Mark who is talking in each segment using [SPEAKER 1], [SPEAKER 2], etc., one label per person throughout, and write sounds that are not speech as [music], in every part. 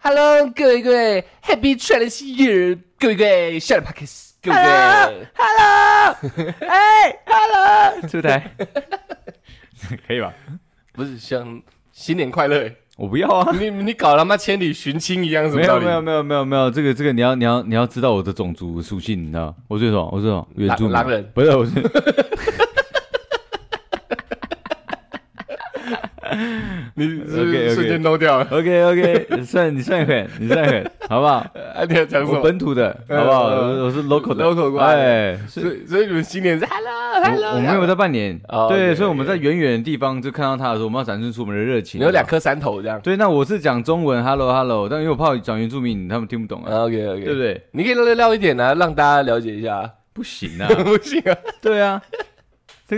[SPEAKER 1] Hello，各位各位，Happy Chinese Year，各位各位 s h a r p a r k e s 各位各位，
[SPEAKER 2] Hello，哎，Hello，对不对？ [laughs] 可以吧？
[SPEAKER 1] 不是像新年快乐，
[SPEAKER 2] 我不要啊！
[SPEAKER 1] 你你搞他妈千里寻亲一样什
[SPEAKER 2] 没
[SPEAKER 1] 么道
[SPEAKER 2] 有
[SPEAKER 1] 理？
[SPEAKER 2] 没有没有没有没有，这个这个你要你要你要知道我的种族属性，你知道吗？我是什么？哦我是什么？原住民？
[SPEAKER 1] 狼狼人
[SPEAKER 2] 不是我是
[SPEAKER 1] 你是不
[SPEAKER 2] OK，OK。
[SPEAKER 1] 是瞬间 no 掉了
[SPEAKER 2] OK [laughs] OK，算你算一狠，你算一狠，好不
[SPEAKER 1] [laughs]
[SPEAKER 2] 好？
[SPEAKER 1] 啊，你要讲什
[SPEAKER 2] 我
[SPEAKER 1] 么？
[SPEAKER 2] 本土的，好不好？
[SPEAKER 1] 呃
[SPEAKER 2] 我我是 local 的
[SPEAKER 1] local 过来
[SPEAKER 2] 哎，
[SPEAKER 1] 所
[SPEAKER 2] 是
[SPEAKER 1] 以所以你们新年是 Hello
[SPEAKER 2] 我
[SPEAKER 1] Hello，
[SPEAKER 2] 我没有在半年
[SPEAKER 1] 哦，
[SPEAKER 2] 对，
[SPEAKER 1] OK，
[SPEAKER 2] 所以我们
[SPEAKER 1] OK
[SPEAKER 2] 在远远的地方就看到他的时候，我们要展现出我们的热情。
[SPEAKER 1] 你有两颗山头这样。
[SPEAKER 2] 对，那我是讲中文，hello hello，但因为我怕讲原住民他们听不懂啊，
[SPEAKER 1] OK 哦 OK，
[SPEAKER 2] 对不？对？
[SPEAKER 1] 你可以聊聊一点啊，让大家了解一下啊。
[SPEAKER 2] 不行啊，
[SPEAKER 1] [laughs] 不行啊，
[SPEAKER 2] [laughs] 对啊，这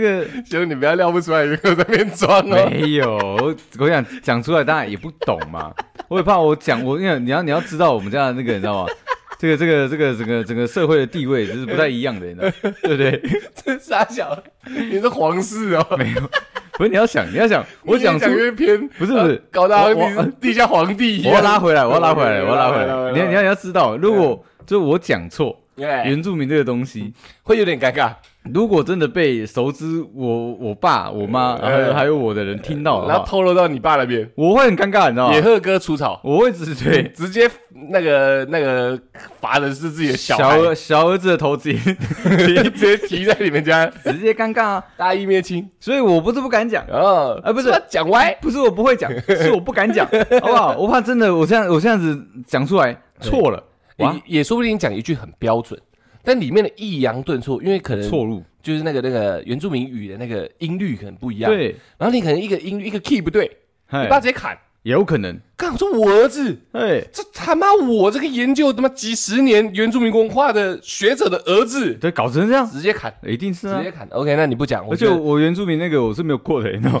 [SPEAKER 1] [laughs]
[SPEAKER 2] 个
[SPEAKER 1] 兄你不要聊不出来，你给我在那边装哦。
[SPEAKER 2] 没有，我我想讲出来，大家也不懂嘛。我也怕我讲，我因为你要你要知道我们家的那个，你知道吗？ [laughs] 这个这个这个整个整个社会的地位就是不太一样的，你知道吗，对 [laughs] 不对？
[SPEAKER 1] 这傻小，你是皇室哦。
[SPEAKER 2] 没有，不是你要想，你要想， [laughs] 我
[SPEAKER 1] 你越
[SPEAKER 2] 讲出
[SPEAKER 1] 讲越偏，呃
[SPEAKER 2] 不是不是，
[SPEAKER 1] 搞得好像
[SPEAKER 2] 我
[SPEAKER 1] 你是地下皇帝一
[SPEAKER 2] [laughs] 我
[SPEAKER 1] 样。
[SPEAKER 2] 要拉回来，我要拉回
[SPEAKER 1] [laughs]
[SPEAKER 2] 来，我要拉回
[SPEAKER 1] 拉回来
[SPEAKER 2] 来。
[SPEAKER 1] 啊
[SPEAKER 2] 你要你要你要知道，如果就是我讲错
[SPEAKER 1] 哎，
[SPEAKER 2] 原住民这个东西，
[SPEAKER 1] 会有点尴尬。
[SPEAKER 2] 如果真的被熟知我我爸、我妈，
[SPEAKER 1] 哎
[SPEAKER 2] 还有还有我的人听到
[SPEAKER 1] 然
[SPEAKER 2] 的
[SPEAKER 1] 后
[SPEAKER 2] 话，
[SPEAKER 1] 透露到你爸那边，
[SPEAKER 2] 我会很尴尬，你知道
[SPEAKER 1] 野
[SPEAKER 2] 吗？
[SPEAKER 1] 鹤哥除草，
[SPEAKER 2] 我会只对
[SPEAKER 1] 直接那个那个罚的是自己的小 [laughs] 孩，
[SPEAKER 2] 儿小儿子的头直接
[SPEAKER 1] 直接提在你们家，
[SPEAKER 2] 直接尴尬啊！
[SPEAKER 1] 大义灭亲。
[SPEAKER 2] 所以我不是不敢讲，
[SPEAKER 1] 哦，
[SPEAKER 2] 啊不是
[SPEAKER 1] 他妈讲歪，
[SPEAKER 2] 不是我不会讲，是我不敢讲，好不好？我怕真的我这样我这样子讲出来错了，哇，
[SPEAKER 1] 也也说不定讲一句很标准，但里面的抑扬顿挫，因为可能
[SPEAKER 2] 错误，
[SPEAKER 1] 就是那个那个原住民语的那个音律可能不一样，，
[SPEAKER 2] 对，
[SPEAKER 1] 然后你可能一个音律一个 key 不对，
[SPEAKER 2] 哎
[SPEAKER 1] 你爸直接砍。
[SPEAKER 2] 有可能，
[SPEAKER 1] 干！我说我儿子，
[SPEAKER 2] 哎，
[SPEAKER 1] 这他妈我这个研究他妈几十年原住民文化的学者的儿子，
[SPEAKER 2] 对，搞成这样，
[SPEAKER 1] 直接砍，
[SPEAKER 2] 一定是
[SPEAKER 1] 直
[SPEAKER 2] 啊
[SPEAKER 1] 接。砍。OK，那你不讲，
[SPEAKER 2] 而
[SPEAKER 1] 我
[SPEAKER 2] 且
[SPEAKER 1] 就
[SPEAKER 2] 我原住民那个我是没有过的，你知道吗？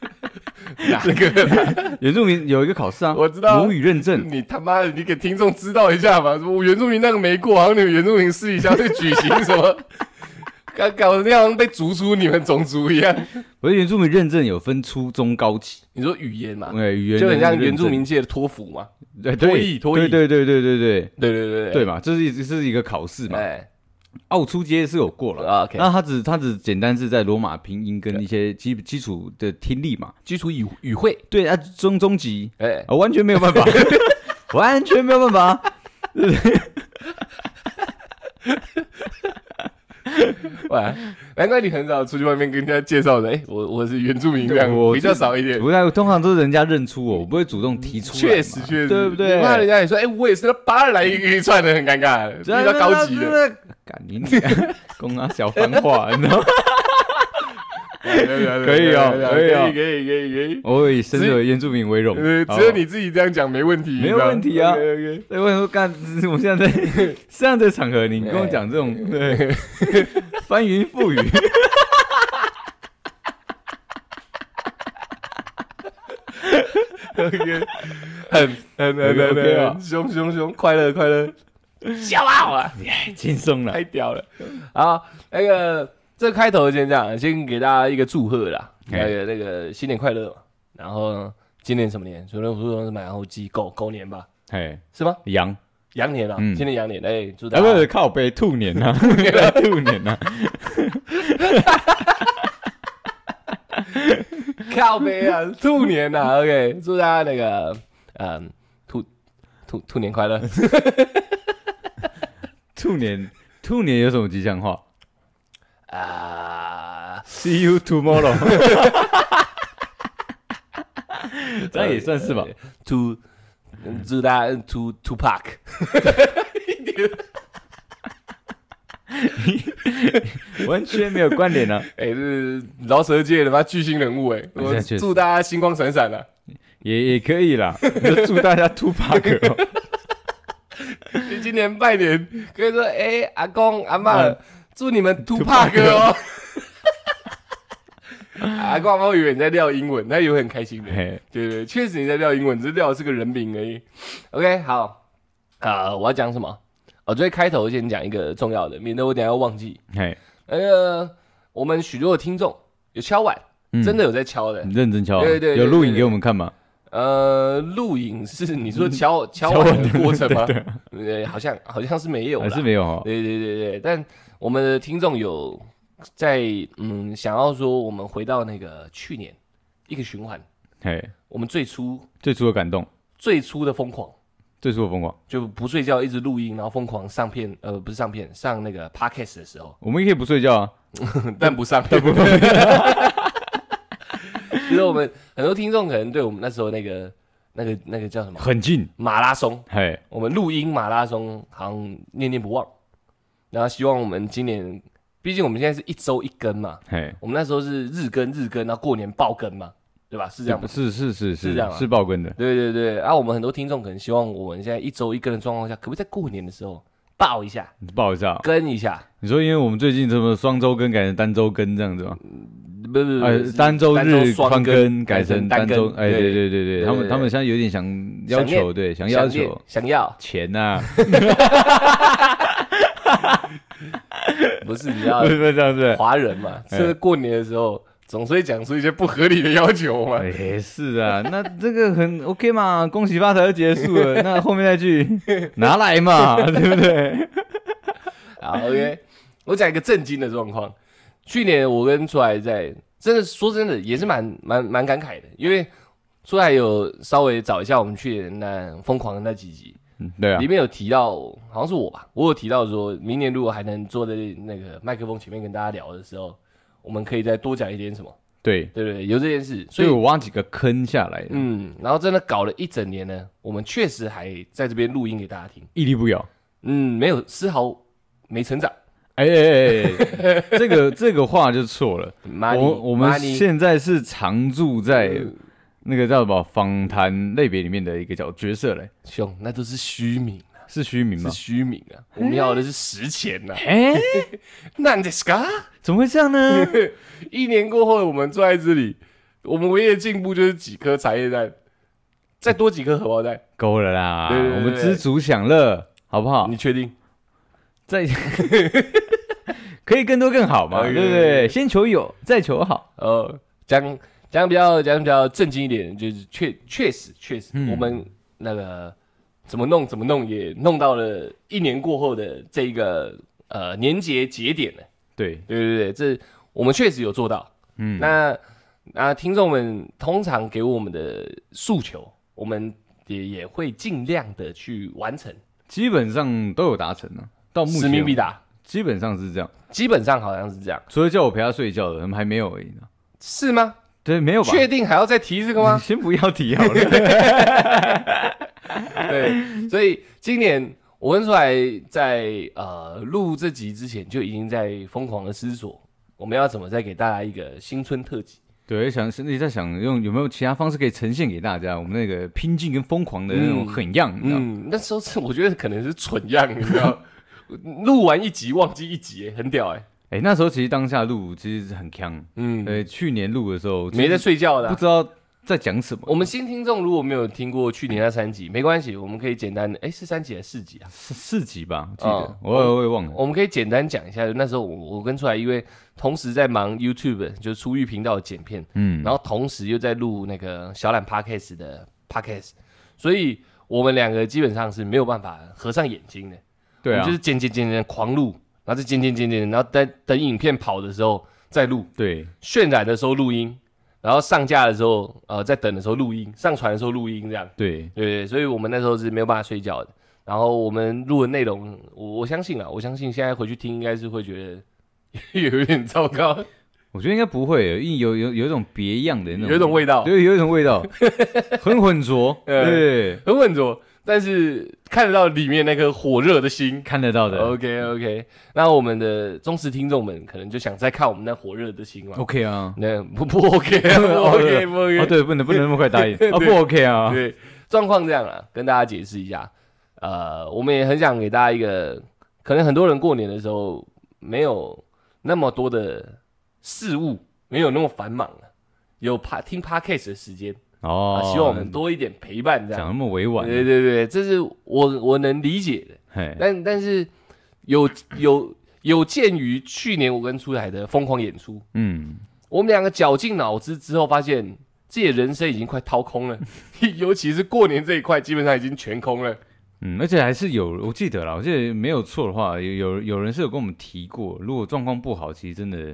[SPEAKER 1] [laughs] 哪个？
[SPEAKER 2] 原住民有一个考试啊，
[SPEAKER 1] 我知道
[SPEAKER 2] 母语认证，
[SPEAKER 1] [laughs] 你他妈的，你给听众知道一下嘛！我原住民那个没过，然后你们原住民试一下去举行什么， [laughs] 搞搞得那样被逐出你们种族一样。
[SPEAKER 2] 我的原住民认证有分初中高级，
[SPEAKER 1] 你说语言嘛，
[SPEAKER 2] 哎，语言
[SPEAKER 1] 就很像
[SPEAKER 2] 认证
[SPEAKER 1] 原住，民界的托福嘛。
[SPEAKER 2] 对
[SPEAKER 1] 脱译
[SPEAKER 2] 对
[SPEAKER 1] 脱译
[SPEAKER 2] 对对对对对对
[SPEAKER 1] 对对对
[SPEAKER 2] 对嘛，这是一这是一个考试嘛，
[SPEAKER 1] 哎
[SPEAKER 2] 啊，我初阶是有过了。
[SPEAKER 1] 啊，OK，
[SPEAKER 2] 那他只他只简单是在罗马拼音跟一些基基础的听力嘛，
[SPEAKER 1] 基础语语汇，
[SPEAKER 2] 对啊，中中级
[SPEAKER 1] 哎，
[SPEAKER 2] 啊，完全没有办法，完全没有办法，
[SPEAKER 1] 哇，难怪你很少出去外面跟人家介绍的，哎，我我是原住民这样，
[SPEAKER 2] 我
[SPEAKER 1] 比较少一点。
[SPEAKER 2] 不太通常都是人家认出我，我不会主动提出来
[SPEAKER 1] 确
[SPEAKER 2] 嘛，
[SPEAKER 1] 实，确实，
[SPEAKER 2] 对不对
[SPEAKER 1] 你怕人家也说，哎、我也是那八二来一串的，很尴尬，比
[SPEAKER 2] 对啊
[SPEAKER 1] 较高级，
[SPEAKER 2] 对
[SPEAKER 1] 的，
[SPEAKER 2] 啊对啊对啊 [laughs] 干你娘公啊小番话，你知道吗？
[SPEAKER 1] 哎对对对对
[SPEAKER 2] 可以哦
[SPEAKER 1] 对对
[SPEAKER 2] 可以哦
[SPEAKER 1] 对可以，可以，可以，可以。
[SPEAKER 2] 我以深受原住民为荣，
[SPEAKER 1] 呃，
[SPEAKER 2] 好不好
[SPEAKER 1] 只有你自己这样讲没问题，
[SPEAKER 2] 没有问题啊
[SPEAKER 1] OK，OK
[SPEAKER 2] 对，我想说干，我现在在这样的场合，你跟我讲这种
[SPEAKER 1] 哎
[SPEAKER 2] 对翻云覆雨， [laughs]
[SPEAKER 1] OK，很很很
[SPEAKER 2] OK，OK
[SPEAKER 1] 很
[SPEAKER 2] 啊
[SPEAKER 1] 很凶凶凶，快乐快乐，笑啊我啊，
[SPEAKER 2] 轻松了。
[SPEAKER 1] 太屌了。好，那个这开头先这样，先给大家一个祝贺啦，
[SPEAKER 2] 嘿
[SPEAKER 1] 那个那个新年快乐嘛。然后呢今年什么年？所以我说什么？然后鸡狗狗年吧，
[SPEAKER 2] 哎，
[SPEAKER 1] 是吗？
[SPEAKER 2] 羊，
[SPEAKER 1] 羊年啊，
[SPEAKER 2] 嗯
[SPEAKER 1] 今年羊年，哎，祝大
[SPEAKER 2] 啊，
[SPEAKER 1] 家
[SPEAKER 2] 不是靠背兔年呐，兔年啊呐，
[SPEAKER 1] 靠背啊，兔年呐、啊、，OK，祝大家那个嗯，兔兔兔年快乐。
[SPEAKER 2] 兔年，兔年有什么吉祥话
[SPEAKER 1] 啊，
[SPEAKER 2] ？See you tomorrow。这样也算是吧。
[SPEAKER 1] 哎兔，嗯祝大家兔兔 Park，
[SPEAKER 2] 完全没有关联啊，
[SPEAKER 1] 哎，这是饶舌界的嘛巨星人物哎、我
[SPEAKER 2] 那确实
[SPEAKER 1] 祝大家星光闪闪啊！
[SPEAKER 2] 也也可以啦。就祝大家 two pack 哦。
[SPEAKER 1] 你今年拜年可以说，哎、阿公阿妈
[SPEAKER 2] 嗯，
[SPEAKER 1] 祝你们兔 Park 哦。 [laughs] 阿公阿妈以为你在撂英文，他以为很开心的。
[SPEAKER 2] 嘿
[SPEAKER 1] 对对，确实你在撂英文，只是撂的是个人名而已。OK，好，啊、我要讲什么？我最开头先讲一个重要的，免得我等一下忘记。
[SPEAKER 2] 嘿，
[SPEAKER 1] 呃，我们许多的听众有敲碗，
[SPEAKER 2] 嗯
[SPEAKER 1] 真的有在敲的。
[SPEAKER 2] 你认真敲啊，
[SPEAKER 1] 对对对
[SPEAKER 2] 有录
[SPEAKER 1] 对
[SPEAKER 2] 影
[SPEAKER 1] 对
[SPEAKER 2] 给我们看吗？
[SPEAKER 1] 呃，录影是你说
[SPEAKER 2] [laughs]
[SPEAKER 1] 敲敲
[SPEAKER 2] 嗯敲
[SPEAKER 1] 碗
[SPEAKER 2] 碗
[SPEAKER 1] 的
[SPEAKER 2] 的
[SPEAKER 1] 过程吗？ [laughs]
[SPEAKER 2] 对
[SPEAKER 1] 呃，好像好像是没有
[SPEAKER 2] 还
[SPEAKER 1] 啦，
[SPEAKER 2] 是没有哦。
[SPEAKER 1] 对对对对，但我们的听众有在嗯想要说，我们回到那个去年一个循环，
[SPEAKER 2] 嘿，
[SPEAKER 1] 我们最初
[SPEAKER 2] 最初的感动，
[SPEAKER 1] 最初的疯狂，
[SPEAKER 2] 最初的疯狂，
[SPEAKER 1] 就不睡觉一直录音，然后疯狂上片，呃，不是上片，上那个 podcast 的时候，
[SPEAKER 2] 我们也可以不睡觉啊。
[SPEAKER 1] 但不上片，
[SPEAKER 2] [laughs]
[SPEAKER 1] 不 [laughs] 就是我们很多听众可能对我们那时候那个那个那个叫什么
[SPEAKER 2] 很近，
[SPEAKER 1] 马拉松，
[SPEAKER 2] 嘿，
[SPEAKER 1] 我们录音马拉松好像念念不忘，然后希望我们今年，毕竟我们现在是一周一更嘛，
[SPEAKER 2] 嘿，
[SPEAKER 1] 我们那时候是日更日更，然后过年爆更嘛，对吧？是这样吧？
[SPEAKER 2] 是是是
[SPEAKER 1] 是这样啊
[SPEAKER 2] 是爆根的，
[SPEAKER 1] 对对对，啊，我们很多听众可能希望我们现在一周一更的状况下，可不可以在过年的时候爆一下、
[SPEAKER 2] 你爆一下哦。
[SPEAKER 1] 更一下？
[SPEAKER 2] 你说，因为我们最近什么双周更改成单周更这样子吗？
[SPEAKER 1] 不不不，
[SPEAKER 2] 呃
[SPEAKER 1] 是，
[SPEAKER 2] 单周日
[SPEAKER 1] 双
[SPEAKER 2] 双
[SPEAKER 1] 更
[SPEAKER 2] 更改成单
[SPEAKER 1] 单
[SPEAKER 2] 周，
[SPEAKER 1] 更
[SPEAKER 2] 哎，对
[SPEAKER 1] 对
[SPEAKER 2] 对对
[SPEAKER 1] 对
[SPEAKER 2] 对，他
[SPEAKER 1] 对
[SPEAKER 2] 们他们现在有点想要
[SPEAKER 1] 想
[SPEAKER 2] 求，
[SPEAKER 1] 念
[SPEAKER 2] 对，想要
[SPEAKER 1] 想
[SPEAKER 2] 求
[SPEAKER 1] 念想要，
[SPEAKER 2] 钱啊呐，
[SPEAKER 1] [laughs] 不是
[SPEAKER 2] [laughs]
[SPEAKER 1] 你要
[SPEAKER 2] 不是不是这样子，
[SPEAKER 1] 华人嘛？
[SPEAKER 2] 哎
[SPEAKER 1] 这过年的时候总是会讲出一些不合理的要求嘛。
[SPEAKER 2] 也是啊，那这个很 OK 嘛，恭喜发财就结束了。那后面
[SPEAKER 1] [laughs]
[SPEAKER 2] 那句拿来嘛，对不对？
[SPEAKER 1] 好，OK，我讲一个震惊的状况。去年我跟出来在，真的说真的也是蛮蛮蛮感慨的，因为出来有稍微找一下我们去年那疯狂的那几集，
[SPEAKER 2] 嗯对啊
[SPEAKER 1] 里，面有提到，好像是我吧，我有提到说明年如果还能坐在那个麦克风前面跟大家聊的时候，我们可以再多讲一点什么，
[SPEAKER 2] 对，
[SPEAKER 1] 对不对？有这件事，所
[SPEAKER 2] 所
[SPEAKER 1] 以
[SPEAKER 2] 以我挖几个坑下来，
[SPEAKER 1] 嗯，然后真的搞了一整年呢，我们确实还在这边录音给大家听，
[SPEAKER 2] 屹立不摇。
[SPEAKER 1] 嗯，没有丝毫没成长。
[SPEAKER 2] 哎哎哎，哎这个这个话就错了。
[SPEAKER 1] Money,
[SPEAKER 2] 我我们
[SPEAKER 1] money
[SPEAKER 2] 现在是常驻在
[SPEAKER 1] 嗯
[SPEAKER 2] 那个叫什么访谈类别里面的一个角角色嘞，
[SPEAKER 1] 兄，那都是虚名，啊
[SPEAKER 2] 是虚名
[SPEAKER 1] 是
[SPEAKER 2] 吗？
[SPEAKER 1] 虚名啊！我们要的是实钱呐、啊。
[SPEAKER 2] 哎，
[SPEAKER 1] 那你是干？
[SPEAKER 2] 怎么会这
[SPEAKER 1] [laughs]
[SPEAKER 2] 样呢？
[SPEAKER 1] 一年过后，我们坐在这里，我们唯一的进步就是几颗茶叶蛋，再多几颗荷包蛋。
[SPEAKER 2] 够了啦，
[SPEAKER 1] 对对对
[SPEAKER 2] 我们知足享乐，好不好？
[SPEAKER 1] 你确定？
[SPEAKER 2] 再可以更多更好嘛，
[SPEAKER 1] OK，
[SPEAKER 2] 对不对？先求有，再求好。
[SPEAKER 1] 呃，讲讲比较讲比较正经一点，就是确确实确实，
[SPEAKER 2] 嗯
[SPEAKER 1] 我们那个怎么弄怎么弄也弄到了一年过后的这一个呃年节节点了。
[SPEAKER 2] 对，
[SPEAKER 1] 对对对，这我们确实有做到。
[SPEAKER 2] 嗯，
[SPEAKER 1] 那那听众们通常给我们的诉求，我们也也会尽量的去完成，
[SPEAKER 2] 基本上都有达成啊。到目
[SPEAKER 1] 使命必
[SPEAKER 2] 前，
[SPEAKER 1] 达。
[SPEAKER 2] 基本上是这样。
[SPEAKER 1] 基本上好像是这样，
[SPEAKER 2] 除了叫我陪他睡觉的，他们还没有而已呢。
[SPEAKER 1] 是吗？
[SPEAKER 2] 对，没有吧？？
[SPEAKER 1] 确定还要再提这个吗
[SPEAKER 2] [laughs] 先不要提好了。 [laughs]
[SPEAKER 1] 对，所以今年我跟出来在呃录这集之前就已经在疯狂的思索，我们要怎么再给大家一个新春特辑。
[SPEAKER 2] 对，想甚至在想用有没有其他方式可以呈现给大家我们那个拼劲跟疯狂的那种
[SPEAKER 1] 嗯
[SPEAKER 2] 狠样，你知道吗？
[SPEAKER 1] 嗯，那时候是我觉得可能是蠢样，你知道，录完一集忘记一集，很屌哎、
[SPEAKER 2] 哎，那时候其实当下录其实是很强。
[SPEAKER 1] 嗯，
[SPEAKER 2] 呃，去年录的时候
[SPEAKER 1] 没在，睡觉的啊、
[SPEAKER 2] 不知道在讲什么，
[SPEAKER 1] 我们新听众如果没有听过去年那三集，没关系，我们可以简单的，哎，是三集还是四集啊？
[SPEAKER 2] 是四集吧？我记得
[SPEAKER 1] 哦，
[SPEAKER 2] 我也我也忘了。
[SPEAKER 1] 我们可以简单讲一下，那时候我我跟出来，因为同时在忙 YouTube 就是出狱频道的剪片，
[SPEAKER 2] 嗯，
[SPEAKER 1] 然后同时又在录那个小懒 Podcast 的 Podcast，所以我们两个基本上是没有办法合上眼睛的，
[SPEAKER 2] 对
[SPEAKER 1] 我们
[SPEAKER 2] 啊
[SPEAKER 1] 就，是剪剪剪剪狂录，然后再剪剪剪剪，然后等等影片跑的时候再录，
[SPEAKER 2] 对，
[SPEAKER 1] 渲染的时候录音，然后上架的时候呃在等的时候录音，上传的时候录音这样。
[SPEAKER 2] 对，
[SPEAKER 1] 对对，所以我们那时候是没有办法睡觉的。然后我们录的内容，我我相信啊，我相信现在回去听应该是会觉得 [laughs] 有点糟糕，
[SPEAKER 2] 我觉得应该不会，因为有有有一种别样的那种，
[SPEAKER 1] 有一种味道，
[SPEAKER 2] 对，有一种
[SPEAKER 1] [laughs]
[SPEAKER 2] 味道，很浑浊，
[SPEAKER 1] 呃
[SPEAKER 2] 对，
[SPEAKER 1] 很稳着，但是看得到里面那颗火热的心。
[SPEAKER 2] 看得到的
[SPEAKER 1] OK OK，那我们的忠实听众们可能就想再看我们那火热的心嘛。
[SPEAKER 2] ，OK 啊，
[SPEAKER 1] 那不不 OK 啊不 OK 不
[SPEAKER 2] 哦
[SPEAKER 1] OK，
[SPEAKER 2] 对，不能不能那么快答应，
[SPEAKER 1] [laughs]
[SPEAKER 2] 哦
[SPEAKER 1] 对
[SPEAKER 2] 不 OK 啊，
[SPEAKER 1] 对，状况这样啊，跟大家解释一下。呃，我们也很想给大家一个，可能很多人过年的时候没有那么多的事物，没有那么繁忙了、有 p 听 podcast 的时间、啊，，
[SPEAKER 2] 哦
[SPEAKER 1] 希望我们多一点陪伴，这
[SPEAKER 2] 讲
[SPEAKER 1] 样。
[SPEAKER 2] 那么委婉，
[SPEAKER 1] 对对对，这是我我能理解的，
[SPEAKER 2] 嘿，
[SPEAKER 1] 但但是有有有鉴于去年我跟出来的疯狂演出，
[SPEAKER 2] 嗯，
[SPEAKER 1] 我们两个绞尽脑汁之后，发现自己的人生已经快掏空了， [laughs] 尤其是过年这一块，基本上已经全空了。
[SPEAKER 2] 嗯，而且还是有，我记得啦，我记得没有错的话，有有有人是有跟我们提过，如果状况不好，其实真的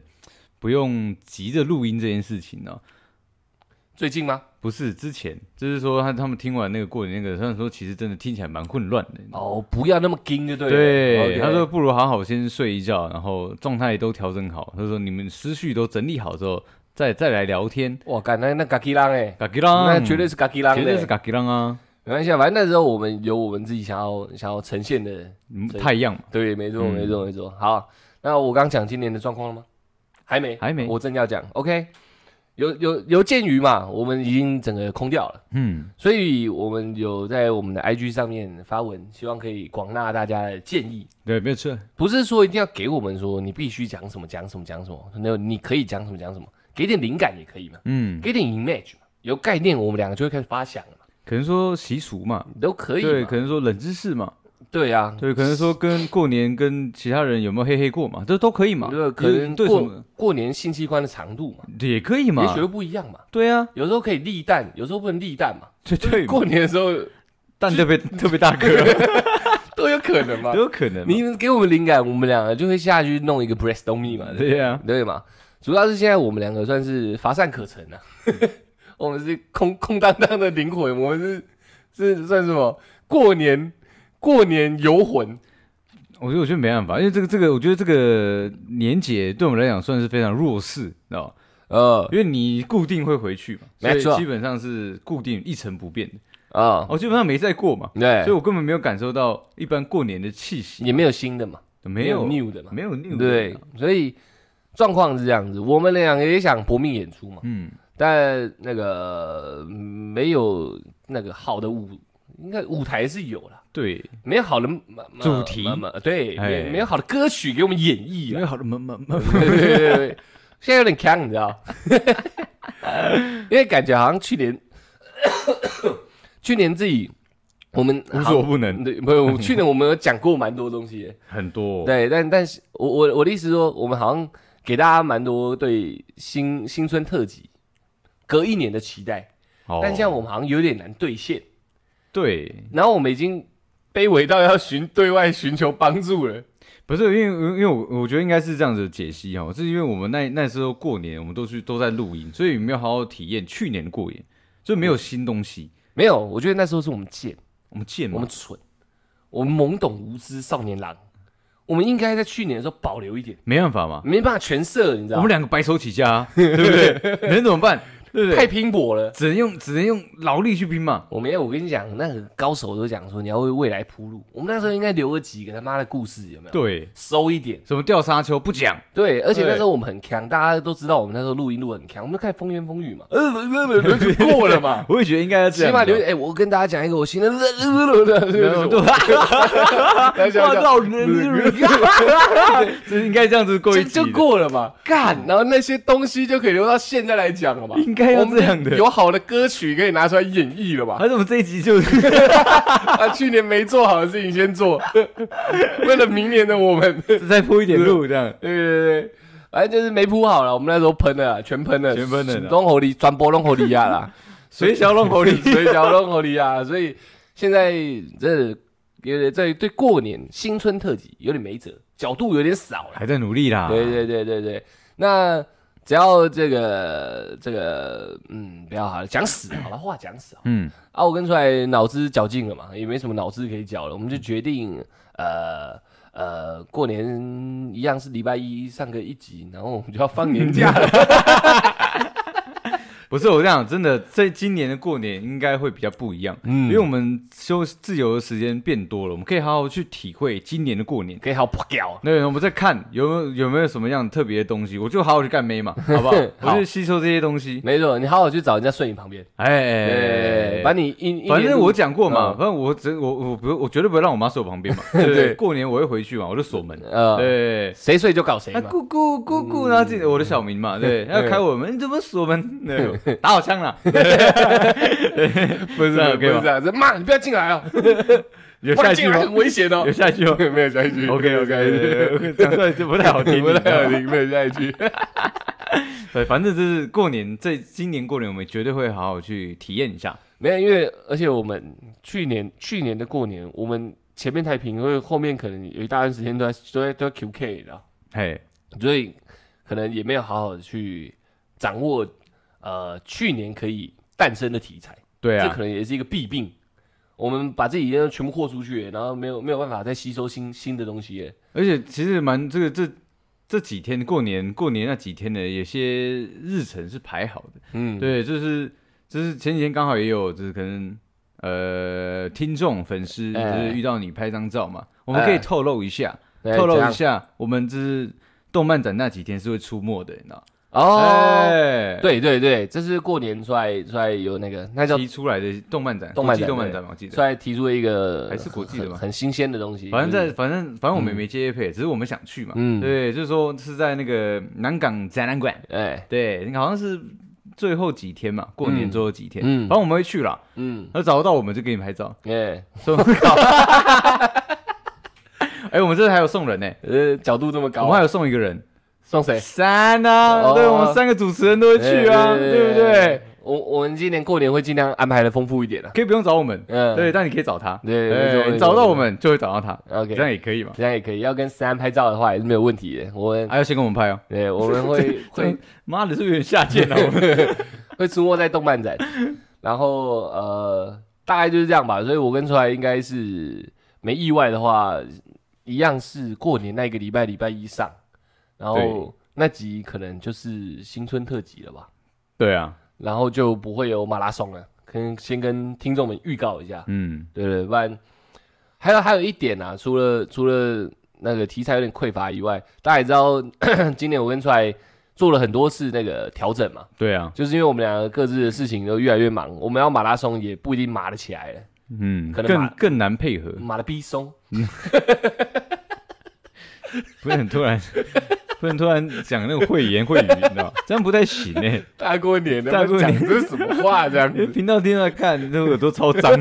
[SPEAKER 2] 不用急着录音这件事情呢、啊
[SPEAKER 1] 最近吗？
[SPEAKER 2] 不是之前，就是说他他们听完那个过年那个，他们说其实真的听起来蛮混乱的。
[SPEAKER 1] 哦，不要那么硬，就对了。
[SPEAKER 2] 对
[SPEAKER 1] OK
[SPEAKER 2] 他说不如好好先睡一觉，然后状态都调整好。他说你们思绪都整理好之后，再再来聊天。
[SPEAKER 1] 哇，干那那嘎吉浪哎，
[SPEAKER 2] 嘎吉浪，
[SPEAKER 1] 那绝对是嘎吉浪的，
[SPEAKER 2] 嗯绝对是嘎吉浪啊！
[SPEAKER 1] 没关系啊，反正那时候我们有我们自己想要想要呈现的，
[SPEAKER 2] 嗯
[SPEAKER 1] 所以
[SPEAKER 2] 太阳嘛，
[SPEAKER 1] 对，没错，
[SPEAKER 2] 嗯
[SPEAKER 1] 没错，没错。好，那我刚讲今年的状况了吗？还没，
[SPEAKER 2] 还没
[SPEAKER 1] 我正要讲。OK，有有有鉴于嘛，我们已经整个空掉了，
[SPEAKER 2] 嗯，
[SPEAKER 1] 所以我们有在我们的 IG 上面发文，希望可以广纳大家的建议。
[SPEAKER 2] 对，没有错，
[SPEAKER 1] 不是说一定要给我们说你必须讲什么讲什么讲什么，那你可以讲什么讲什么，给点灵感也可以嘛，
[SPEAKER 2] 嗯，
[SPEAKER 1] 给点 image 嘛，有概念我们两个就会开始发想了嘛，
[SPEAKER 2] 可能说习俗嘛，
[SPEAKER 1] 都可以嘛。
[SPEAKER 2] 对，可能说冷知识嘛，
[SPEAKER 1] 对啊，
[SPEAKER 2] 对，可能说跟过年跟其他人有没有嘿嘿过嘛，这都可以嘛，
[SPEAKER 1] 对，可能
[SPEAKER 2] 对什
[SPEAKER 1] 过
[SPEAKER 2] 么
[SPEAKER 1] 过年性器官的长度嘛，
[SPEAKER 2] 也可以嘛
[SPEAKER 1] 也，许又不一样嘛。
[SPEAKER 2] 对啊，
[SPEAKER 1] 有时候可以立蛋，有时候不能立蛋嘛。
[SPEAKER 2] 对对嘛，
[SPEAKER 1] 过年的时候
[SPEAKER 2] 但特别 [laughs] 特别大个
[SPEAKER 1] 都有可能嘛
[SPEAKER 2] 都。啊有可能嘛，
[SPEAKER 1] 你们给我们灵感，我们两个就会下去弄一个 breastomy 嘛，对
[SPEAKER 2] 对啊呀，
[SPEAKER 1] 对嘛。主要是现在我们两个算是乏善可陈啊，
[SPEAKER 2] 嗯
[SPEAKER 1] [laughs] 我们是空空荡荡的灵魂，我们是是算什么？过年过年游魂，
[SPEAKER 2] 我觉得我觉得没办法，因为这个这个，我觉得这个年节对我们来讲算是非常弱势，你知道吗？
[SPEAKER 1] 呃
[SPEAKER 2] 因为你固定会回去嘛，所
[SPEAKER 1] 没
[SPEAKER 2] 以
[SPEAKER 1] 错
[SPEAKER 2] 基本上是固定一成不变的，
[SPEAKER 1] 啊，
[SPEAKER 2] 我基本上没在过嘛，
[SPEAKER 1] 对
[SPEAKER 2] 哦所以，我根本没有感受到一般过年的气息，
[SPEAKER 1] 也没有新的嘛，
[SPEAKER 2] 没有
[SPEAKER 1] new 的嘛，
[SPEAKER 2] 没有 new 的
[SPEAKER 1] 对，所以状况是这样子，我们两个也想搏命演出嘛，
[SPEAKER 2] 嗯，
[SPEAKER 1] 但那个嗯没有那个好的舞，应该舞台是有了，
[SPEAKER 2] 对，
[SPEAKER 1] 没有好的
[SPEAKER 2] 主题
[SPEAKER 1] 嘛嘛对，
[SPEAKER 2] 哎
[SPEAKER 1] 没没有好的歌曲给我们演绎
[SPEAKER 2] 没
[SPEAKER 1] 啊，
[SPEAKER 2] 有好的么么
[SPEAKER 1] [laughs]
[SPEAKER 2] 么，
[SPEAKER 1] 对对对对对，现在有点呛，你知道， [laughs] 因为感觉好像去年 [coughs] 去年自己我们
[SPEAKER 2] 无所
[SPEAKER 1] 好
[SPEAKER 2] 不能，
[SPEAKER 1] 对，没有，去年我们有讲过蛮多东西 [laughs] 的。
[SPEAKER 2] 很多、
[SPEAKER 1] 对，但但是我我我的意思是说，我们好像给大家蛮多对新新春特辑隔一年的期待，
[SPEAKER 2] 哦
[SPEAKER 1] 但现在我们好像有点难兑现。
[SPEAKER 2] 对，
[SPEAKER 1] 然后我们已经卑微到要寻对外寻求帮助了。
[SPEAKER 2] 不是因为因为我我觉得应该是这样子的解析哦，是因为我们那那时候过年我们都去都在录音，所以没有好好体验去年的过年，所以没有新东西，
[SPEAKER 1] 没有，我觉得那时候是我们贱，
[SPEAKER 2] 我们见
[SPEAKER 1] 我
[SPEAKER 2] 嘛
[SPEAKER 1] 们，蠢，我们懵懂无知少年郎。我们应该在去年的时候保留一点，
[SPEAKER 2] 没办法嘛，
[SPEAKER 1] 没办法全射，你知
[SPEAKER 2] 我
[SPEAKER 1] 道
[SPEAKER 2] 们
[SPEAKER 1] 吗？
[SPEAKER 2] 两个白手起家、啊，对不对？能怎么办？对不
[SPEAKER 1] 太
[SPEAKER 2] 对？
[SPEAKER 1] 拼搏了。
[SPEAKER 2] 只能用只能用劳力去拼嘛，
[SPEAKER 1] 我没有，我跟你讲，那个高手都讲说你要为未来铺路。我们那时候应该留个几个他妈的故事，有没有？
[SPEAKER 2] 对，
[SPEAKER 1] 收一点。
[SPEAKER 2] 什么掉沙丘不讲，
[SPEAKER 1] 对，而且
[SPEAKER 2] 对。
[SPEAKER 1] 那时候我们很强，大家都知道我们那时候录音录得很强，我们就看风言风语嘛，呃，就过了嘛
[SPEAKER 2] 我也觉得应该要这
[SPEAKER 1] [laughs] 起
[SPEAKER 2] 样子哦，
[SPEAKER 1] 码留哎、我跟大家讲一个我新的，呃
[SPEAKER 2] [laughs]
[SPEAKER 1] 对
[SPEAKER 2] 哇到人， [laughs] 这应该这样子过一
[SPEAKER 1] 就
[SPEAKER 2] 集
[SPEAKER 1] 就
[SPEAKER 2] 的
[SPEAKER 1] 过了嘛，干，然后那些东西就可以留到现在来讲了嘛，
[SPEAKER 2] 应该要这样的
[SPEAKER 1] 我们有好的歌曲可以拿出来演绎了吧？
[SPEAKER 2] 还是我们这一集就是
[SPEAKER 1] 啊，去年没做好的事情先做，为了明年的我们，对
[SPEAKER 2] 再铺一点路这样？
[SPEAKER 1] 对对对，反正就是没铺好了，我们那时候喷了啊，全喷了，
[SPEAKER 2] 全喷了啦
[SPEAKER 1] 龙猴里转播龙猴里亚啦。
[SPEAKER 2] 水小龙口里，
[SPEAKER 1] 所以讲弄合理啊。所以现在这有点在对过年新春特辑有点没辙，角度有点少了。
[SPEAKER 2] 还在努力啦。
[SPEAKER 1] 对对对对对，那只要这个这个嗯，不要好了，讲死好了，话讲死好了
[SPEAKER 2] 嗯，
[SPEAKER 1] 啊。我跟出来脑子绞尽了嘛，也没什么脑子可以绞了，我们就决定呃。呃，过年一样是礼拜一上个一集，然后我们就要放年假了。
[SPEAKER 2] 不是我这样，真的，在今年的过年应该会比较不一样，
[SPEAKER 1] 嗯
[SPEAKER 2] 因为我们休自由的时间变多了，我们可以好好去体会今年的过年。
[SPEAKER 1] 可以好不屌，
[SPEAKER 2] 那我们再看有没有有没有什么样特别的东西，我就好好去干妹 [laughs] 嘛，好不好？
[SPEAKER 1] 好
[SPEAKER 2] 我就吸收这些东西。
[SPEAKER 1] 没错，你好好去找人家顺你旁边，
[SPEAKER 2] 哎哎，哎
[SPEAKER 1] 对，
[SPEAKER 2] 哎
[SPEAKER 1] 把你一
[SPEAKER 2] 反正我讲过嘛，
[SPEAKER 1] 嗯
[SPEAKER 2] 反正我只我我不我绝对不会让我妈睡我旁 [laughs] 边嘛。对
[SPEAKER 1] 对
[SPEAKER 2] 不对，嗯过年我会回去嘛，我就锁门。
[SPEAKER 1] 呃，
[SPEAKER 2] 对，
[SPEAKER 1] 谁睡就搞谁
[SPEAKER 2] 啊
[SPEAKER 1] 嘛。
[SPEAKER 2] 咕咕咕咕，然后进我的小名嘛，对，然后开我门，你怎么锁 [laughs] 门？对打好枪 [laughs] 了，
[SPEAKER 1] 不是
[SPEAKER 2] 这样 OK
[SPEAKER 1] 不是
[SPEAKER 2] 吗
[SPEAKER 1] 这样子，妈，你不要进来哦，
[SPEAKER 2] 有
[SPEAKER 1] 不
[SPEAKER 2] 下
[SPEAKER 1] 然
[SPEAKER 2] 一
[SPEAKER 1] 进
[SPEAKER 2] 句
[SPEAKER 1] 来
[SPEAKER 2] 吗
[SPEAKER 1] 很？危险哦
[SPEAKER 2] 有。下一句吗 [laughs]
[SPEAKER 1] 没有下一句
[SPEAKER 2] ？OK [laughs] OK，讲出来就不太好听，
[SPEAKER 1] 不太好
[SPEAKER 2] 听。
[SPEAKER 1] 听，没有下一句。
[SPEAKER 2] 对，反正就是过年，这今年过年我们绝对会好好去体验一下。
[SPEAKER 1] [laughs] 没有，因为而且我们去年去年的过年，我们前面太平，因为后面可能有一大段时间都在都在都在 QK 的，
[SPEAKER 2] 嘿，
[SPEAKER 1] 所以可能也没有好好的去掌握呃去年可以诞生的题材，
[SPEAKER 2] 对
[SPEAKER 1] 这
[SPEAKER 2] 啊
[SPEAKER 1] 可，能也是一个弊病。我们把自己的全部豁出去，然后没有没有办法再吸收新新的东西了。
[SPEAKER 2] 而且其实蛮这个这这几天过年过年那几天呢，有些日程是排好的。
[SPEAKER 1] 嗯，
[SPEAKER 2] 对，就是就是前几天刚好也有，就是可能呃听众粉丝就
[SPEAKER 1] 哎
[SPEAKER 2] 是遇到你拍张照嘛，我们可以
[SPEAKER 1] 哎
[SPEAKER 2] 透露一下，
[SPEAKER 1] 哎，
[SPEAKER 2] 透露
[SPEAKER 1] 怎
[SPEAKER 2] 一
[SPEAKER 1] 样
[SPEAKER 2] 下，我们就是动漫展那几天是会出没的，你知道？
[SPEAKER 1] 哦。
[SPEAKER 2] 哎，
[SPEAKER 1] 对对对，这是过年出来出来有那个那叫
[SPEAKER 2] 提出来的动漫展，
[SPEAKER 1] 动漫
[SPEAKER 2] 国际
[SPEAKER 1] 展
[SPEAKER 2] 动漫
[SPEAKER 1] 对
[SPEAKER 2] 展嘛，我记
[SPEAKER 1] 出
[SPEAKER 2] 得。
[SPEAKER 1] 来提出了一个
[SPEAKER 2] 还是国际的
[SPEAKER 1] 很
[SPEAKER 2] 吗
[SPEAKER 1] 很新鲜的东西。嗯
[SPEAKER 2] 反正
[SPEAKER 1] 就是
[SPEAKER 2] 在，反正反正我们也没接配，只是我们想去嘛。
[SPEAKER 1] 嗯
[SPEAKER 2] 对，就是说是在那个南港展览馆，
[SPEAKER 1] 哎，
[SPEAKER 2] 对，你好像是最后几天嘛，过年
[SPEAKER 1] 嗯
[SPEAKER 2] 最后几天，
[SPEAKER 1] 嗯
[SPEAKER 2] 反正我们会去啦。
[SPEAKER 1] 嗯，
[SPEAKER 2] 那找得到我们就给你拍照，
[SPEAKER 1] 哎，
[SPEAKER 2] 说
[SPEAKER 1] [laughs]
[SPEAKER 2] 靠，哎，我们这还有送人呢，
[SPEAKER 1] 呃，角度这么
[SPEAKER 2] 我
[SPEAKER 1] 高
[SPEAKER 2] 们还
[SPEAKER 1] 啊，
[SPEAKER 2] 有送一个人，
[SPEAKER 1] 送谁？
[SPEAKER 2] 三啊，
[SPEAKER 1] 哦
[SPEAKER 2] 对，我们三个主持人都会去啊，
[SPEAKER 1] 哎
[SPEAKER 2] 对不对？？
[SPEAKER 1] 我我们今年过年会尽量安排的丰富一点的。
[SPEAKER 2] 可以不用找我们，
[SPEAKER 1] 嗯，
[SPEAKER 2] 对，但你可以找他，
[SPEAKER 1] 对没错没
[SPEAKER 2] 对，
[SPEAKER 1] 错
[SPEAKER 2] 你找到我们就会找到他，
[SPEAKER 1] ，OK，
[SPEAKER 2] 这
[SPEAKER 1] 这样
[SPEAKER 2] 样也可以嘛。
[SPEAKER 1] 也可以。要跟三拍照的话也是没有问题的。我们
[SPEAKER 2] 还要先跟我们拍哦，
[SPEAKER 1] 对，我们
[SPEAKER 2] [laughs]
[SPEAKER 1] 会嗯会
[SPEAKER 2] 这妈的，是不是有点
[SPEAKER 1] [laughs]
[SPEAKER 2] 下贱啊？我们
[SPEAKER 1] 会出没在动漫展，然后呃，大概就是这样吧。所以我跟出来应该是没意外的话，一样是过年那个礼拜礼拜一上，然
[SPEAKER 2] 对
[SPEAKER 1] 后那集可能就是新春特辑了吧，
[SPEAKER 2] 对啊，
[SPEAKER 1] 然后就不会有马拉松了，跟先跟听众们预告一下，
[SPEAKER 2] 嗯，
[SPEAKER 1] 对不对？不然还有还有一点啊，除了除了那个题材有点匮乏以外，大家也知道， [coughs] 今年我跟出来做了很多次那个调整嘛。
[SPEAKER 2] 对啊，
[SPEAKER 1] 就是因为我们两个各自的事情都越来越忙，我们要马拉松也不一定马得起来了，
[SPEAKER 2] 嗯，
[SPEAKER 1] 可能
[SPEAKER 2] 更
[SPEAKER 1] 吧
[SPEAKER 2] 更难配合，
[SPEAKER 1] 马得逼松。
[SPEAKER 2] 不能突然，不能突然讲那种讳言秽语，你知道吗，这样不太行
[SPEAKER 1] [laughs]
[SPEAKER 2] 哎。
[SPEAKER 1] 大过年的
[SPEAKER 2] 大过年
[SPEAKER 1] 讲这是什么话这样
[SPEAKER 2] 因为 [laughs]
[SPEAKER 1] 子
[SPEAKER 2] 频道听到看，那耳朵超脏。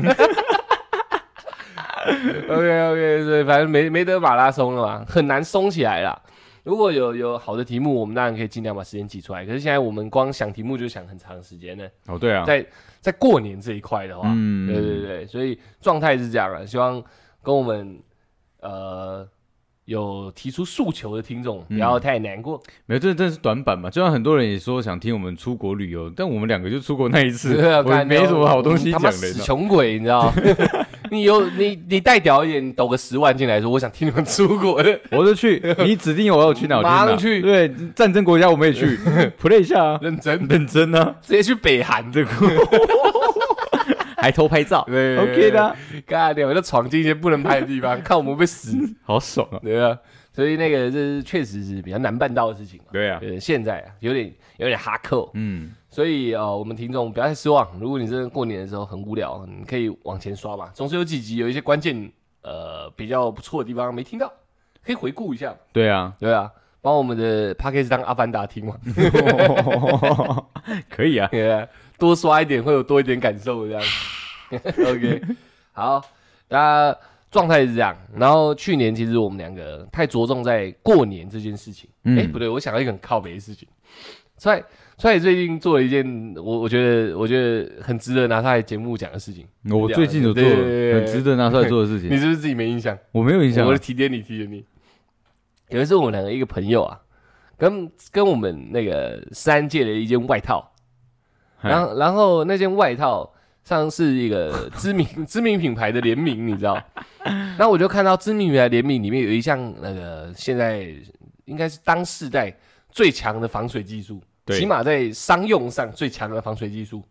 [SPEAKER 1] ？OK OK，所以反正没没得马拉松了嘛，很难松起来啦。如果有有好的题目，我们当然可以尽量把时间挤出来。可是现在我们光想题目就想很长时间呢，
[SPEAKER 2] 哦，对啊，
[SPEAKER 1] 在在过年这一块的话，
[SPEAKER 2] 嗯
[SPEAKER 1] 对对对，所以状态是这样了。希望跟我们呃有提出诉求的听众不
[SPEAKER 2] 嗯
[SPEAKER 1] 要太难过。
[SPEAKER 2] 没有，这这是短板嘛。就像很多人也说想听我们出国旅游，但我们两个就出国那一次，
[SPEAKER 1] [laughs] 对啊，
[SPEAKER 2] 我
[SPEAKER 1] 干嗯
[SPEAKER 2] 没什么好东西
[SPEAKER 1] 你他
[SPEAKER 2] 讲
[SPEAKER 1] 妈
[SPEAKER 2] 的。
[SPEAKER 1] 死
[SPEAKER 2] 你知道
[SPEAKER 1] 穷鬼，你知
[SPEAKER 2] [laughs]
[SPEAKER 1] 道？你有你你带屌一点，你抖个十万进来说，我想听你们出国的。
[SPEAKER 2] 我
[SPEAKER 1] [laughs]
[SPEAKER 2] 就去，你指定我要去哪，我就
[SPEAKER 1] 马
[SPEAKER 2] 哪
[SPEAKER 1] 上去
[SPEAKER 2] 对，战争国家我们也去
[SPEAKER 1] [laughs]
[SPEAKER 2] ，play 一下啊，
[SPEAKER 1] 认真，
[SPEAKER 2] [laughs] 认真啊，
[SPEAKER 1] 直接去北韩这个
[SPEAKER 2] [laughs] 还偷拍照
[SPEAKER 1] OK
[SPEAKER 2] [laughs] ，OK 的啊，
[SPEAKER 1] 干掉，就闯进一些不能拍的地方，看我们会不会死，
[SPEAKER 2] [laughs] 好爽啊。
[SPEAKER 1] 对啊。所以那个这是确实是比较难办到的事情嘛。
[SPEAKER 2] 对啊，
[SPEAKER 1] 对，现在啊有点有点哈扣，
[SPEAKER 2] 嗯，
[SPEAKER 1] 所以呃，我们听众不要太失望。如果你真的过年的时候很无聊，你可以往前刷嘛，总是有几集有一些关键呃比较不错的地方没听到，可以回顾一下嘛。
[SPEAKER 2] 对啊，
[SPEAKER 1] [laughs] 对啊，把我们的 p a c k a g e 当阿凡达听嘛， [laughs]
[SPEAKER 2] 可以啊，
[SPEAKER 1] 对啊多刷一点会有多一点感受这样。OK，好，那状态是这样。然后去年其实我们两个太着重在过年这件事情，哎、
[SPEAKER 2] 嗯
[SPEAKER 1] 不对，我想到一个很靠北的事情，所以。所以最近做了一件我我觉得我觉得很值得拿上来节目讲的事情，
[SPEAKER 2] 我最近有做了
[SPEAKER 1] 对对对对对
[SPEAKER 2] 很值得拿出来做的
[SPEAKER 1] 你
[SPEAKER 2] 事情，
[SPEAKER 1] 是不是自己没印象？
[SPEAKER 2] 我没有印象啊
[SPEAKER 1] 我，提点你，提点你。有一次，我们两个一个朋友啊，跟跟我们那个三借了一件外套，啊
[SPEAKER 2] 嗨
[SPEAKER 1] 然后然后那件外套上是一个知名 [laughs] 知名品牌的联名，你知道？然后我就看到知名品牌联名里面有一项那个现在应该是当世代最强的防水技术，
[SPEAKER 2] 对
[SPEAKER 1] 起码在商用上最强的防水技术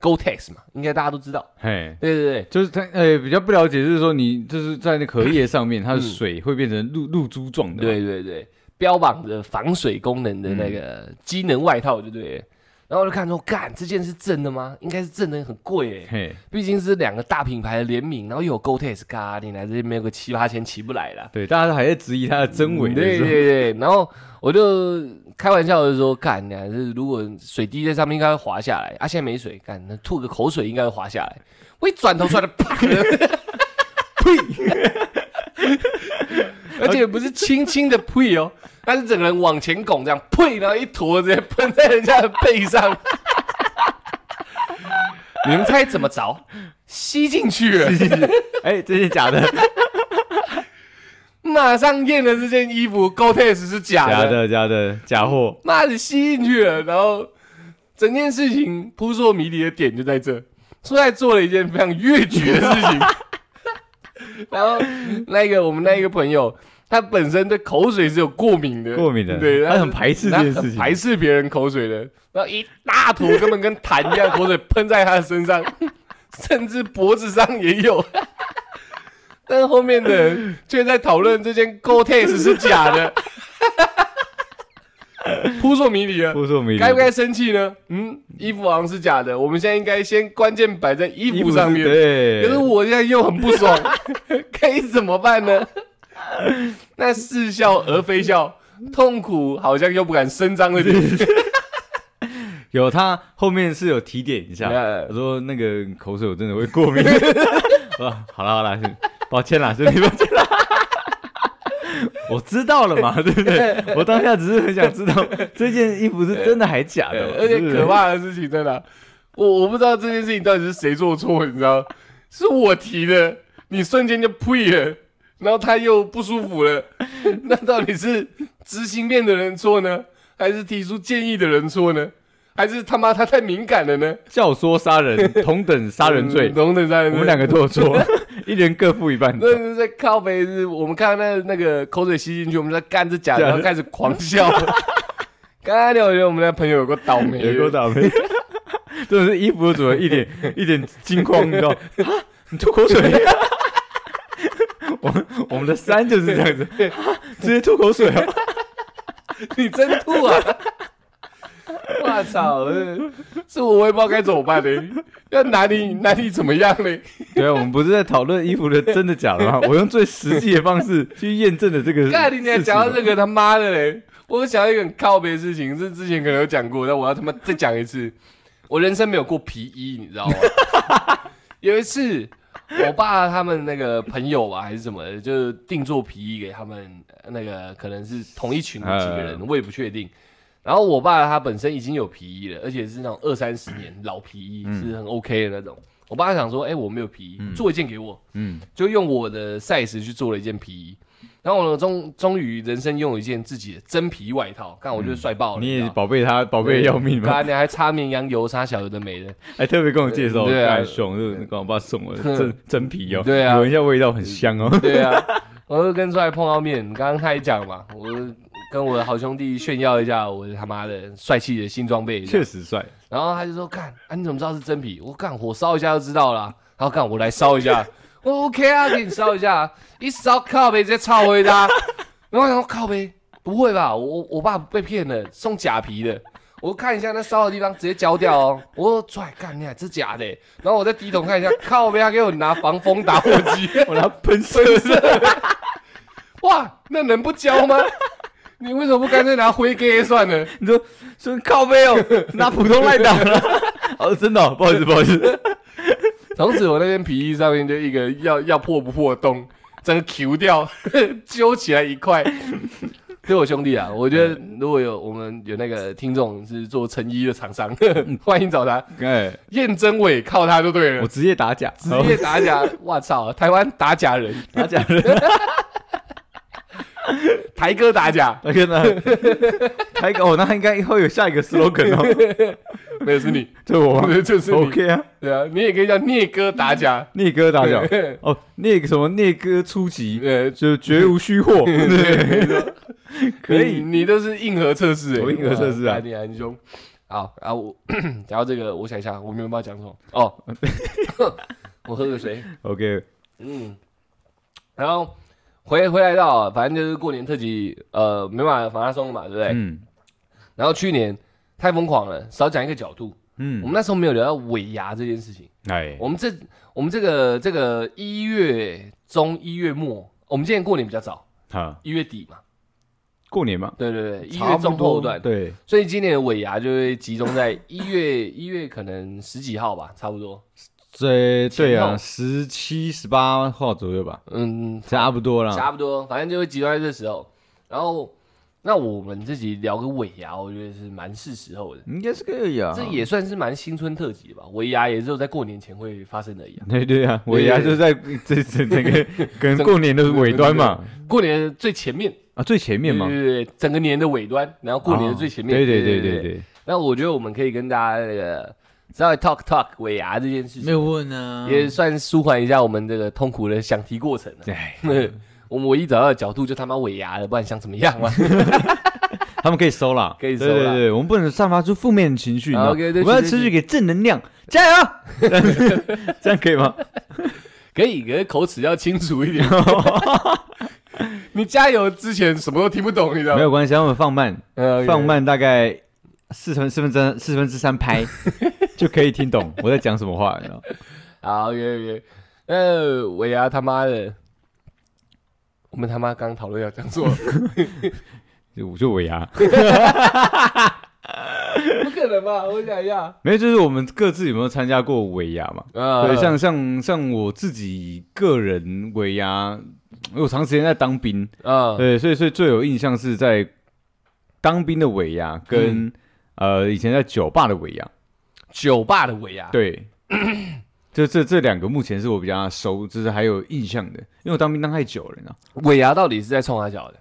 [SPEAKER 1] ，Gore-Tex 嘛，应该大家都知道。
[SPEAKER 2] 嘿，
[SPEAKER 1] 对对对，
[SPEAKER 2] 就是它，呃、比较不了解，就是说你就是在那荷叶上面，它的
[SPEAKER 1] 嗯
[SPEAKER 2] 水会变成露露珠状的。，
[SPEAKER 1] 对对对，标榜着防水功能的那个机能外套，就对了。然后我就看说，干这件是真的吗？应该是真的，很贵哎，
[SPEAKER 2] 嘿，
[SPEAKER 1] 毕竟是两个大品牌的联名，然后又有 GoTex，嘎，你来这边没有个七八千起不来啦。
[SPEAKER 2] 对，大家还在质疑它的真
[SPEAKER 1] 对
[SPEAKER 2] 伪的
[SPEAKER 1] 嗯对
[SPEAKER 2] 时候，
[SPEAKER 1] 对，然后我就开玩笑的说，干，你还是如果水滴在上面应该会滑下来，啊，现在没水，干，那吐个口水应该会滑下来。我一转头出来，
[SPEAKER 2] [laughs]
[SPEAKER 1] 啪！而且不是轻轻的呸哦，他是整个人往前拱，这样呸，然后一坨直接喷在人家的背
[SPEAKER 2] [laughs]
[SPEAKER 1] 上。你们猜怎么着？吸进去
[SPEAKER 2] [laughs]
[SPEAKER 1] 了，
[SPEAKER 2] 哎，这是假的，
[SPEAKER 1] 马上验了这件衣服 Gore-Tex 是 [laughs] 假的，
[SPEAKER 2] 假的，假的，假货。
[SPEAKER 1] 妈的吸进去了。然后整件事情扑朔迷离的点就在这，出来做了一件非常越矩的事情。 [laughs] 然后那个我们那一个朋友，他本身对口水是有过敏的，
[SPEAKER 2] 过敏的
[SPEAKER 1] 对，
[SPEAKER 2] 他很排斥这件事
[SPEAKER 1] 他很
[SPEAKER 2] 情
[SPEAKER 1] 排斥别人口水的。然后一大坨根本跟痰一样，口水喷在他的身上， [laughs] 甚至脖子上也有。但是后面的人却在讨论这件 Gore-Tex 是假
[SPEAKER 2] [laughs]
[SPEAKER 1] 的，扑朔迷离了。
[SPEAKER 2] 扑朔迷离，
[SPEAKER 1] 该不该生气呢？嗯，衣服好像是假的，我们现在应该先关键摆在衣
[SPEAKER 2] 衣
[SPEAKER 1] 服
[SPEAKER 2] 服
[SPEAKER 1] 上
[SPEAKER 2] 上
[SPEAKER 1] 面。
[SPEAKER 2] 面？
[SPEAKER 1] 可是
[SPEAKER 2] 对，
[SPEAKER 1] 我现在又很不爽， [laughs] 该怎么办呢？那似笑而非笑，痛苦好像又不敢声张
[SPEAKER 2] [laughs]
[SPEAKER 1] 的脸。
[SPEAKER 2] 有他后面是有提点一下，
[SPEAKER 1] 呃
[SPEAKER 2] 我说那个口水我真的会过
[SPEAKER 1] [laughs]
[SPEAKER 2] 敏。啊，好了好了，是抱歉啦，兄弟，抱歉啦。我知道了嘛，对
[SPEAKER 1] [laughs]
[SPEAKER 2] 不对？我当下只是很想知道这件衣服是真的还假的嘛，
[SPEAKER 1] 而且
[SPEAKER 2] 对不对
[SPEAKER 1] 可怕的事情在哪？我我不知道这件事情到底是谁做错，你知道？是我提的，你瞬间就呸了，然后他又不舒服了， [laughs] 那到底是执行面的人错呢，还是提出建议的人错呢？还是他妈他太敏感了呢？
[SPEAKER 2] 教唆杀人，同等杀人罪
[SPEAKER 1] 嗯，同等杀人罪，
[SPEAKER 2] 我们两个都有错， [laughs] 一人各负一半。
[SPEAKER 1] 那是在靠北是，我们看到那那个口水吸进去，我们在干这假的，
[SPEAKER 2] 假的
[SPEAKER 1] 然后开始狂
[SPEAKER 2] [laughs]
[SPEAKER 1] 笑。刚刚聊，我觉得我们的朋友有个倒霉的，
[SPEAKER 2] 有够倒霉。 [laughs] 真的是衣服的主人一
[SPEAKER 1] [laughs]
[SPEAKER 2] 点一点惊慌，你知道？啊你吐口水。我们我们的山就是这样子，啊直接吐口水啊！
[SPEAKER 1] [laughs] 你真吐啊！ [laughs] 我操，是我我也不知道该怎么办呢、要哪里哪里怎么样呢？
[SPEAKER 2] 对啊，我们不是在讨论衣服的真的假的吗？我用最实际的方式去验证了这个事
[SPEAKER 1] 看你俩
[SPEAKER 2] 情
[SPEAKER 1] 讲到这个他妈的嘞！我想到一个很靠别的事情，这之前可能有讲过，但我要他妈再讲一次。我人生没有过皮衣，你知道吗？ [laughs] 有一次，我爸他们那个朋友吧，还是什么的，就是定做皮衣给他们呃那个可能是同一群的几个
[SPEAKER 2] 嗯
[SPEAKER 1] 人，我也不确定。然后我爸他本身已经有皮衣了，而且是那种二三十年老皮衣，
[SPEAKER 2] 嗯
[SPEAKER 1] 是很 OK 的那种。我爸想说，哎、我没有皮衣，做一件给我。
[SPEAKER 2] 嗯，
[SPEAKER 1] 就用我的 size 去做了一件皮衣，然后我终终于人生拥有一件自己的真皮外套，看我觉得帅爆了，
[SPEAKER 2] 嗯你
[SPEAKER 1] 知
[SPEAKER 2] 也
[SPEAKER 1] 道
[SPEAKER 2] 宝贝他，宝贝得要命嘛，
[SPEAKER 1] 干你还擦绵羊油，擦小有的没的，
[SPEAKER 2] 还特别跟我介绍，
[SPEAKER 1] 对啊
[SPEAKER 2] 干熊就是跟我爸送我的
[SPEAKER 1] 对
[SPEAKER 2] 真真皮哦，
[SPEAKER 1] 对啊
[SPEAKER 2] 闻一下味道很香哦，
[SPEAKER 1] 对啊，我就跟出来碰到面，刚刚他也讲嘛，我跟我的好兄弟炫耀一下我他妈的帅气的新装备，
[SPEAKER 2] 确实帅。
[SPEAKER 1] 然后他就说：“看，啊，你怎么知道是真皮？我干，火烧一下就知道了啊、然后干，我来烧一下，我说 OK 啊，给你烧一下啊，一烧靠呗，直接超回他。啊然后我想说靠呗，不会吧？我我我爸被骗了，送假皮的。我看一下那烧的地方，直接焦掉哦。我说出来干，你俩这假的欸。然后我在低筒看一下，靠呗，他给我拿防风打火机。
[SPEAKER 2] 我拿喷射，
[SPEAKER 1] [laughs] 哇，那能不焦吗？你为什么不干脆拿灰给算了？
[SPEAKER 2] 你说说靠背 [laughs] 哦，拿普通赖打了。 [laughs] 哦，真的哦、不好意思，不好意
[SPEAKER 1] [laughs]
[SPEAKER 2] 思，
[SPEAKER 1] 从此我那件皮衣上面就一个要要破不破的洞，整个 Q 掉， [laughs] 揪起来一块。 [laughs] 对我兄弟啊，我觉得如果有我们有那个听众是做成衣的厂商， [laughs] 欢迎找他
[SPEAKER 2] 哎，
[SPEAKER 1] 验真伪，靠他就对
[SPEAKER 2] 我
[SPEAKER 1] 了。
[SPEAKER 2] 职业打假，
[SPEAKER 1] 职业打假， [laughs] 我操，台湾打假人，
[SPEAKER 2] 打假人，
[SPEAKER 1] 台哥打假， [laughs]
[SPEAKER 2] 我跟他，还哦，那应该会有下一个 slogan
[SPEAKER 1] [laughs]
[SPEAKER 2] 哦，
[SPEAKER 1] 没有是你，[laughs]
[SPEAKER 2] 就我吗
[SPEAKER 1] 就是你。
[SPEAKER 2] ？OK 啊，
[SPEAKER 1] 对啊，你也可以叫聂哥打假， [laughs]
[SPEAKER 2] 聂哥打假，
[SPEAKER 1] 对
[SPEAKER 2] 哦，聂什么聂哥
[SPEAKER 1] [laughs]
[SPEAKER 2] 初级，
[SPEAKER 1] 呃，
[SPEAKER 2] 就绝无
[SPEAKER 1] [laughs]
[SPEAKER 2] 虚货，对，可
[SPEAKER 1] 你
[SPEAKER 2] 以，
[SPEAKER 1] 你都是硬核测试欸，
[SPEAKER 2] 我硬核测试啊
[SPEAKER 1] 哇你很凶。好，然后我讲到这个，我想一下，我没有办法讲什么哦。
[SPEAKER 2] [laughs]
[SPEAKER 1] 我喝个水，
[SPEAKER 2] ，OK，
[SPEAKER 1] 嗯，然后回回来到，啊反正就是过年特辑，呃，没办法马拉松嘛，对不对？
[SPEAKER 2] 嗯
[SPEAKER 1] 然后去年太疯狂了，少讲一个角度，我
[SPEAKER 2] 嗯，
[SPEAKER 1] 们那时候没有聊到尾牙这件事情。
[SPEAKER 2] 哎，
[SPEAKER 1] 我们这我们这个这个一月中一月末，我们今年过年比较早，
[SPEAKER 2] 好，
[SPEAKER 1] 一月底嘛，
[SPEAKER 2] 过年嘛，
[SPEAKER 1] 对对对，一
[SPEAKER 2] 差
[SPEAKER 1] 月
[SPEAKER 2] 不
[SPEAKER 1] 中后
[SPEAKER 2] 多
[SPEAKER 1] 段，
[SPEAKER 2] 对，
[SPEAKER 1] 所以今年的尾牙就会集中在一月 [laughs] 一月可能十几号吧，差不多。
[SPEAKER 2] 这对
[SPEAKER 1] 前后
[SPEAKER 2] 啊，十七十八号左右吧，
[SPEAKER 1] 嗯，
[SPEAKER 2] 差不多啦，
[SPEAKER 1] 差不多，反正就会集中在这时候。然后那我们自己聊个尾牙，我觉得是蛮是时候的，
[SPEAKER 2] 应该是可以啊。
[SPEAKER 1] 这也算是蛮新春特辑吧。尾牙也只有在过年前会发生而已、啊。
[SPEAKER 2] 对对啊，尾牙就在这这
[SPEAKER 1] [laughs]
[SPEAKER 2] 整个可能过年的尾端嘛，
[SPEAKER 1] 过年的最前面，
[SPEAKER 2] 啊最前面嘛，
[SPEAKER 1] 对对对，整个年的尾端，然嗯后过年的最前面。
[SPEAKER 2] 啊对
[SPEAKER 1] 对
[SPEAKER 2] 对
[SPEAKER 1] 对
[SPEAKER 2] 对对，
[SPEAKER 1] 那我觉得我们可以跟大家那个稍微 talk talk 尾牙这件事
[SPEAKER 3] 没
[SPEAKER 1] 情，
[SPEAKER 3] 有问
[SPEAKER 2] 嗯
[SPEAKER 3] 啊，
[SPEAKER 1] 也算舒缓一下我们这个痛苦的想题过程、啊。
[SPEAKER 2] 哎，
[SPEAKER 1] 我们唯一找到的角度就他妈尾牙了，不然想怎么
[SPEAKER 2] [laughs]
[SPEAKER 1] 样嘛？
[SPEAKER 2] 他们可以收啦，
[SPEAKER 1] [laughs] 可以收啦啊
[SPEAKER 2] 对对对，我们不能散发出负面情绪，你知道
[SPEAKER 1] OK，对
[SPEAKER 2] 我们要
[SPEAKER 1] 对对
[SPEAKER 2] 持续给正能量，加
[SPEAKER 1] [laughs]
[SPEAKER 2] 油！这样可以吗？
[SPEAKER 1] 可以，可是口齿要清楚一点。 [laughs] 你加油之前什么都听不懂，你知道
[SPEAKER 2] 没
[SPEAKER 1] 吗？
[SPEAKER 2] 有关系，让我们放慢，
[SPEAKER 1] 呃
[SPEAKER 2] 放。慢大概四分四分之四分之三
[SPEAKER 1] [laughs]
[SPEAKER 2] 拍就可以听懂我在讲什么话，你知道？
[SPEAKER 1] 好，约约。呃，尾牙他妈的，我们他妈刚讨论要讲
[SPEAKER 2] [laughs]
[SPEAKER 1] 错，
[SPEAKER 2] 就就尾牙，
[SPEAKER 1] 不可能吧？我想一下，
[SPEAKER 2] 没有，就是我们各自有没有参加过尾牙嘛？
[SPEAKER 1] 啊
[SPEAKER 2] 对，像像像我自己个人尾牙，因为我长时间在当兵，
[SPEAKER 1] 啊，
[SPEAKER 2] 对，所以所以最有印象是在当兵的尾牙
[SPEAKER 1] 嗯
[SPEAKER 2] 跟、呃以前在酒吧的尾牙，
[SPEAKER 1] 酒吧的尾牙，， [laughs]
[SPEAKER 2] 对，就这这两个目前是我比较熟，就是还有印象的，因为我当兵当太久了，你知道。
[SPEAKER 1] 尾牙到底是在冲他小的？，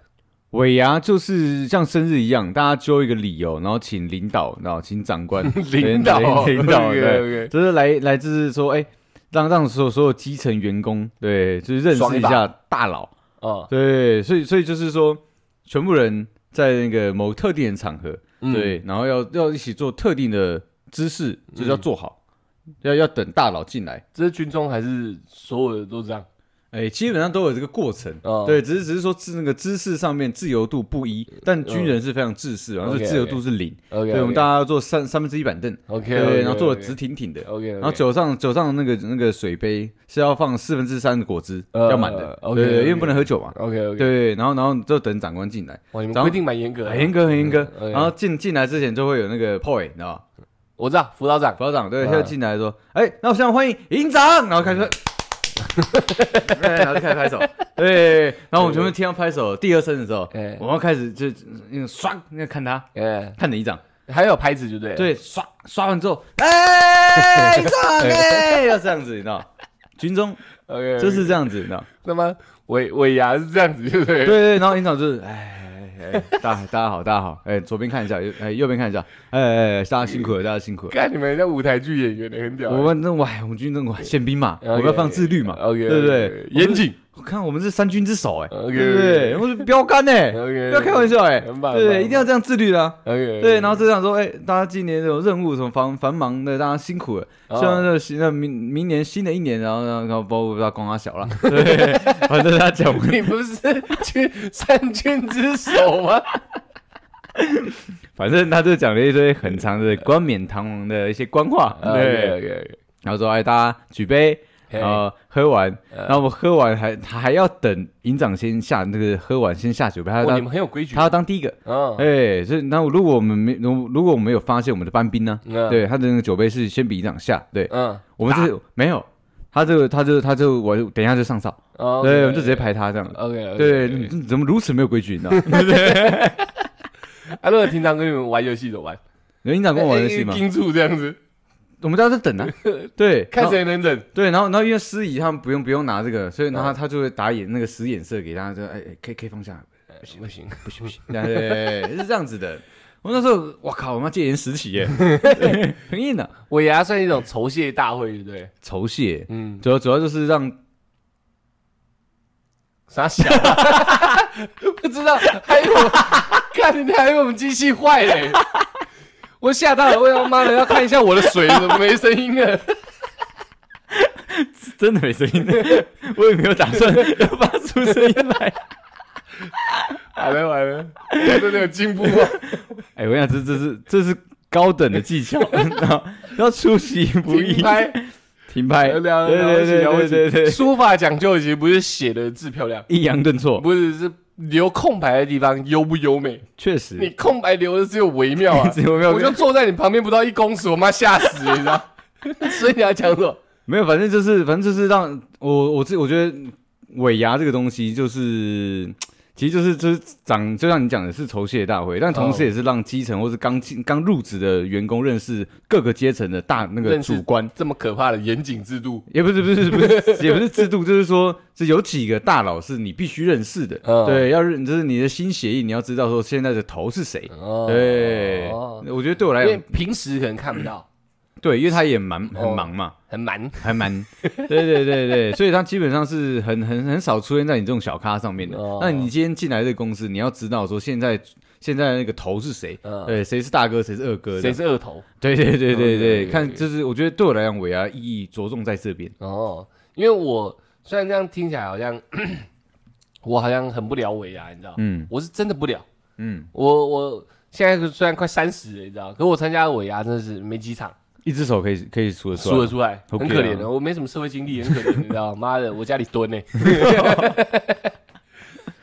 [SPEAKER 2] 尾牙就是像生日一样，大家揪一个理由，然后请领导，然后请长官
[SPEAKER 1] [laughs] 领导，
[SPEAKER 2] 对领导，对，
[SPEAKER 1] 对，
[SPEAKER 2] 就是来来自说，哎、让让所有所有基层员工，对，就是认
[SPEAKER 1] 爽
[SPEAKER 2] 识
[SPEAKER 1] 一
[SPEAKER 2] 一
[SPEAKER 1] 把
[SPEAKER 2] 下大佬，
[SPEAKER 1] 哦，
[SPEAKER 2] 对，所以所以就是说，全部人在那个某特定的场合，
[SPEAKER 1] 嗯，
[SPEAKER 2] 对，然后要要一起做特定的姿势，就是要做好，要要等大佬进来，
[SPEAKER 1] 这是军中还是所有的都这样？
[SPEAKER 2] 哎、基本上都有这个过程，
[SPEAKER 1] 哦，呃
[SPEAKER 2] 对，只是只是说是那个姿势上面自由度不一，但军人是非常自私，然后是
[SPEAKER 1] 哦 OK，OK
[SPEAKER 2] 自由度是零。
[SPEAKER 1] ，OK，
[SPEAKER 2] 对，我们大家要坐三三分之一板凳，
[SPEAKER 1] OK，
[SPEAKER 2] 对，然后坐的直挺挺的。
[SPEAKER 1] ，OK，
[SPEAKER 2] 然后酒上酒上那个那个水杯是要放四分之三的果汁，
[SPEAKER 1] 呃
[SPEAKER 2] 要满的，
[SPEAKER 1] OK，
[SPEAKER 2] 对对，
[SPEAKER 1] OK
[SPEAKER 2] 因为不能喝酒嘛。
[SPEAKER 1] ，OK，OK，，
[SPEAKER 2] 对，然后然后就等长官进来，
[SPEAKER 1] 哇，你们
[SPEAKER 2] 然后
[SPEAKER 1] 规定蛮严格的，
[SPEAKER 2] 很严格很严格。
[SPEAKER 1] 嗯
[SPEAKER 2] 然后进进来之前就会有那个 point，你知道吗？
[SPEAKER 1] 我知道，辅导长，
[SPEAKER 2] 保长对，
[SPEAKER 1] 嗯
[SPEAKER 2] 现在进来说，哎，那我想欢迎
[SPEAKER 1] [laughs]
[SPEAKER 2] 营长，然后开始，哎，然后就开始拍手，对，然后我们全部听到拍手第二声的时候
[SPEAKER 1] 哎，
[SPEAKER 2] 我们要开始就那个刷，那个看他
[SPEAKER 1] 哎，
[SPEAKER 2] 看着营长，
[SPEAKER 1] 还有拍子就对了，
[SPEAKER 2] 对，刷刷完之后，哎，营
[SPEAKER 1] [laughs]
[SPEAKER 2] 长，哎，要这样子，你知道，军中
[SPEAKER 1] ，OK，
[SPEAKER 2] 就是这样子，你知道，
[SPEAKER 1] 他妈尾尾牙是这样子，对不对？
[SPEAKER 2] 对对，然后营长就是，哎。哎，哎大大家好，大家好，哎，左边看一下，右哎，右边看一下，哎哎，哎大家辛苦了，大家辛苦了。
[SPEAKER 1] 看你们像舞台剧演员的很屌欸，
[SPEAKER 2] 我们那哇，我们军政管宪兵嘛，我
[SPEAKER 1] OK，呃
[SPEAKER 2] 们要放自律嘛
[SPEAKER 1] OK，
[SPEAKER 2] 对不对？
[SPEAKER 1] 严谨
[SPEAKER 2] 我看我们是三军之首哎
[SPEAKER 1] OK，
[SPEAKER 2] 对不对？我们是标杆哎，
[SPEAKER 1] [laughs] OK，
[SPEAKER 2] 不要开玩笑哎，对
[SPEAKER 1] 很
[SPEAKER 2] 不
[SPEAKER 1] 棒很棒
[SPEAKER 2] 对？一定要这样自律的啊。
[SPEAKER 1] ，OK，
[SPEAKER 2] 对，然后就想说，哎，大家今年有任务什么繁繁忙的，大家辛苦了。
[SPEAKER 1] 哦
[SPEAKER 2] 希望这新的明明年新的一年，然后然后然后包括他光他小了，对，反正他讲完，
[SPEAKER 1] 你不是军三军之首吗？
[SPEAKER 2] 反正他就讲了一堆很长的冠冕堂皇的一些
[SPEAKER 1] [laughs]
[SPEAKER 2] 官话， [laughs]
[SPEAKER 1] 啊
[SPEAKER 2] 对。
[SPEAKER 1] ，OK，
[SPEAKER 2] 然后说，哎，大家举杯，然
[SPEAKER 1] 哦
[SPEAKER 2] 后喝完，
[SPEAKER 1] 呃
[SPEAKER 2] 然后我喝完还他还要等营长先下那个喝完先下酒杯，他要
[SPEAKER 1] 哦哇，你
[SPEAKER 2] 当
[SPEAKER 1] 们很有规矩
[SPEAKER 2] 他，要当第一个。
[SPEAKER 1] 嗯，
[SPEAKER 2] 哎，所以那如果我们没如如果我们有发现我们的班兵呢，
[SPEAKER 1] 嗯，
[SPEAKER 2] 对他的那个酒杯是先比营长下，对
[SPEAKER 1] 嗯，
[SPEAKER 2] 我们是没有，他就他就他就我就等一下就上哨，
[SPEAKER 1] 哦呃
[SPEAKER 2] 对，我们就直接排他这样。
[SPEAKER 1] ，OK，
[SPEAKER 2] 对，你你怎么如此没有规矩？
[SPEAKER 1] [laughs]
[SPEAKER 2] 你知道？
[SPEAKER 1] 啊，如果平常跟你们玩游戏怎么哎玩？
[SPEAKER 2] 有营长跟我玩游戏吗？
[SPEAKER 1] 盯住这样子，
[SPEAKER 2] 我们大家在
[SPEAKER 1] [laughs]
[SPEAKER 2] 等啊，对，
[SPEAKER 1] 看
[SPEAKER 2] 然后
[SPEAKER 1] 谁能忍。
[SPEAKER 2] 对，然后然后因为司仪他们不用不用拿这个，所以
[SPEAKER 1] 呃
[SPEAKER 2] 然后他他就会打眼那个使眼色给大家，说哎哎可以可以放下，
[SPEAKER 1] 不行不行不行不行，
[SPEAKER 2] 对对 [laughs] 对，是这样子的。我那时候，我靠，我妈戒严时期耶， [laughs] 很硬的、啊。
[SPEAKER 1] 尾牙算一种酬谢大会，对不对？
[SPEAKER 2] 酬谢，
[SPEAKER 1] 嗯，
[SPEAKER 2] 主要主要就是让
[SPEAKER 1] 傻小 [laughs] 啊，不知道，还有， [laughs] 看你还以为我们机器坏嘞，我吓到了，我他妈的要看一下我的水怎么没声音了，
[SPEAKER 2] 真的没声音，我也没有打算要发出声音来。
[SPEAKER 1] 完了完了，我真的有进步啊，
[SPEAKER 2] 哎、我想这这是这是高等的技巧， [laughs] 然后要出其不意
[SPEAKER 1] 停，拍，
[SPEAKER 2] 停拍，
[SPEAKER 1] 聊
[SPEAKER 2] 对
[SPEAKER 1] 聊
[SPEAKER 2] 对对
[SPEAKER 1] 聊
[SPEAKER 2] 对对对，
[SPEAKER 1] 书法讲究其实不是写的字漂亮，
[SPEAKER 2] 抑扬顿挫，
[SPEAKER 1] 不是是留空白的地方优不优美，
[SPEAKER 2] 确
[SPEAKER 1] 你
[SPEAKER 2] 实，，
[SPEAKER 1] 空白留的只有微妙啊
[SPEAKER 2] [laughs] 有没
[SPEAKER 1] 我就
[SPEAKER 2] 有
[SPEAKER 1] 坐在你旁边不到一公尺，我妈吓死了，你知道？ [laughs] 所以你要讲什么？
[SPEAKER 2] 没有，反正就是反正就是让我我自我觉得尾牙这个东西就是。其实就是就是长，就像你讲的是酬谢大会，但同
[SPEAKER 1] 嗯
[SPEAKER 2] 时也是让基层或是刚进刚入职的员工认识各个阶层的大那个
[SPEAKER 1] 认识
[SPEAKER 2] 主观，
[SPEAKER 1] 这么可怕的严谨制度，
[SPEAKER 2] 也不是不是不是也不是制度，就是说是有几个大佬是你必须认识的，
[SPEAKER 1] 嗯
[SPEAKER 2] 对，要认就是你的新协议，你要知道说现在的头是谁。
[SPEAKER 1] 哦
[SPEAKER 2] 对，
[SPEAKER 1] 哦嗯
[SPEAKER 2] 我觉得对我
[SPEAKER 1] 因
[SPEAKER 2] 来
[SPEAKER 1] 为
[SPEAKER 2] 讲，
[SPEAKER 1] 平时可能看不到，
[SPEAKER 2] 对，因为他也蛮
[SPEAKER 1] 哦
[SPEAKER 2] 很忙嘛，
[SPEAKER 1] 很蛮。
[SPEAKER 2] 还蛮，对对对对，所以他基本上是很 [laughs] 很很少出现在你这种小咖上面的。
[SPEAKER 1] 哦
[SPEAKER 2] 那你今天进来这个公司，你要知道说现在现在那个头是谁，
[SPEAKER 1] 嗯
[SPEAKER 2] 对，谁是大哥，谁是二哥，
[SPEAKER 1] 谁？是二头？
[SPEAKER 2] 对对对对
[SPEAKER 1] 嗯对
[SPEAKER 2] 对，
[SPEAKER 1] 对
[SPEAKER 2] 看
[SPEAKER 1] 对
[SPEAKER 2] 就是我觉得对我来讲，尾牙意义着重在这边。
[SPEAKER 1] 哦，因为我虽然这样听起来好像 [clears throat] 我好像很不了尾牙，你知道，
[SPEAKER 2] 嗯
[SPEAKER 1] 我是真的不了。
[SPEAKER 2] 嗯，
[SPEAKER 1] 我我现在虽然快三十了，你知道，可我参加尾牙真的是没几场，
[SPEAKER 2] 一只手可以可以数得出
[SPEAKER 1] 输
[SPEAKER 2] 来
[SPEAKER 1] 得。出来，
[SPEAKER 2] OK
[SPEAKER 1] 很
[SPEAKER 2] 啊
[SPEAKER 1] 可怜的。我没什么社会经历，很可怜，你知道，妈的，我家里蹲
[SPEAKER 2] [laughs]
[SPEAKER 1] 呢， [laughs]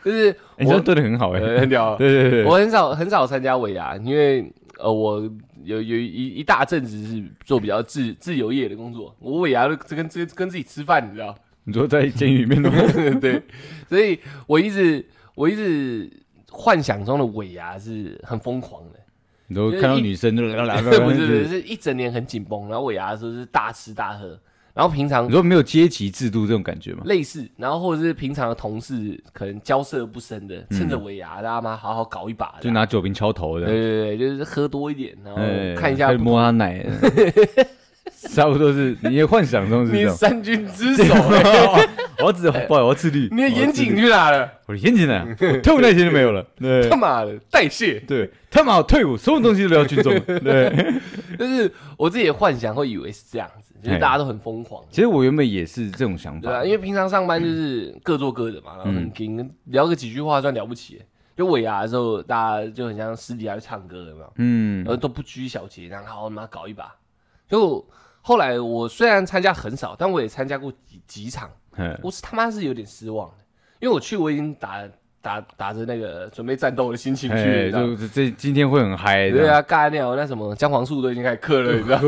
[SPEAKER 1] 就是
[SPEAKER 2] 哎你这
[SPEAKER 1] 我
[SPEAKER 2] 样对的很好哎。
[SPEAKER 1] 呃很屌，
[SPEAKER 2] [laughs] 对对对，
[SPEAKER 1] 我很少很少参加尾牙，因为呃，我有有一一大阵子是做比较自自由业的工作，我尾牙都跟跟跟自己吃饭，你知道？
[SPEAKER 2] 你说在监狱里面的吗
[SPEAKER 1] [laughs] 对，所以我一直我一直幻想中的尾牙是很疯狂的，
[SPEAKER 2] 你都
[SPEAKER 1] 就是
[SPEAKER 2] 看到
[SPEAKER 1] 一 [laughs]
[SPEAKER 2] 女生就来来
[SPEAKER 1] 不
[SPEAKER 2] 来
[SPEAKER 1] 是
[SPEAKER 2] 来
[SPEAKER 1] 不是不是，
[SPEAKER 2] 来，
[SPEAKER 1] 是一整年很紧绷，然后尾牙的时候是大吃大喝，然后平常
[SPEAKER 2] 你说没有阶级制度这种感觉吗？
[SPEAKER 1] 类似，然后或者是平常的同事可能交涉不深的，趁着尾牙大家妈好好搞一把这
[SPEAKER 2] 嗯就
[SPEAKER 1] 样，
[SPEAKER 2] 拿酒瓶敲头的
[SPEAKER 1] 对。对对，就是喝多一点，然后
[SPEAKER 2] 哎
[SPEAKER 1] 看一下
[SPEAKER 2] 可以摸他奶，
[SPEAKER 1] [laughs]
[SPEAKER 2] 差不多是你也幻想中是
[SPEAKER 1] 你
[SPEAKER 2] 这种。
[SPEAKER 1] 三军之首，
[SPEAKER 2] [laughs] 我只不好意思我要自律，
[SPEAKER 1] [laughs] 你的严谨
[SPEAKER 2] 我要自律，
[SPEAKER 1] 去哪了？
[SPEAKER 2] 我的严谨呢？我退伍那天就没有了。哦对
[SPEAKER 1] 他妈的代谢，
[SPEAKER 2] 对，他妈我退伍，所有东西都聊
[SPEAKER 1] [laughs]
[SPEAKER 2] 群众。对，
[SPEAKER 1] 就是我自己的幻想会以为是这样子，就是
[SPEAKER 2] 嘿
[SPEAKER 1] 大家都很疯狂，
[SPEAKER 2] 其实我原本也是这种想
[SPEAKER 1] 对
[SPEAKER 2] 法
[SPEAKER 1] 啊，因，为平常上班就是各做各的
[SPEAKER 2] 嗯
[SPEAKER 1] 嘛，然后很拼，聊个几句话算了不起。就尾牙的时候，大家就很像私底下去唱歌，有没有？
[SPEAKER 2] 嗯
[SPEAKER 1] 然，后都不拘小节，然后好妈搞一把。就后来我虽然参加很少，但我也参加过几几场，
[SPEAKER 2] 嗯
[SPEAKER 1] 我是他妈是有点失望的，因为我去我已经打打打着那个准备战斗的心情去，你
[SPEAKER 2] 哎，
[SPEAKER 1] 知道吗
[SPEAKER 2] 就这今天会很嗨，
[SPEAKER 1] 对，啊，尬尿那什么姜黄素都已经开始嗑了，你知道？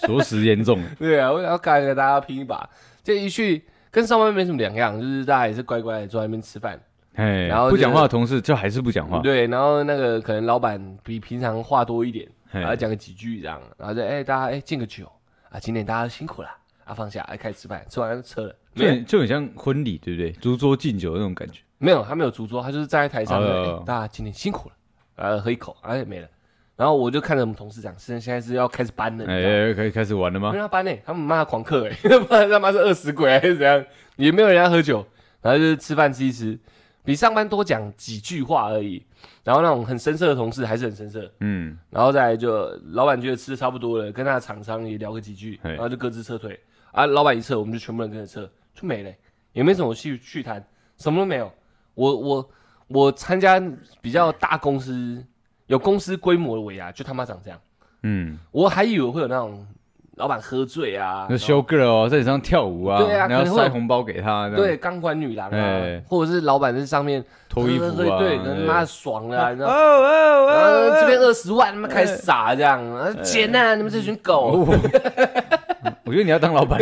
[SPEAKER 2] 着实严重。
[SPEAKER 1] [laughs] 对啊，我想要尬跟大家拼一把，这一去跟上班没什么两样，就是大家也是乖乖的坐在那边吃饭，
[SPEAKER 2] 哎，
[SPEAKER 1] 然后就
[SPEAKER 2] 不
[SPEAKER 1] 是
[SPEAKER 2] 讲话的同事就还是不讲话。
[SPEAKER 1] 对，然后那个可能老板比平常话多一点，
[SPEAKER 2] 嘿
[SPEAKER 1] 然后讲个几句这样，然后就哎、大家哎、敬个酒啊，今天大家辛苦了啊，放下哎、开始吃饭，吃完就撤了。
[SPEAKER 2] 就
[SPEAKER 1] 没有
[SPEAKER 2] 很就很像婚礼，对不对？烛桌敬酒那种感觉。
[SPEAKER 1] 没有，他没有主桌，他就是站在台上，哎、
[SPEAKER 2] 哦
[SPEAKER 1] 大家今天辛苦了，呃，喝一口，哎、没了。然后我就看着我们同事讲，现在现在是要开始搬了，你知道吗
[SPEAKER 2] 哎，开开始玩了吗
[SPEAKER 1] 没？人要搬呢、他们骂狂客哎、欸， [laughs] 不然他妈是饿死鬼还是怎样？也没有人要喝酒，然后就是吃饭吃一吃，比上班多讲几句话而已。然后那种很深色的同事还是很深色，
[SPEAKER 2] 嗯，
[SPEAKER 1] 然后再来就老板觉得吃的差不多了，跟他的厂商也聊个几句，
[SPEAKER 2] 嘿
[SPEAKER 1] 然后就各自撤退。啊，老板一撤，我们就全部人跟着撤，就没了欸、也没什么去去谈，什么都没有。我我我参加比较大公司有公司规模的尾牙，就他妈长这样。
[SPEAKER 2] 嗯，
[SPEAKER 1] 我还以为会有那种老板喝醉啊，
[SPEAKER 2] 那 show girl 哦，在你身上跳舞啊，
[SPEAKER 1] 对啊
[SPEAKER 2] 然
[SPEAKER 1] 可能
[SPEAKER 2] 后
[SPEAKER 1] 会
[SPEAKER 2] 塞
[SPEAKER 1] 有
[SPEAKER 2] 红包给他，这样
[SPEAKER 1] 对，钢管女郎啊
[SPEAKER 2] 哎，
[SPEAKER 1] 或者是老板在上面
[SPEAKER 2] 脱衣服
[SPEAKER 1] 喝喝
[SPEAKER 2] 啊，
[SPEAKER 1] 喝对，可能妈的爽了啊，你知
[SPEAKER 2] 哦
[SPEAKER 1] 道。
[SPEAKER 2] 哦
[SPEAKER 1] 然后这边
[SPEAKER 2] 哦，
[SPEAKER 1] 二十万，他妈开始撒这样，啊钱啊，你们这群狗！
[SPEAKER 2] 我觉得你要当
[SPEAKER 1] [laughs]
[SPEAKER 2] 老板，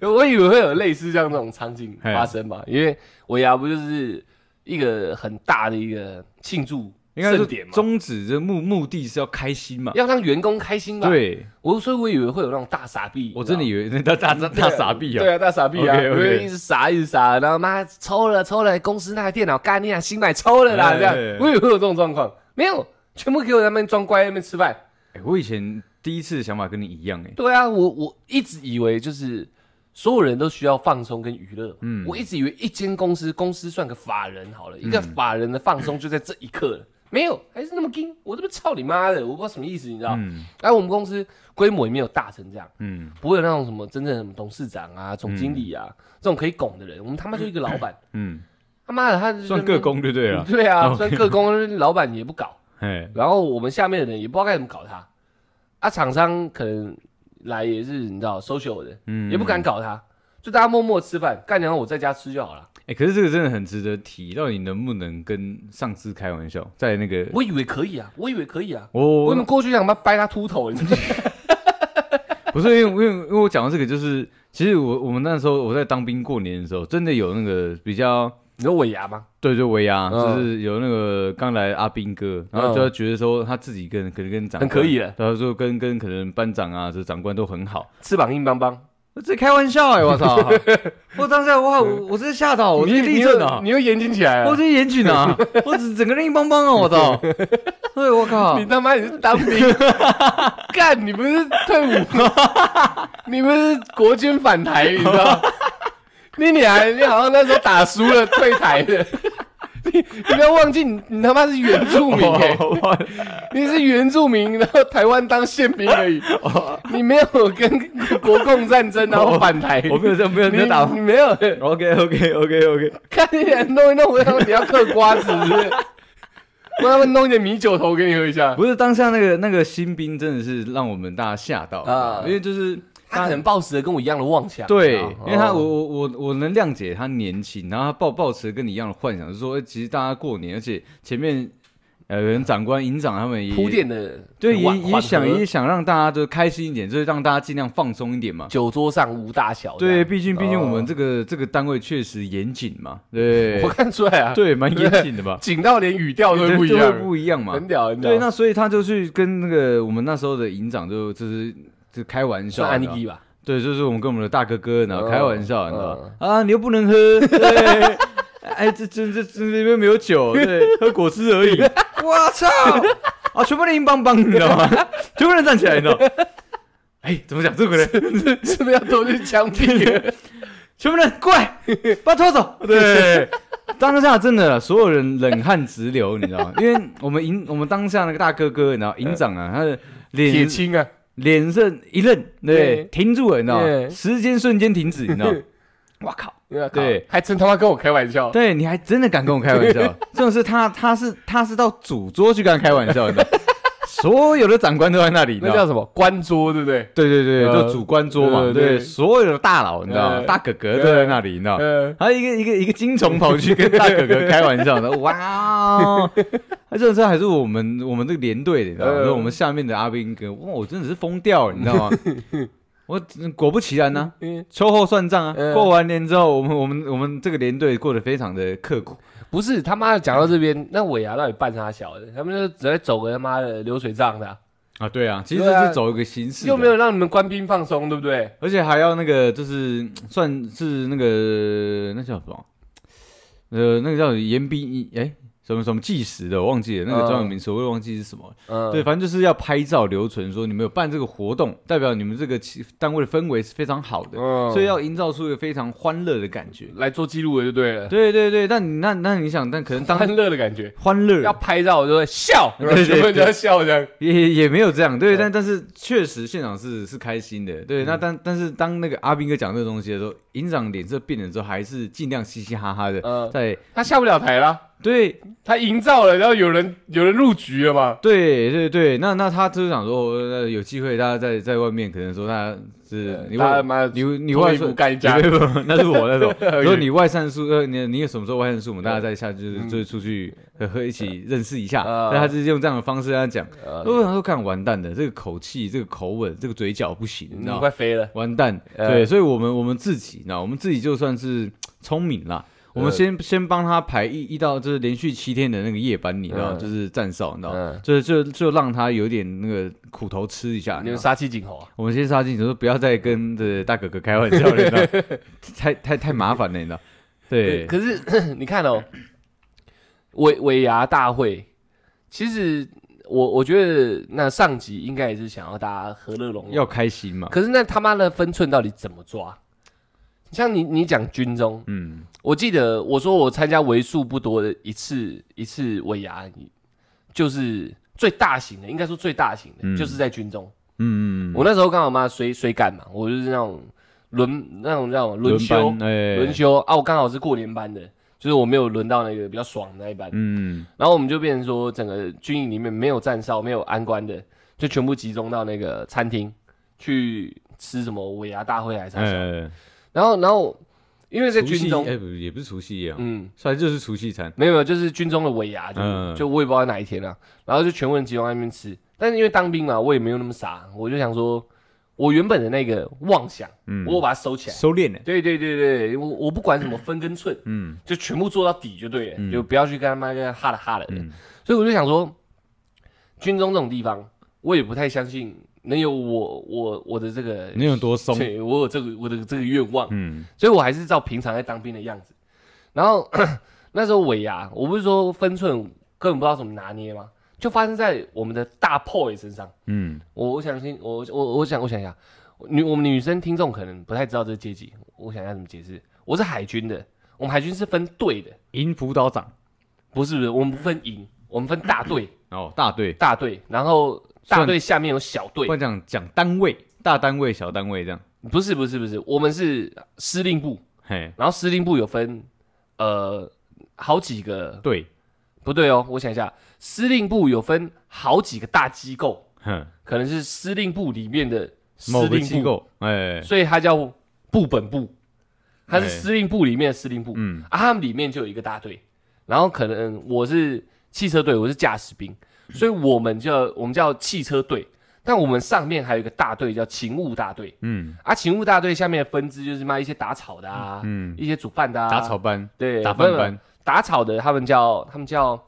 [SPEAKER 1] 我以为会有类似像这种场景
[SPEAKER 2] 嘿啊
[SPEAKER 1] 发生嘛，因为尾牙不就是一个很大的一个庆祝
[SPEAKER 2] 应该
[SPEAKER 1] 盛
[SPEAKER 2] 说
[SPEAKER 1] 典嘛，
[SPEAKER 2] 宗旨这目目的是要开心嘛。
[SPEAKER 1] 要让员工开心嘛。，
[SPEAKER 2] 对，
[SPEAKER 1] 我所以我以为会有那种大傻逼，
[SPEAKER 2] 我
[SPEAKER 1] 你知道
[SPEAKER 2] 真的以为那大大大大傻逼
[SPEAKER 1] 啊
[SPEAKER 2] 啊
[SPEAKER 1] 对，啊，大傻逼啊！
[SPEAKER 2] OK，OK
[SPEAKER 1] 我就一直傻，一直傻，然后妈抽了抽了，公司那台电脑干你啊，新买抽了啦，
[SPEAKER 2] 哎
[SPEAKER 1] 这样
[SPEAKER 2] 哎哎
[SPEAKER 1] 我以为会有这种状况，没有，全部给我在那边装乖，在那边吃饭。
[SPEAKER 2] 哎我以前第一次的想法跟你一样，哎，
[SPEAKER 1] 对啊，我我一直以为就是所有人都需要放松跟娱乐，嗯，我一直以为一间公司，公司算个法人好了，
[SPEAKER 2] 嗯
[SPEAKER 1] 一个法人的放松就在这一刻了。没有，还是那么硬，我这边操你妈的，我不知道什么意思，你知道？
[SPEAKER 2] 嗯
[SPEAKER 1] 哎，我们公司规模也没有大成这样，
[SPEAKER 2] 嗯
[SPEAKER 1] 不会有那种什么真正什么董事长啊、总经理啊、这种可以拱的人，我们他妈就一个老板，
[SPEAKER 2] 嗯，
[SPEAKER 1] 他妈的他就是
[SPEAKER 2] 算个工就对了，
[SPEAKER 1] 对啊，
[SPEAKER 2] [laughs] OK
[SPEAKER 1] 算个工，老板也不搞，
[SPEAKER 2] 哎，
[SPEAKER 1] 然后我们下面的人也不知道该怎么搞他，啊，厂商可能来也是你知道 social 的，
[SPEAKER 2] 嗯
[SPEAKER 1] 也不敢搞他，就大家默默吃饭，干然后我在家吃就好了。
[SPEAKER 2] 哎，可是这个真的很值得提，到底能不能跟上司开玩笑，在那个
[SPEAKER 1] 我以为可以啊，我以为可以啊，
[SPEAKER 2] 我
[SPEAKER 1] 我怎么过去想把他掰他秃头？你知道吗
[SPEAKER 2] [laughs] 不是因为因为因为我讲到这个，就是其实我我们那时候我在当兵过年的时候，真的有那个比较
[SPEAKER 1] [laughs] 你说尾牙吗？
[SPEAKER 2] 对，就维亚，
[SPEAKER 1] 嗯
[SPEAKER 2] 就是有那个刚来阿兵哥，然后就他觉得说他自己跟嗯可能跟长啊
[SPEAKER 1] 很可以了，
[SPEAKER 2] 然后说跟跟可能班长啊，这长官都很好。
[SPEAKER 1] 翅膀硬邦邦，
[SPEAKER 2] 我这开玩笑哎、我 [laughs] 操！我当下哇，我我真的吓到，我
[SPEAKER 1] 哦你
[SPEAKER 2] 这立
[SPEAKER 1] 你
[SPEAKER 2] 正
[SPEAKER 1] 又
[SPEAKER 2] 啊
[SPEAKER 1] 你，又严谨起来
[SPEAKER 2] 我
[SPEAKER 1] 了。
[SPEAKER 2] 这严谨 [laughs] 啊，我整整个人硬邦邦啊，我操！ [laughs] 对，我靠
[SPEAKER 1] 你，他妈你是当兵，
[SPEAKER 2] [laughs]
[SPEAKER 1] 干你不是退伍，你不是国军反台，你知道吗？你你还你好像那时候打输了退台的，你你不要忘记你你他妈是原住
[SPEAKER 2] 哦
[SPEAKER 1] 民
[SPEAKER 2] [laughs]
[SPEAKER 1] 哎、
[SPEAKER 2] 我
[SPEAKER 1] 你是原住民，然后台湾当宪兵而已，
[SPEAKER 2] 哦
[SPEAKER 1] 你没有跟国共战争然后反台，
[SPEAKER 2] 哦我没有这没有没有打
[SPEAKER 1] 你你没有
[SPEAKER 2] OK OK OK OK，
[SPEAKER 1] 看你俩弄一弄，然后你要嗑瓜子是不是？我他们弄一点米酒头给你喝一下。
[SPEAKER 2] 不是当下那个那个新兵真的是让我们大家吓到
[SPEAKER 1] 啊
[SPEAKER 2] 因为就是
[SPEAKER 1] 他可能抱持了跟我一样的妄想，
[SPEAKER 2] 对，
[SPEAKER 1] 你知道吗
[SPEAKER 2] 因为他我
[SPEAKER 1] 哦
[SPEAKER 2] 我我我能谅解他年轻，然后他抱抱持跟你一样的幻想，就是说、欸其实大家过年，而且前面呃，可能长官、营长他们也
[SPEAKER 1] 铺垫的
[SPEAKER 2] 对，
[SPEAKER 1] 很缓
[SPEAKER 2] 也也
[SPEAKER 1] 缓
[SPEAKER 2] 想
[SPEAKER 1] 和
[SPEAKER 2] 也想让大家都开心一点，就是让大家尽量放松一点嘛。
[SPEAKER 1] 酒桌上无大小这
[SPEAKER 2] 对，
[SPEAKER 1] 样，
[SPEAKER 2] 毕竟毕竟我们
[SPEAKER 1] 哦
[SPEAKER 2] 这个、这个单位确实严谨嘛，对
[SPEAKER 1] [laughs] 我看出来啊，，？
[SPEAKER 2] 对，蛮严谨的吧
[SPEAKER 1] 紧到连语调都会不一
[SPEAKER 2] 对
[SPEAKER 1] 样
[SPEAKER 2] 会，不一样嘛
[SPEAKER 1] 很。屌很屌。
[SPEAKER 2] 对，那所以他就去跟那个我们那时候的营长就就是就开玩笑，
[SPEAKER 1] 算安
[SPEAKER 2] 你
[SPEAKER 1] 利
[SPEAKER 2] 知道
[SPEAKER 1] 基吧， [laughs]
[SPEAKER 2] 对，就是我们跟我们的大哥哥呢、
[SPEAKER 1] 嗯
[SPEAKER 2] 开玩笑，你知道吗、啊，你又不能喝，对哎，这这这这里面没有酒，对，喝果汁而已。 [laughs] 我操！啊，全部人硬邦邦，你知 [laughs] 道吗？全部人站起来，你知道吗？哎，怎么讲这个人？
[SPEAKER 1] 是不是要都去枪毙？
[SPEAKER 2] 全部人过来，把他拖走。对，当下真的所有人冷汗直流，你知道吗？因为我们营我们当下那个大哥哥，你知道营长啊，他的
[SPEAKER 1] [laughs] 铁
[SPEAKER 2] 脸
[SPEAKER 1] 青啊，
[SPEAKER 2] 脸色一愣，对，
[SPEAKER 1] 对
[SPEAKER 2] 停住了，你知道吗？
[SPEAKER 1] 对
[SPEAKER 2] 时间瞬间停止，你
[SPEAKER 1] [laughs]
[SPEAKER 2] 知道吗？哇靠！对
[SPEAKER 1] 对，啊还真他妈跟我开玩笑，
[SPEAKER 2] 对，你还真的敢跟我开玩笑？这种事他他是他是到主桌去跟他开玩笑
[SPEAKER 1] [laughs]
[SPEAKER 2] 的，所有的长官都在那里，你知
[SPEAKER 1] 那叫
[SPEAKER 2] 道吗？
[SPEAKER 1] 什么官桌，对不对？
[SPEAKER 2] 对对对，
[SPEAKER 1] 呃
[SPEAKER 2] 就主官桌嘛，
[SPEAKER 1] 对对
[SPEAKER 2] 对，
[SPEAKER 1] 对
[SPEAKER 2] 所有的大佬，你知道吗？
[SPEAKER 1] 对
[SPEAKER 2] 大哥哥都在那里，你知道吗？
[SPEAKER 1] 呃，
[SPEAKER 2] 还有一个一个一个金虫跑去跟大哥哥开玩
[SPEAKER 1] [laughs]
[SPEAKER 2] 笑的，哇哦！那这时候还是我们我们这个连队的，你知道吗？
[SPEAKER 1] 嗯
[SPEAKER 2] 就我们下面的阿兵哥，哇，我真的是疯掉了，你知道吗？
[SPEAKER 1] [laughs]
[SPEAKER 2] 我果不其然呢、
[SPEAKER 1] 嗯
[SPEAKER 2] 秋后算账啊！
[SPEAKER 1] 嗯
[SPEAKER 2] 过完年之后，我们我们我们这个连队过得非常的刻苦，
[SPEAKER 1] 不是他妈的讲到这边，那尾牙到底办啥小的？他们就只会走个他妈的流水账的啊，
[SPEAKER 2] 啊，对啊，其实
[SPEAKER 1] 对啊
[SPEAKER 2] 是走一个形式的，
[SPEAKER 1] 又没有让你们官兵放松，对不对？
[SPEAKER 2] 而且还要那个就是嗯算是那个那叫什么？呃，那个叫严逼哎、什么什么计时的，我忘记了那个
[SPEAKER 1] 嗯
[SPEAKER 2] 专有名词，我也忘记是什么。
[SPEAKER 1] 嗯，
[SPEAKER 2] 对，，反正就是要拍照留存，说你们有办这个活动，代表你们这个气单位的氛围是非常好的，
[SPEAKER 1] 嗯，
[SPEAKER 2] 所以要营造出一个非常欢乐的感觉。
[SPEAKER 1] 来做记录的就对了，
[SPEAKER 2] 对对对，但你那那你想，但可能当
[SPEAKER 1] 欢乐的感觉。
[SPEAKER 2] 欢
[SPEAKER 1] 要
[SPEAKER 2] 乐
[SPEAKER 1] 拍照我就会笑，
[SPEAKER 2] 对对对
[SPEAKER 1] 全部人就要笑这样。
[SPEAKER 2] 也也没有这样，对，
[SPEAKER 1] 对
[SPEAKER 2] 但但是确实现场是是开心的，对。那但但是当那个阿斌哥讲这个东西的时候，营长脸色变了之后，还是尽量嘻嘻哈哈的
[SPEAKER 1] 嗯，
[SPEAKER 2] 在
[SPEAKER 1] 他下不了台啦，
[SPEAKER 2] 对
[SPEAKER 1] 他营造了，然后有人有人入局了嘛。
[SPEAKER 2] 对对对，那那他就是想说，呃有机会大家在在外面可能说他是你
[SPEAKER 1] 他
[SPEAKER 2] 外
[SPEAKER 1] 他妈
[SPEAKER 2] 你你
[SPEAKER 1] 脱
[SPEAKER 2] 外
[SPEAKER 1] 衣
[SPEAKER 2] 宿
[SPEAKER 1] 服干一架
[SPEAKER 2] 不不不那是我那
[SPEAKER 1] [laughs]
[SPEAKER 2] 种。
[SPEAKER 1] 而
[SPEAKER 2] 如
[SPEAKER 1] 已
[SPEAKER 2] 果你外散宿，呃，你你有什么时候外散宿，我们
[SPEAKER 1] 嗯
[SPEAKER 2] 大家再下去就是就是出去和和一起认识一下。
[SPEAKER 1] 啊
[SPEAKER 2] 但他就是用这样的方式跟他讲，
[SPEAKER 1] 呃
[SPEAKER 2] 我想说，看完蛋的，这个口气、这个口吻、这个嘴角不行，你知
[SPEAKER 1] 你
[SPEAKER 2] 道
[SPEAKER 1] 快
[SPEAKER 2] 吗？
[SPEAKER 1] 飞了，
[SPEAKER 2] 完蛋，
[SPEAKER 1] 呃
[SPEAKER 2] 对，所以我们我们自己，那我们自己就算是聪明啦。我们
[SPEAKER 1] 呃
[SPEAKER 2] 先先帮他排一一到就是连续七天的那个夜班，你知道吗，
[SPEAKER 1] 嗯
[SPEAKER 2] 就是站哨，你知道吗，
[SPEAKER 1] 嗯，
[SPEAKER 2] 就就就让他有点那个苦头吃一下。
[SPEAKER 1] 你
[SPEAKER 2] 你知
[SPEAKER 1] 们
[SPEAKER 2] 道吗
[SPEAKER 1] 杀气儆猴啊，
[SPEAKER 2] 我们先杀进去，说不要再跟这大哥哥开玩笑了，你知道吗太太太麻烦了，你知道吗。对，
[SPEAKER 1] 可是 [coughs] 你看哦，尾尾牙大会，其实我我觉得那上级应该也是想要大家和乐融融，
[SPEAKER 2] 要开心嘛。
[SPEAKER 1] 可是那他妈的分寸到底怎么抓？像你你讲军中，
[SPEAKER 2] 嗯，
[SPEAKER 1] 我记得我说我参加为数不多的一次一次尾牙，你就是最大型的，应该说最大型的，
[SPEAKER 2] 嗯
[SPEAKER 1] 就是在军中。
[SPEAKER 2] 嗯嗯，
[SPEAKER 1] 我那时候刚好嘛随随赶嘛，我就是那种轮那种叫什么轮休
[SPEAKER 2] 班，哎，
[SPEAKER 1] 轮，休啊，我刚好是过年班的，就是我没有轮到那个比较爽的那一班，
[SPEAKER 2] 嗯，
[SPEAKER 1] 然后我们就变成说整个军营里面没有站哨、没有安官的，就全部集中到那个餐厅去吃什么尾牙大会还是啥小的、
[SPEAKER 2] 哎，
[SPEAKER 1] 然后然后因为在
[SPEAKER 2] 除夕
[SPEAKER 1] 军中，
[SPEAKER 2] 哎，不也不是除夕夜啊，
[SPEAKER 1] 嗯。
[SPEAKER 2] 算就是除夕餐，
[SPEAKER 1] 没有没有，就是军中的尾牙，就、
[SPEAKER 2] 嗯
[SPEAKER 1] 就我也不知道哪一天啊，然后就全部人集中在那边吃。但是因为当兵嘛，我也没有那么傻，我就想说，我原本的那个妄想，
[SPEAKER 2] 嗯
[SPEAKER 1] 我有把它收起来。
[SPEAKER 2] 收敛了，
[SPEAKER 1] 对对对对，我我不管什么分跟寸，
[SPEAKER 2] 嗯
[SPEAKER 1] 就全部做到底就对了，
[SPEAKER 2] 嗯
[SPEAKER 1] 就不要去跟他妈跟他哈了哈了的。
[SPEAKER 2] 嗯
[SPEAKER 1] 所以我就想说，军中这种地方，我也不太相信能有我我我的这个，
[SPEAKER 2] 你有多松？
[SPEAKER 1] 对我有这个我的这个愿望，
[SPEAKER 2] 嗯
[SPEAKER 1] 所以我还是照平常在当兵的样子。然后 [coughs] 那时候尾牙，我不是说分寸根本不知道怎么拿捏吗？就发生在我们的大 boy 身上。
[SPEAKER 2] 嗯
[SPEAKER 1] 我我想听，我我我想我想一下，女我们女生听众可能不太知道这个阶级，我想一下怎么解释。我是海军的，我们海军是分队的，
[SPEAKER 2] 营辅导长
[SPEAKER 1] 不是不是，我们不分营，我们分大队，
[SPEAKER 2] 哦，大队，
[SPEAKER 1] 大队，然后大
[SPEAKER 2] 算
[SPEAKER 1] 队下面有小队
[SPEAKER 2] 不，然讲讲单位，大单位、小单位这样，
[SPEAKER 1] 不是不是不是，我们是司令部，
[SPEAKER 2] 嘿，
[SPEAKER 1] 然后司令部有分呃好几个，
[SPEAKER 2] 对，
[SPEAKER 1] 不对哦，我想一下，司令部有分好几个大机构，
[SPEAKER 2] 哼，
[SPEAKER 1] 可能是司令部里面的司
[SPEAKER 2] 某个
[SPEAKER 1] 令
[SPEAKER 2] 机
[SPEAKER 1] 部
[SPEAKER 2] 构，哎，
[SPEAKER 1] 所以它叫部本部，它是
[SPEAKER 2] 哎
[SPEAKER 1] 司令部里面的司令部、
[SPEAKER 2] 嗯
[SPEAKER 1] 啊，他们里面就有一个大队，然后可能我是汽车队，我是驾驶兵，所以我们叫我们叫汽车队，但我们上面还有一个大队叫勤务大队
[SPEAKER 2] 嗯
[SPEAKER 1] 啊，勤务大队下面的分支就是卖一些打草的啊，
[SPEAKER 2] 嗯，
[SPEAKER 1] 一些煮饭的、啊，
[SPEAKER 2] 打草班，
[SPEAKER 1] 对
[SPEAKER 2] 打
[SPEAKER 1] 不是
[SPEAKER 2] 饭班，
[SPEAKER 1] 打草的，他们叫他们叫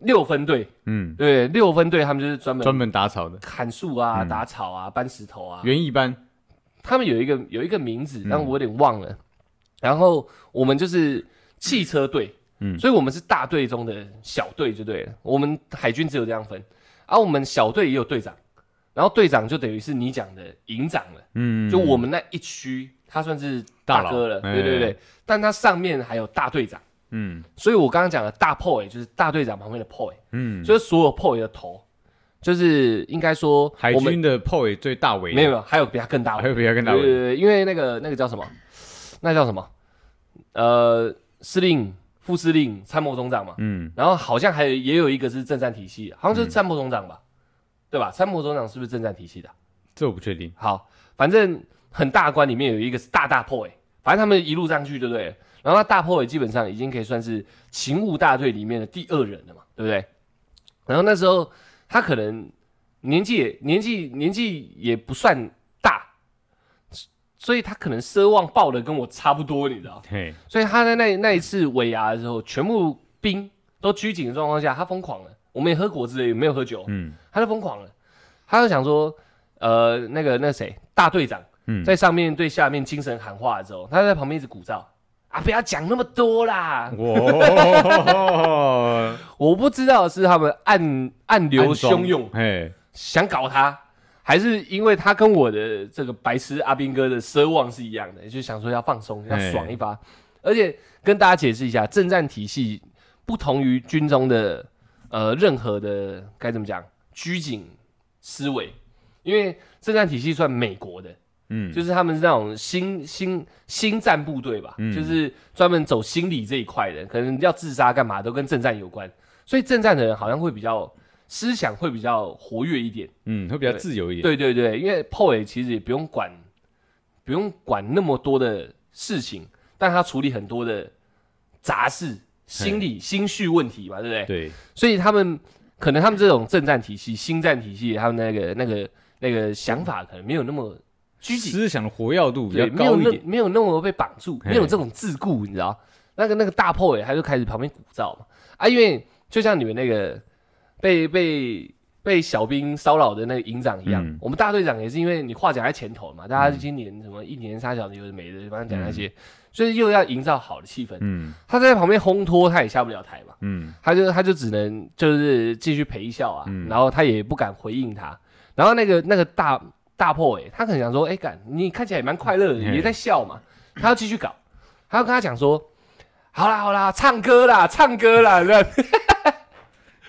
[SPEAKER 1] 六分队，
[SPEAKER 2] 嗯，
[SPEAKER 1] 对，六分队他们就是专门
[SPEAKER 2] 专门打草的，
[SPEAKER 1] 砍树啊、
[SPEAKER 2] 嗯
[SPEAKER 1] 打草啊、搬石头啊，
[SPEAKER 2] 园艺班，
[SPEAKER 1] 他们有一个有一个名字，
[SPEAKER 2] 嗯
[SPEAKER 1] 但我有点忘了。然后我们就是汽车队，
[SPEAKER 2] 嗯
[SPEAKER 1] 所以我们是大队中的小队就对了。我们海军只有这样分，而、我们小队也有队长，然后队长就等于是你讲的营长了，
[SPEAKER 2] 嗯，
[SPEAKER 1] 就我们那一区他算是大哥了，
[SPEAKER 2] 大佬
[SPEAKER 1] 对对对。
[SPEAKER 2] 哎
[SPEAKER 1] 但他上面还有大队长，
[SPEAKER 2] 嗯
[SPEAKER 1] 所以我刚刚讲的大 POY 就是大队长旁边的 POY，、
[SPEAKER 2] 嗯，
[SPEAKER 1] 就是所有 POY 的头，就是应该说
[SPEAKER 2] 海
[SPEAKER 1] 我们
[SPEAKER 2] 军的炮也最大尾，
[SPEAKER 1] 没有没有，还有比他更大的
[SPEAKER 2] 还有比较更大
[SPEAKER 1] 对对
[SPEAKER 2] 尾，
[SPEAKER 1] 对，因为那个那个叫什么，那叫什么，呃，司令、副司令、参谋总长嘛，
[SPEAKER 2] 嗯，
[SPEAKER 1] 然后好像还有也有一个是政战体系，好像就是参谋总长吧，对吧？参谋总长是不是政战体系的？
[SPEAKER 2] 这我不确定，
[SPEAKER 1] 好，反正很大官里面有一个是大大破哎，反正他们一路上去，对不对了？然后那大破尾基本上已经可以算是勤务大队里面的第二人了嘛，对不对？然后那时候他可能年纪也年纪年纪也不算大，所以他可能奢望抱的跟我差不多，你知道？
[SPEAKER 2] 嘿，
[SPEAKER 1] 所以他在那那一次尾牙的时候，全部兵都拘谨的状况下，他疯狂了。我们也喝果汁，也没有喝酒，
[SPEAKER 2] 嗯
[SPEAKER 1] 他就疯狂了，他就想说，呃，那个那谁大队长
[SPEAKER 2] 嗯，
[SPEAKER 1] 在上面对下面精神喊话的时候，他在旁边一直鼓噪啊，不要讲那么多
[SPEAKER 2] 嗯
[SPEAKER 1] 啦。
[SPEAKER 2] [laughs] 哇，
[SPEAKER 1] 我不知道是他们暗暗流汹涌
[SPEAKER 2] 嘿，
[SPEAKER 1] 想搞他，还是因为他跟我的这个白痴阿兵哥的奢望是一样的，就想说要放松，要爽一发。而且跟大家解释一下，政战体系不同于军中的呃任何的该怎么讲拘谨思维，因为政战体系算美国的，
[SPEAKER 2] 嗯，
[SPEAKER 1] 就是他们是那种新新新战部队吧，
[SPEAKER 2] 嗯
[SPEAKER 1] 就是专门走心理这一块的，可能要自杀干嘛都跟政战有关，所以政战的人好像会比较思想会比较活跃一点。
[SPEAKER 2] 嗯，会比较自由一点，
[SPEAKER 1] 对对对，因为 POE 其实也不用管不用管那么多的事情，但他处理很多的杂事、心理心绪问题嘛，对不对？
[SPEAKER 2] 对，
[SPEAKER 1] 所以他们可能他们这种政战体系、新战体系，他们那个那个那个想法可能没有那么拘谨。
[SPEAKER 2] 思想的活跃度比较
[SPEAKER 1] 对，没有
[SPEAKER 2] 高一
[SPEAKER 1] 那
[SPEAKER 2] 点，
[SPEAKER 1] 没有那么被绑住，
[SPEAKER 2] 嘿
[SPEAKER 1] 没有这种桎梏，你知道？那个那个大炮尾，他就开始旁边鼓噪嘛啊，因为就像你们那个被被被小兵骚扰的那个营长一样，
[SPEAKER 2] 嗯
[SPEAKER 1] 我们大队长也是因为你话讲在前头嘛，大家今年什么一年三小的有的没的，反正讲那些，所以又要营造好的气氛。
[SPEAKER 2] 嗯
[SPEAKER 1] 他在旁边烘托，他也下不了台嘛，
[SPEAKER 2] [laughs] 嗯
[SPEAKER 1] 他就他就只能就是继续陪笑啊，
[SPEAKER 2] 嗯
[SPEAKER 1] 然后他也不敢回应他。然后那个那个大大破哎、他可能想说，哎、干你看起来也蛮快乐的，
[SPEAKER 2] 嘿
[SPEAKER 1] 也在笑嘛，他要继续搞，他要跟他讲说，好啦好啦，唱歌啦，唱歌啦， [laughs] 对吧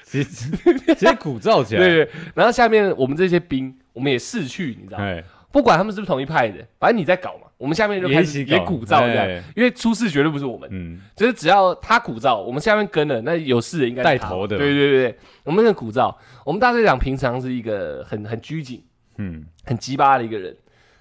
[SPEAKER 2] 直接直接鼓噪起
[SPEAKER 1] 对
[SPEAKER 2] 来，
[SPEAKER 1] 对。然后下面我们这些兵，我们也逝去，你知道吗？
[SPEAKER 2] 哎，
[SPEAKER 1] 不管他们是不是同一派的，反正你在搞嘛，我们下面就
[SPEAKER 2] 也
[SPEAKER 1] 开
[SPEAKER 2] 一
[SPEAKER 1] 始
[SPEAKER 2] 起
[SPEAKER 1] 也
[SPEAKER 2] 搞
[SPEAKER 1] 鼓噪这样，
[SPEAKER 2] 哎
[SPEAKER 1] 因为出事绝对不是我们。
[SPEAKER 2] 嗯，
[SPEAKER 1] 就是只要他鼓噪，我们下面跟了，那有事的应该是他
[SPEAKER 2] 带头的
[SPEAKER 1] 对对对，我们那个鼓噪，我们大队长平常是一个很很拘谨、
[SPEAKER 2] 嗯，
[SPEAKER 1] 很鸡巴的一个人，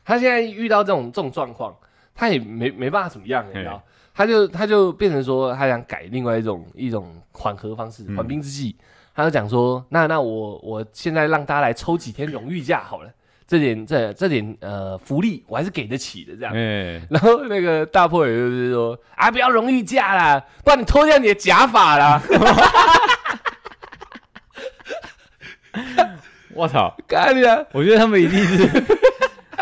[SPEAKER 1] 他现在遇到这种这种状况，他也没没办法怎么样，你知道
[SPEAKER 2] 嘿？
[SPEAKER 1] 他就他就变成说，他想改另外一种一种缓和方
[SPEAKER 2] 嗯
[SPEAKER 1] 式，缓兵之计。他就讲说，那那我我现在让大家来抽几天荣誉假好了，这点这这点呃福利我还是给得起的这样。
[SPEAKER 2] 哎，
[SPEAKER 1] 然后那个大破也就是说啊，不要荣誉价啦，不然你脱掉你的假发啦。
[SPEAKER 2] 我操！
[SPEAKER 1] 干你啊，
[SPEAKER 2] 我觉得他们一定是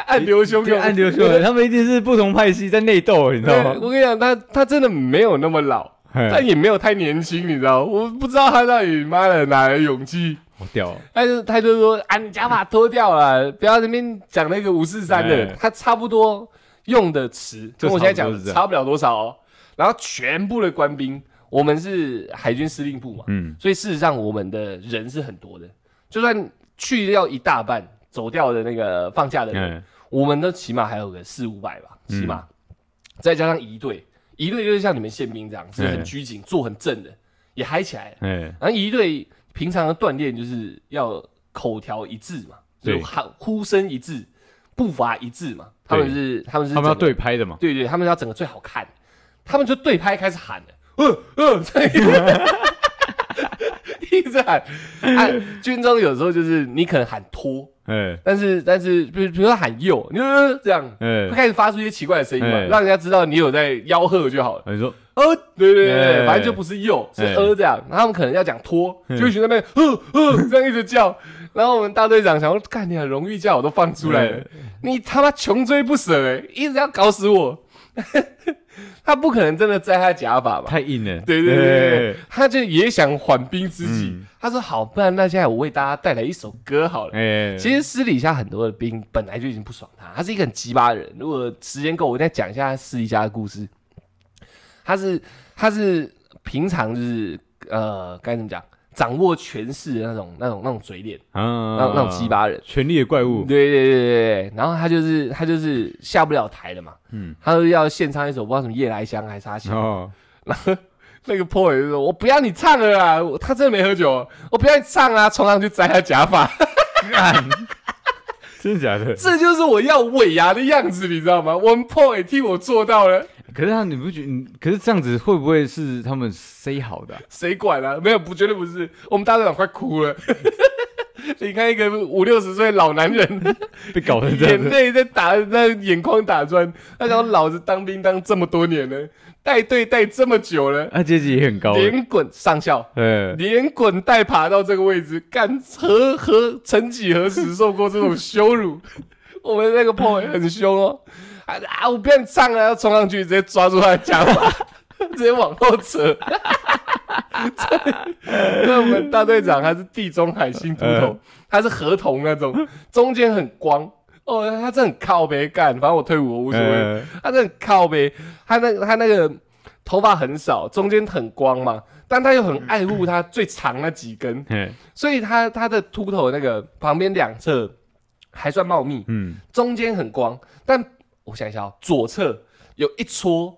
[SPEAKER 1] 暗流汹
[SPEAKER 2] 对
[SPEAKER 1] 涌，
[SPEAKER 2] 暗流汹涌，他们一定是不同派系在内斗，你知
[SPEAKER 1] 对
[SPEAKER 2] 道吗？
[SPEAKER 1] 我跟你讲，他他真的没有那么老，
[SPEAKER 2] 哎
[SPEAKER 1] 但，也没有太年轻，你知道？我不知道他到底妈的哪来的勇气。
[SPEAKER 2] 好屌哦！
[SPEAKER 1] 他就他就说啊，你假发脱掉了，不要在那边讲那个五四三的
[SPEAKER 2] 哎，
[SPEAKER 1] 他差不多用的词跟我现在讲
[SPEAKER 2] 就差不多是这
[SPEAKER 1] 的
[SPEAKER 2] 样
[SPEAKER 1] 差不了多少哦。然后全部的官兵，我们是海军司令部嘛，
[SPEAKER 2] 嗯，
[SPEAKER 1] 所以事实上我们的人是很多的，就算去掉一大半走掉的那个放假的人，
[SPEAKER 2] 哎，
[SPEAKER 1] 我们都起码还有个四五百吧，
[SPEAKER 2] 嗯
[SPEAKER 1] 起码、再加上一队，一队就是像你们宪兵这样，是很
[SPEAKER 2] 嗯
[SPEAKER 1] 拘谨、坐很正的，也嗨起来了。
[SPEAKER 2] 哎，
[SPEAKER 1] 然后一队平常的锻炼就是要口条一致嘛，就
[SPEAKER 2] 对
[SPEAKER 1] 是喊呼声一致，步伐一致嘛。他们是他们是
[SPEAKER 2] 他们要
[SPEAKER 1] 整个
[SPEAKER 2] 对拍的嘛？
[SPEAKER 1] 对对，他们要整个最好看，他们就对拍开始喊了，嗯嗯，这样 [laughs] 一直喊。啊，军中有时候就是你可能喊拖，
[SPEAKER 2] 哎，
[SPEAKER 1] 但是但是，比如比如说喊右，你就呃这样，会
[SPEAKER 2] 哎，
[SPEAKER 1] 开始发出一些奇怪的声音嘛，
[SPEAKER 2] 哎
[SPEAKER 1] 让人家知道你有在吆喝就好了。
[SPEAKER 2] 你说
[SPEAKER 1] 呃，对对对对，
[SPEAKER 2] 哎
[SPEAKER 1] 反正就不是右，是
[SPEAKER 2] 哎
[SPEAKER 1] 呃这样。然后他们可能要讲拖，
[SPEAKER 2] 嗯
[SPEAKER 1] 就会去那边呃呃这样一直叫。然后我们大队长想说，干你啊，荣誉叫我都放出来了，你他妈穷追不舍哎，一直要搞死我。 [laughs] 他不可能真的摘他假发吧？
[SPEAKER 2] 太硬了，
[SPEAKER 1] 对对对对对
[SPEAKER 2] 哎，，
[SPEAKER 1] 他就也想缓兵之计
[SPEAKER 2] 嗯。
[SPEAKER 1] 他说好，不然那现在我为大家带来一首歌好了。
[SPEAKER 2] 哎，
[SPEAKER 1] 其实私底下很多的兵本来就已经不爽他，他是一个很鸡巴的人。如果时间够，我再讲一下他私底下的故事。他是他是平常就是呃该怎么讲，掌握权势的那种那种那种嘴脸，
[SPEAKER 2] 啊
[SPEAKER 1] 那种那种鸡，巴人。
[SPEAKER 2] 权力的怪物
[SPEAKER 1] 对，对对对对，然后他就是他就是下不了台了嘛，
[SPEAKER 2] 嗯，
[SPEAKER 1] 他就要献唱一首不知道什么夜来香还是啥小，
[SPEAKER 2] 哦，
[SPEAKER 1] 那个 p o 就说：“我不要你唱了啦，我他真的没喝酒，我不要你唱啊！”冲上去摘他假发， [laughs]
[SPEAKER 2] 真的假的？
[SPEAKER 1] 这就是我要尾牙的样子，你知道吗？我们 p o 也替我做到了，
[SPEAKER 2] 可是他你不觉你可是这样子会不会是他们 say 好的啊？
[SPEAKER 1] 谁管啊？没有，不，绝对不是。我们大队长快哭了。 [laughs] 你看一个五六十岁老
[SPEAKER 2] [laughs]
[SPEAKER 1] 男人，
[SPEAKER 2] 被搞成这样
[SPEAKER 1] 眼
[SPEAKER 2] 子，
[SPEAKER 1] 泪在打，那眼眶打转。他想老子当兵当这么多年了，带队带这么久了，
[SPEAKER 2] 啊，阶级也很高欸，
[SPEAKER 1] 连滚上校，
[SPEAKER 2] 哎，
[SPEAKER 1] 连滚带爬到这个位置，干何何曾几何时受过这种羞辱？ [laughs] 我们那个 p o 也很凶哦，啊啊！我不要你唱了，要冲上去直接抓住他的假发， [laughs] 直接往后扯。 [laughs] 那我们大队长他是地中海新秃头
[SPEAKER 2] 呃，
[SPEAKER 1] 他是合同那种，中间很光哦，他这很靠背干，反正我退伍我无所谓。
[SPEAKER 2] 哎
[SPEAKER 1] 他那很靠呗，他那他那个头发很少，中间很光嘛，但他又很爱护他最长那几根，
[SPEAKER 2] 哎
[SPEAKER 1] 所以他他的秃头那个旁边两侧还算茂密，
[SPEAKER 2] 嗯，
[SPEAKER 1] 中间很光，但我想一下、哦，左侧有一撮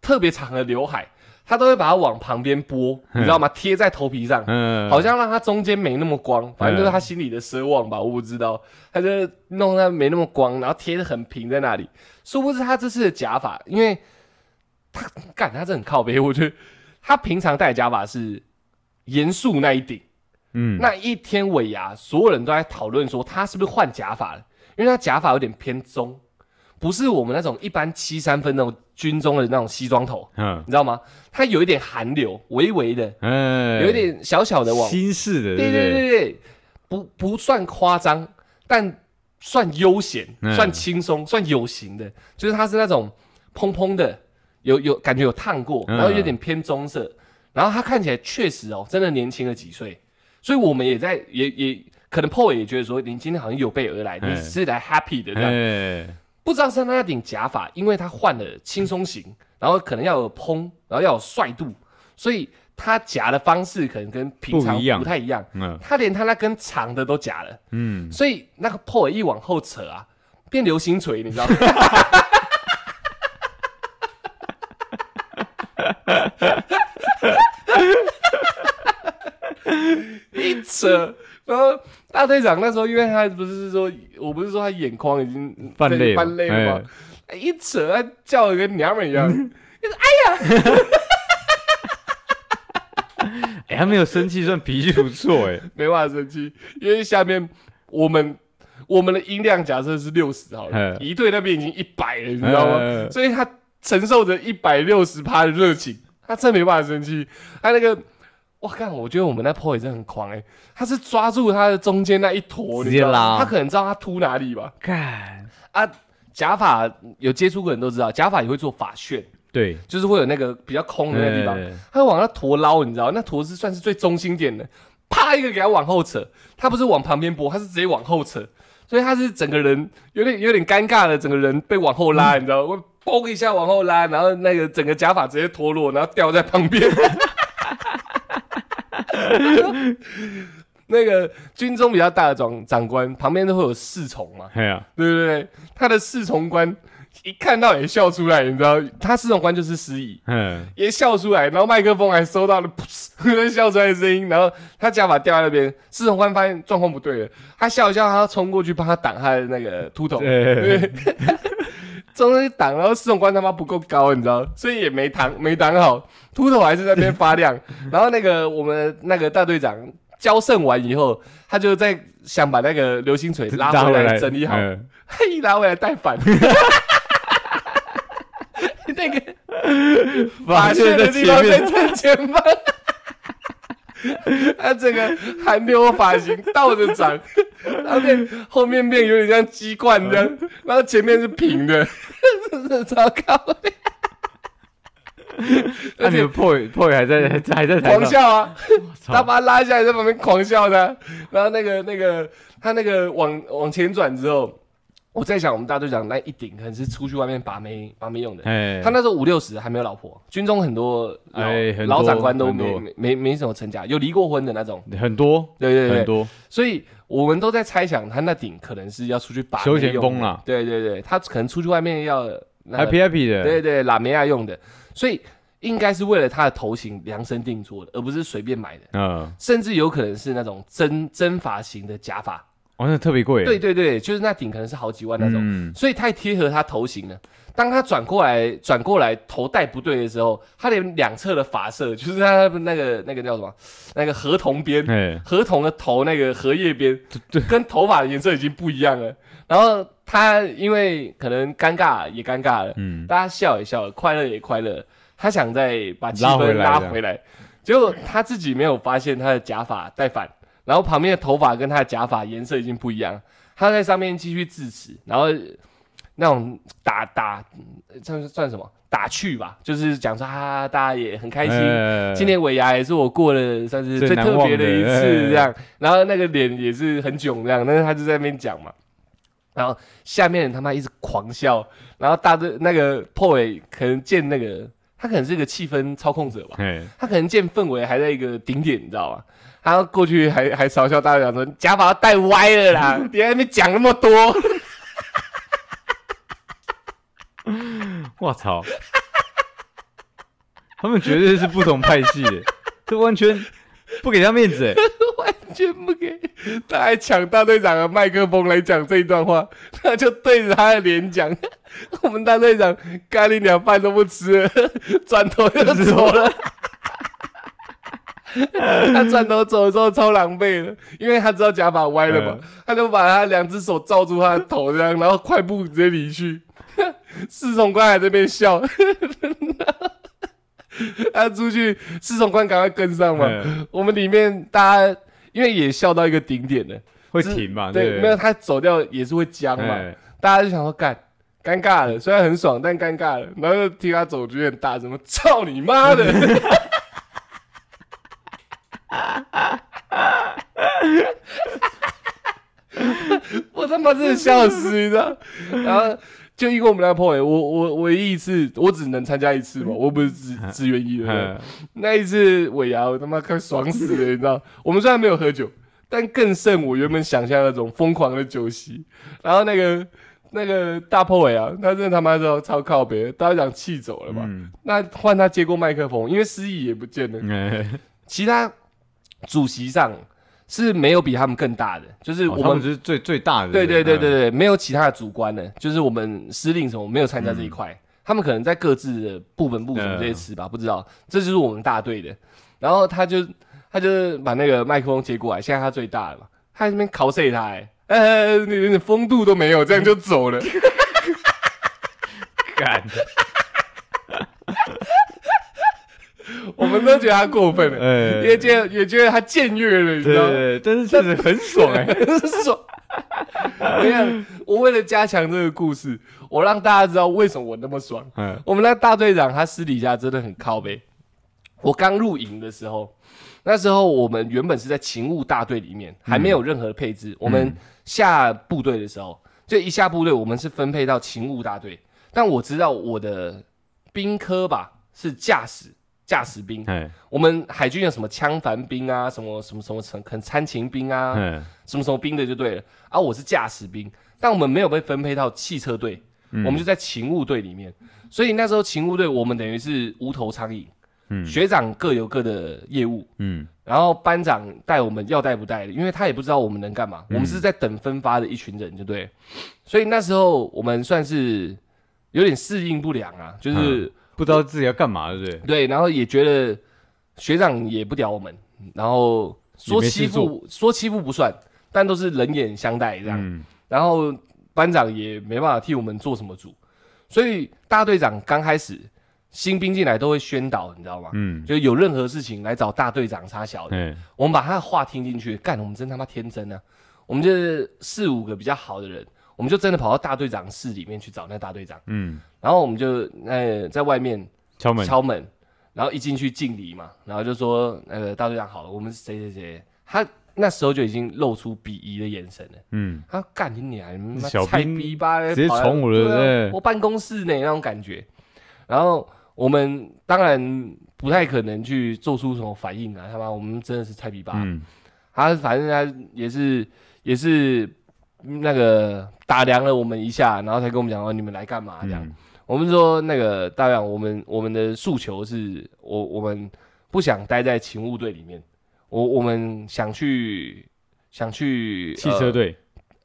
[SPEAKER 1] 特别长的刘海，他都会把它往旁边拨，你知道吗？贴在头皮上。
[SPEAKER 2] 嗯，
[SPEAKER 1] 好像让他中间没那么光，反正就是他心里的奢望吧，我不知道。他就弄他没那么光，然后贴的很平在那里。殊不知他这次的假发，因为他干他这很靠背，我觉得他平常戴的假发是严肃那一顶，
[SPEAKER 2] 嗯，
[SPEAKER 1] 那一天尾牙，所有人都在讨论说他是不是换假发了，因为他假发有点偏棕，不是我们那种一般七三分那种军中的那种西装头，
[SPEAKER 2] 嗯
[SPEAKER 1] 你知道吗？他有一点韩流，微微的，
[SPEAKER 2] 哎，
[SPEAKER 1] 有一点小小的往
[SPEAKER 2] 新式的，
[SPEAKER 1] 对
[SPEAKER 2] 不
[SPEAKER 1] 对对对，不不算夸张，但算悠闲，
[SPEAKER 2] 嗯
[SPEAKER 1] 算轻松，算有型的，就是它是那种蓬蓬的，有有感觉有烫过，
[SPEAKER 2] 嗯
[SPEAKER 1] 然后有点偏棕色，然后它看起来确实哦，真的年轻了几岁，所以我们也在也也可能 PO 也觉得说，你今天好像有备而来，你
[SPEAKER 2] 嗯
[SPEAKER 1] 是来 happy 的这样，
[SPEAKER 2] 哎，
[SPEAKER 1] 不知道是他那顶假发，因为他换了轻松型，然后可能要有蓬，然后要有帅度，所以他夹的方式可能跟平常
[SPEAKER 2] 不一样
[SPEAKER 1] 不太一样。
[SPEAKER 2] 嗯
[SPEAKER 1] 他连他那根长的都假了，
[SPEAKER 2] 嗯，
[SPEAKER 1] 所以那个 PO 一往后扯啊，变流星锤，你知道
[SPEAKER 2] [laughs]
[SPEAKER 1] 吗？一扯，然后大队长那时候，因为他不是说，我不是说他眼眶已经
[SPEAKER 2] 泛泪了
[SPEAKER 1] 泛泪了吗？一扯，他叫的跟娘们一样，
[SPEAKER 2] 哎，他没有生气，算脾气不错，哎，
[SPEAKER 1] 没办法生气，因为下面我们我们的音量假设是六十好了
[SPEAKER 2] 嗯，
[SPEAKER 1] 一队那边已经一百了，你知道
[SPEAKER 2] 嗯嗯
[SPEAKER 1] 吗？
[SPEAKER 2] 嗯
[SPEAKER 1] 所以他承受着一百六十趴的热情，他真没办法生气。他那个，哇，看，我觉得我们那 PO 也真的很狂哎、他是抓住他的中间那一坨，
[SPEAKER 2] 直
[SPEAKER 1] 你知道
[SPEAKER 2] 接
[SPEAKER 1] 吗
[SPEAKER 2] 拉
[SPEAKER 1] 他可能知道他秃哪里吧？
[SPEAKER 2] [laughs] 干，
[SPEAKER 1] 啊，假发有接触过的人都知道，假发也会做发旋，
[SPEAKER 2] 对，哎
[SPEAKER 1] 就是会有那个比较空的那个地方
[SPEAKER 2] 对对对，
[SPEAKER 1] 他会往那坨捞，你知道，那坨是算是最中心点的，啪一个给他往后扯，他不是往旁边拨，他是直接往后扯，所以他是整个人有点有点尴尬的，整个人被往后拉，你知道，我嘣一下往后拉，然后那个整个假发直接脱落，然后掉在旁边。 [laughs] 那个军中比较大的长长官旁边都会有侍从嘛，
[SPEAKER 2] 哎呀，
[SPEAKER 1] 对对对，他的侍从官一看到也笑出来，你知道，他侍从官就是司仪，
[SPEAKER 2] 嗯，
[SPEAKER 1] 也笑出来，然后麦克风还收到了 [laughs] 噗嗤笑出来的声音，然后他假发掉在那边，侍从官发现状况不对了，他笑一笑，他要冲过去帮他挡他的那个秃头，
[SPEAKER 2] 对，
[SPEAKER 1] [laughs] 对，中间挡，然后侍从官他妈不够高，你知道，所以也没挡没挡好，秃头还是在那边发亮。然后那个我们那个大队长交胜完以后，他就在想把那个流星锤拉回来整理好， [laughs]
[SPEAKER 2] 嗯
[SPEAKER 1] 他一拉回来带反。 [laughs] 那个发
[SPEAKER 2] 发
[SPEAKER 1] 现
[SPEAKER 2] 现
[SPEAKER 1] 的
[SPEAKER 2] 在
[SPEAKER 1] 地
[SPEAKER 2] 前
[SPEAKER 1] 方在
[SPEAKER 2] 面，
[SPEAKER 1] 正前方。 [laughs] 他整个韩流发型倒着长，他变后面变有点像鸡冠这样，
[SPEAKER 2] 嗯
[SPEAKER 1] 然后前面是平的， [laughs] 真的糟糕。
[SPEAKER 2] 那啊你们破
[SPEAKER 1] [laughs]
[SPEAKER 2] 破还在还在还在台
[SPEAKER 1] 狂
[SPEAKER 2] 上，
[SPEAKER 1] 笑啊！
[SPEAKER 2] 操
[SPEAKER 1] 他把他拉下来，在旁边狂笑的啊、然后那个那个他那个往往前转之后，我在想我们大队长那一顶可能是出去外面把妹把妹用的，
[SPEAKER 2] 哎，
[SPEAKER 1] 他那时候五六十还没有老婆，军中很多老、
[SPEAKER 2] 哎很多
[SPEAKER 1] 老长官都
[SPEAKER 2] 很
[SPEAKER 1] 没
[SPEAKER 2] 多
[SPEAKER 1] 没没没什么成家，有离过婚的那种。
[SPEAKER 2] 很多
[SPEAKER 1] 对对对
[SPEAKER 2] 很多，
[SPEAKER 1] 所以我们都在猜想他那顶可能是要出去把妹
[SPEAKER 2] 休闲
[SPEAKER 1] 用的
[SPEAKER 2] 风啊啦
[SPEAKER 1] 对对对，他可能出去外面要那个
[SPEAKER 2] happy happy 的，
[SPEAKER 1] 对对拉梅亚用的，所以应该是为了他的头型量身定做的，而不是随便买的。
[SPEAKER 2] 嗯，
[SPEAKER 1] 甚至有可能是那种真真发型的假发，
[SPEAKER 2] 好像特别贵，
[SPEAKER 1] 对对对，就是那顶可能是好几万那种，
[SPEAKER 2] 嗯，
[SPEAKER 1] 所以太贴合他头型了。当他转过来转过来头戴不对的时候，他连两侧的发色，就是他那个那个叫什么，那个合同边，
[SPEAKER 2] 哎，
[SPEAKER 1] 合同的头那个荷叶边
[SPEAKER 2] 对，
[SPEAKER 1] 跟头发的颜色已经不一样了。然后他因为可能尴尬也尴尬了，
[SPEAKER 2] 嗯，
[SPEAKER 1] 大家笑也笑了，快乐也快乐了，他想再把气
[SPEAKER 2] 拉回
[SPEAKER 1] 氛
[SPEAKER 2] 来
[SPEAKER 1] 拉
[SPEAKER 2] 这样
[SPEAKER 1] 回来，结果他自己没有发现他的假发戴反，然后旁边的头发跟他的假发颜色已经不一样，他在上面继续致辞，然后那种打打算算什么打趣吧，就是讲说啊，大家也很开心，
[SPEAKER 2] 哎
[SPEAKER 1] 今年尾牙也是我过了算是最
[SPEAKER 2] 最难
[SPEAKER 1] 特别
[SPEAKER 2] 忘的哎
[SPEAKER 1] 一次这样，然后那个脸也是很囧这样，但是他就在那边讲嘛，然后下面人他妈一直狂笑，然后大队那个破尾可能见那个他可能是个气氛操控者吧，
[SPEAKER 2] 哎，
[SPEAKER 1] 他可能见氛围还在一个顶点，你知道吗？他过去还还嘲笑大队长说：“假发戴歪了
[SPEAKER 2] [laughs]
[SPEAKER 1] 啦，别在那边讲那么多。”
[SPEAKER 2] 我操！他们绝对是不同派系的，这完全不给他
[SPEAKER 1] [laughs]
[SPEAKER 2] 面子欸。
[SPEAKER 1] 全不给，他还抢大队长的麦克风来讲这一段话，他就对着他的脸讲：“ [laughs] 我们大队长干你两饭都不吃 [laughs] 了，转头就走了。” [laughs] 他转头走的时候超狼狈的，因为他知道假发歪了嘛，他就把他两只手罩住他的头，这样，然后快步直接离去。 [laughs] 侍从官还在那边笑， [laughs] 他出去，侍从官赶快跟上嘛。
[SPEAKER 2] 嗯
[SPEAKER 1] [laughs] 我们里面大家因为也笑到一个顶点了，
[SPEAKER 2] 会停嘛？
[SPEAKER 1] 对，
[SPEAKER 2] 不
[SPEAKER 1] 没有他走掉也是会僵嘛，
[SPEAKER 2] 啊哎
[SPEAKER 1] 大家就想说干。尴尬了，虽然很爽，但尴尬了。然后就听他走，就有点大声，什么操你妈的！ [laughs] 我他妈真的笑死，你知道？然后就因为我们那个 p o i 我我唯一一次，我只能参加一次嘛，我不是自自愿意的。对不对
[SPEAKER 2] 嗯
[SPEAKER 1] 那一次尾牙，我他妈快爽死了，你知道？我们虽然没有喝酒，但更胜我原本想象那种疯狂的酒席。然后那个那个大破尾啊，他真的他妈超超靠北，大家长气走了嘛。
[SPEAKER 2] 嗯
[SPEAKER 1] 那换他接过麦克风，因为司仪也不见了，
[SPEAKER 2] 哎，
[SPEAKER 1] 其他主席上是没有比他们更大的，就是
[SPEAKER 2] 哦
[SPEAKER 1] 我
[SPEAKER 2] 他们
[SPEAKER 1] 们。
[SPEAKER 2] 是最最大的。
[SPEAKER 1] 对对对对
[SPEAKER 2] 嗯，
[SPEAKER 1] 对，没有其他的主观的，就是我们司令什么没有参加这一块，他们可能在各自的部门部什么这些词吧，不知道，这就是我们大队的。然后他就他就把那个麦克风接过来，现在他最大了嘛，他在那边拷 C 他、欸， [laughs] 呃，你连风度都没有，这样就走了。
[SPEAKER 2] 干，
[SPEAKER 1] 我们都觉得他过分
[SPEAKER 2] [laughs]
[SPEAKER 1] 了，
[SPEAKER 2] 哎
[SPEAKER 1] 也觉得也觉得他僭越了，你知
[SPEAKER 2] 对
[SPEAKER 1] 道吗？
[SPEAKER 2] 对对，但是确实很
[SPEAKER 1] [laughs]
[SPEAKER 2] 爽哎、
[SPEAKER 1] 爽。我跟你讲，我为了加强这个故事，我让大家知道为什么我那么爽。
[SPEAKER 2] 嗯
[SPEAKER 1] 我们那大队长他私底下真的很靠背。我刚入营的时候，那时候我们原本是在勤务大队里面，还没有任何配置。我们下部队的时候，就一下部队，我们是分配到勤务大队。但我知道我的兵科吧是驾驶驾驶兵，
[SPEAKER 2] 哎
[SPEAKER 1] 我们海军有什么枪帆兵啊，什么什么什么什么很参勤兵啊，
[SPEAKER 2] 哎
[SPEAKER 1] 什么什么兵的就对了啊，我是驾驶兵，但我们没有被分配到汽车队，我们就在勤务队里面，所以那时候勤务队我们等于是无头苍蝇，
[SPEAKER 2] 嗯
[SPEAKER 1] 学长各有各的业务，
[SPEAKER 2] 嗯
[SPEAKER 1] 然后班长带我们要带不带的，因为他也不知道我们能干嘛，我们是在等分发的一群人，就对了，所以那时候我们算是有点适应不良啊，就是。
[SPEAKER 2] 不知道自己要干嘛，对不对？
[SPEAKER 1] 对，然后也觉得学长也不屌我们，然后说
[SPEAKER 2] 也没事
[SPEAKER 1] 欺负说欺负不算，但都是冷眼相待这样。
[SPEAKER 2] 嗯
[SPEAKER 1] 然后班长也没办法替我们做什么主，所以大队长刚开始新兵进来都会宣导，你知道吗？
[SPEAKER 2] 嗯，
[SPEAKER 1] 就有任何事情来找大队长插小的，
[SPEAKER 2] 哎
[SPEAKER 1] 我们把他的话听进去，干，我们真他妈天真啊！我们就是四五个比较好的人，我们就真的跑到大队长室里面去找那大队长，
[SPEAKER 2] 嗯，
[SPEAKER 1] 然后我们就呃在外面
[SPEAKER 2] 敲门，
[SPEAKER 1] 敲门，然后一进去敬礼嘛，然后就说那个大队长好了，我们是谁谁谁，他那时候就已经露出鄙夷的眼神了。
[SPEAKER 2] 嗯，
[SPEAKER 1] 他说干你娘，你妈
[SPEAKER 2] 小
[SPEAKER 1] 菜
[SPEAKER 2] 兵
[SPEAKER 1] 逼吧，
[SPEAKER 2] 直接
[SPEAKER 1] 跑来
[SPEAKER 2] 闯我的
[SPEAKER 1] 对啊
[SPEAKER 2] 对
[SPEAKER 1] 我办公室呢那种感觉。然后我们当然不太可能去做出什么反应啊，他妈我们真的是菜逼吧。
[SPEAKER 2] 嗯
[SPEAKER 1] 他反正他也是也是那个打量了我们一下，然后才跟我们讲哦，你们来干嘛这样。
[SPEAKER 2] 嗯
[SPEAKER 1] 我们说那个大亮，我们我们的诉求是我我们不想待在勤务队里面，我我们想去想去
[SPEAKER 2] 汽车，队，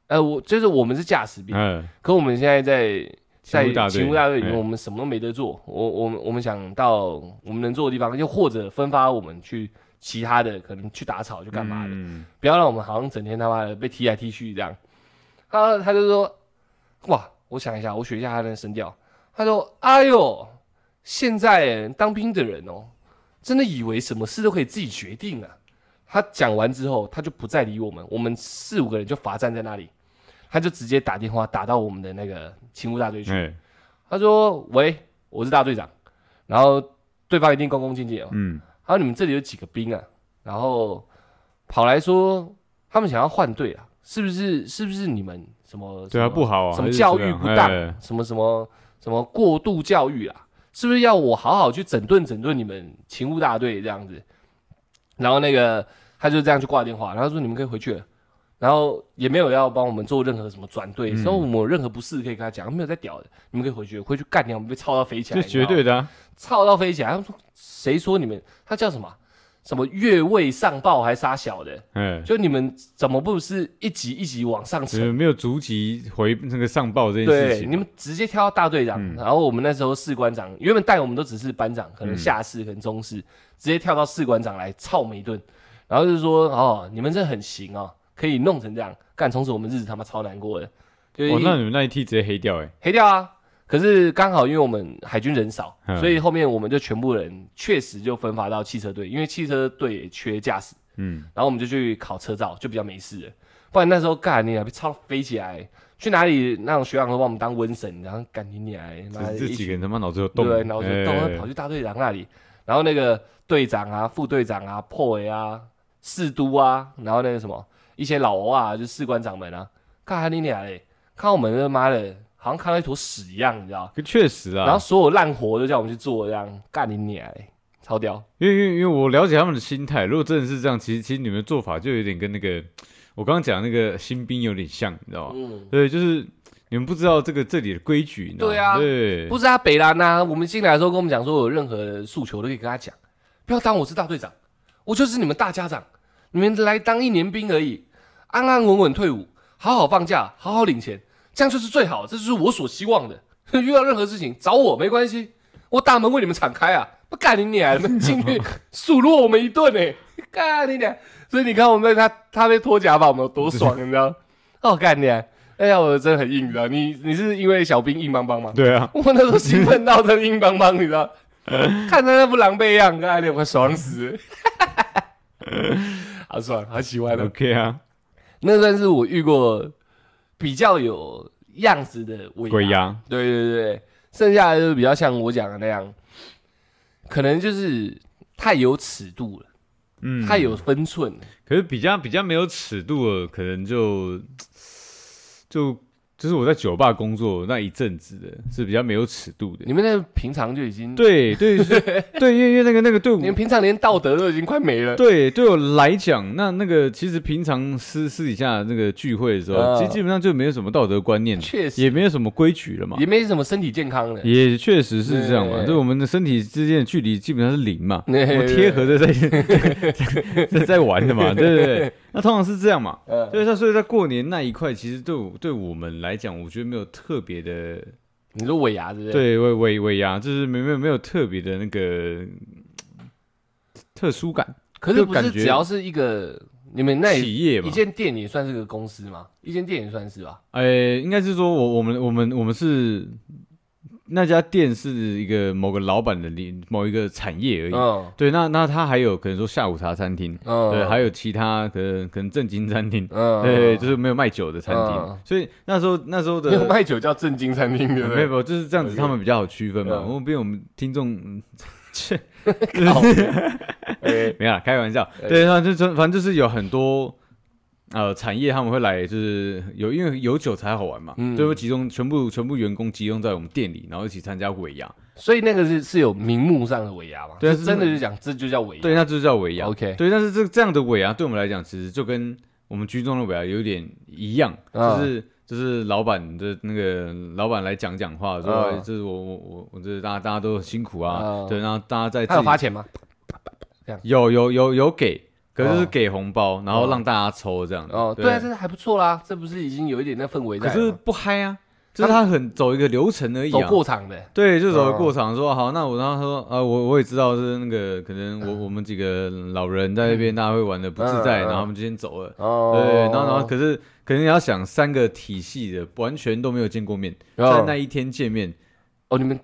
[SPEAKER 1] 呃，呃我就是我们是驾驶兵，
[SPEAKER 2] 嗯，
[SPEAKER 1] 可我们现在在在
[SPEAKER 2] 勤务大队
[SPEAKER 1] 勤务大队里面，
[SPEAKER 2] 哎
[SPEAKER 1] 我们什么都没得做，我我们我们想到我们能做的地方，又或者分发我们去其他的，可能去打草去干嘛的，
[SPEAKER 2] 嗯
[SPEAKER 1] 不要让我们好像整天他妈的被踢来踢去这样。他他就说，哇，我想一下，我学一下他的声调。他说，哎呦，现在当兵的人哦，真的以为什么事都可以自己决定啊。他讲完之后，他就不再理我们，我们四五个人就罚站在那里，他就直接打电话打到我们的那个勤务大队去。
[SPEAKER 2] 哎，
[SPEAKER 1] 他说，喂，我是大队长，然后对方一定恭恭敬敬哦。
[SPEAKER 2] 嗯，
[SPEAKER 1] 他说你们这里有几个兵啊？然后跑来说他们想要换队啊，是不是？是不是你们什么？
[SPEAKER 2] 对啊，
[SPEAKER 1] 什么
[SPEAKER 2] 不好啊，
[SPEAKER 1] 什么
[SPEAKER 2] 还是
[SPEAKER 1] 教
[SPEAKER 2] 这
[SPEAKER 1] 育
[SPEAKER 2] 样
[SPEAKER 1] 不当
[SPEAKER 2] 哎，
[SPEAKER 1] 什么什么什么过度教育啊？是不是要我好好去整顿整顿你们勤务大队这样子？然后那个他就这样去挂电话，然后说你们可以回去了，然后也没有要帮我们做任何什么转
[SPEAKER 2] 嗯
[SPEAKER 1] 队，说、我们有任何不适可以跟他讲，没有在屌的，你们可以回去，回去干掉，我们被操到飞起来，
[SPEAKER 2] 这
[SPEAKER 1] 你知道
[SPEAKER 2] 绝
[SPEAKER 1] 吗
[SPEAKER 2] 对的啊，
[SPEAKER 1] 操到飞起来。他们说谁说你们他叫什么啊什么越位上报还杀小的？
[SPEAKER 2] 哎，
[SPEAKER 1] 就你们怎么不是一级一级往上
[SPEAKER 2] 就是
[SPEAKER 1] 层？
[SPEAKER 2] 没有逐级回那个上报这件事
[SPEAKER 1] 对，
[SPEAKER 2] 情，
[SPEAKER 1] 你们直接跳到大队长，然后我们那时候士官长原本带我们都只是班长，可能下士，可能中士，直接跳到士官长来操我们一顿，然后就说哦，你们这很行哦，可以弄成这样，干，从此我们日子他妈超难过的，就是
[SPEAKER 2] 哦，
[SPEAKER 1] 一
[SPEAKER 2] 那你们那一梯直接黑掉，哎，
[SPEAKER 1] 黑掉啊。可是刚好因为我们海军人少，
[SPEAKER 2] 嗯
[SPEAKER 1] 所以后面我们就全部人确实就分发到汽车队，因为汽车队也缺驾驶，
[SPEAKER 2] 嗯，
[SPEAKER 1] 然后我们就去考车照，就比较没事了。不然那时候干你啊俩被超飞起来，去哪里那种学长都把我们当瘟神，然后干你俩，妈
[SPEAKER 2] 这这
[SPEAKER 1] 一
[SPEAKER 2] 几
[SPEAKER 1] 群
[SPEAKER 2] 个人他妈脑子有洞，
[SPEAKER 1] 对，然后就动
[SPEAKER 2] 哎
[SPEAKER 1] 跑去大队长那里，然后那个队长啊、副队长啊、破维啊、士都啊，然后那个什么一些老欧啊，就是士官长们啊，干你俩嘞，看我们他妈的，好像看到一坨屎一样，你知道？
[SPEAKER 2] 可确实啊，
[SPEAKER 1] 然后所有烂活都叫我们去做，这样干你娘、欸，超屌！
[SPEAKER 2] 因为因为因为我了解他们的心态，如果真的是这样，其实其实你们的做法就有点跟那个我刚刚讲那个新兵有点像，你知道吗？
[SPEAKER 1] 嗯，
[SPEAKER 2] 对，就是你们不知道这个这里的规矩，你知道吗
[SPEAKER 1] 对啊
[SPEAKER 2] 对，
[SPEAKER 1] 不是啊，北兰呐、我们进来的时候跟我们讲说，有任何诉求都可以跟他讲，不要当我是大队长，我就是你们大家长，你们来当一年兵而已，安安稳稳退伍，好好放假，好好领钱，这样就是最好，这就是我所希望的。 [laughs] 遇到任何事情找我没关系，我大门为你们敞开啊！不干你娘，你们进去数落我们一顿呢、干你娘！所以你看我们被他他被脱甲吧，我们有多爽，你知道？哦，干你、啊！哎呀，我真的很硬，你知道？你你是因为小兵硬邦邦吗？
[SPEAKER 2] 对
[SPEAKER 1] [laughs]
[SPEAKER 2] 啊，
[SPEAKER 1] 我那时候兴奋到真的硬邦邦，你知
[SPEAKER 2] [laughs]
[SPEAKER 1] 道？看他那副狼狈样，干你，我快爽死
[SPEAKER 2] [laughs]
[SPEAKER 1] 了！好爽，好喜欢哦。
[SPEAKER 2] OK 啊，
[SPEAKER 1] 那算是我遇过比较有样子的尾
[SPEAKER 2] 鬼牙，
[SPEAKER 1] 对对对，剩下的就是比较像我讲的那样，可能就是太有尺度了，
[SPEAKER 2] 嗯，
[SPEAKER 1] 太有分寸了。
[SPEAKER 2] 可是比较比较没有尺度的，可能就就就是我在酒吧工作那一阵子的，是比较没有尺度的。
[SPEAKER 1] 你们那平常就已经，
[SPEAKER 2] 对对是对，因为因为那个那个对我
[SPEAKER 1] 你们平常连道德都已经快没了。
[SPEAKER 2] [laughs] 对对我来讲，那那个其实平常私私底下那个聚会的时候，
[SPEAKER 1] 嗯
[SPEAKER 2] 其实基本上就没有什么道德观念，
[SPEAKER 1] 确实
[SPEAKER 2] 也没有什么规矩了嘛。
[SPEAKER 1] 也没什么身体健康的，
[SPEAKER 2] 也确实是这样嘛，
[SPEAKER 1] 对
[SPEAKER 2] 就我们的身体之间的距离基本上是零嘛，我
[SPEAKER 1] 对
[SPEAKER 2] 们贴合的在在 [laughs] 在
[SPEAKER 1] [laughs]
[SPEAKER 2] 玩的嘛，对对对。那通常是这样嘛，
[SPEAKER 1] 嗯
[SPEAKER 2] 对，那所以在过年那一块，其实对我对我们来讲，我觉得没有特别的，
[SPEAKER 1] 你说尾牙对不对？
[SPEAKER 2] 对尾尾尾牙，就是没没有没有特别的那个特殊感。
[SPEAKER 1] 可是不
[SPEAKER 2] 就
[SPEAKER 1] 是
[SPEAKER 2] 感觉
[SPEAKER 1] 只要是一个你们那里
[SPEAKER 2] 企业嘛
[SPEAKER 1] 一，间店也算是个公司吗？一间店也算是吧。
[SPEAKER 2] 呃，应该是说我我们我们我们是那家店是一个某个老板的领某一个产业而已。
[SPEAKER 1] 嗯
[SPEAKER 2] 对，那那他还有可能说下午茶餐厅，
[SPEAKER 1] 嗯，
[SPEAKER 2] 对，还
[SPEAKER 1] 有
[SPEAKER 2] 有其他可能可能正经餐厅，
[SPEAKER 1] 嗯，[laughs]
[SPEAKER 2] 对，就是没有卖酒的餐厅
[SPEAKER 1] 嗯。
[SPEAKER 2] 所以那时候那时候的
[SPEAKER 1] 没有卖酒叫正经餐厅，对不
[SPEAKER 2] 没有
[SPEAKER 1] 对？
[SPEAKER 2] 没有，就是这样子，
[SPEAKER 1] OK
[SPEAKER 2] 他们比较好区分嘛。
[SPEAKER 1] 嗯
[SPEAKER 2] 我们为我们听众，嗯切，
[SPEAKER 1] [laughs] 哎
[SPEAKER 2] 没有啦，开玩笑。
[SPEAKER 1] 哎
[SPEAKER 2] 对，那就就反正就是有很多呃产业他们会来，就是有因为有酒才好玩嘛，
[SPEAKER 1] 嗯
[SPEAKER 2] 对，会集中全部全部员工集中在我们店里，然后一起参加尾牙。
[SPEAKER 1] 所以那个是是有名目上的尾牙嘛？
[SPEAKER 2] 对啊
[SPEAKER 1] 是
[SPEAKER 2] 是
[SPEAKER 1] 真的就讲这就叫尾牙。
[SPEAKER 2] 对，那就是叫尾牙。
[SPEAKER 1] OK
[SPEAKER 2] 对，但是这这样的尾牙对我们来讲，其实就跟我们居中的尾牙有点一样，
[SPEAKER 1] 嗯
[SPEAKER 2] 就是。就是老板的那个老板来讲讲话，说
[SPEAKER 1] 嗯
[SPEAKER 2] 就是我我我我这大家大家都很辛苦啊
[SPEAKER 1] 嗯，
[SPEAKER 2] 对，然后大家在
[SPEAKER 1] 他
[SPEAKER 2] 自
[SPEAKER 1] 有
[SPEAKER 2] 己
[SPEAKER 1] 发钱吗？
[SPEAKER 2] 有有有有给，可是就是
[SPEAKER 1] 哦
[SPEAKER 2] 给红包，然后让大家抽这样子。
[SPEAKER 1] 哦，对啊，这还不错啦，这不是已经有一点那氛围在
[SPEAKER 2] 可
[SPEAKER 1] 了
[SPEAKER 2] 是
[SPEAKER 1] 吗
[SPEAKER 2] 不嗨啊，就是他很走一个流程而已
[SPEAKER 1] 走
[SPEAKER 2] 啊。
[SPEAKER 1] 过场的，
[SPEAKER 2] 对，就走
[SPEAKER 1] 哦
[SPEAKER 2] 个过场，说好，那我然后他说，呃，我我也知道是那个，可能
[SPEAKER 1] [laughs]
[SPEAKER 2] 我我们几个老人在那边，大家会玩的不自在，
[SPEAKER 1] 嗯嗯嗯
[SPEAKER 2] 然后他们就先走了。
[SPEAKER 1] 哦，
[SPEAKER 2] 对，然后然后可是可能你要想三个体系的，完全都没有见过面，
[SPEAKER 1] 哦
[SPEAKER 2] 在那一天见面，
[SPEAKER 1] 哦，你们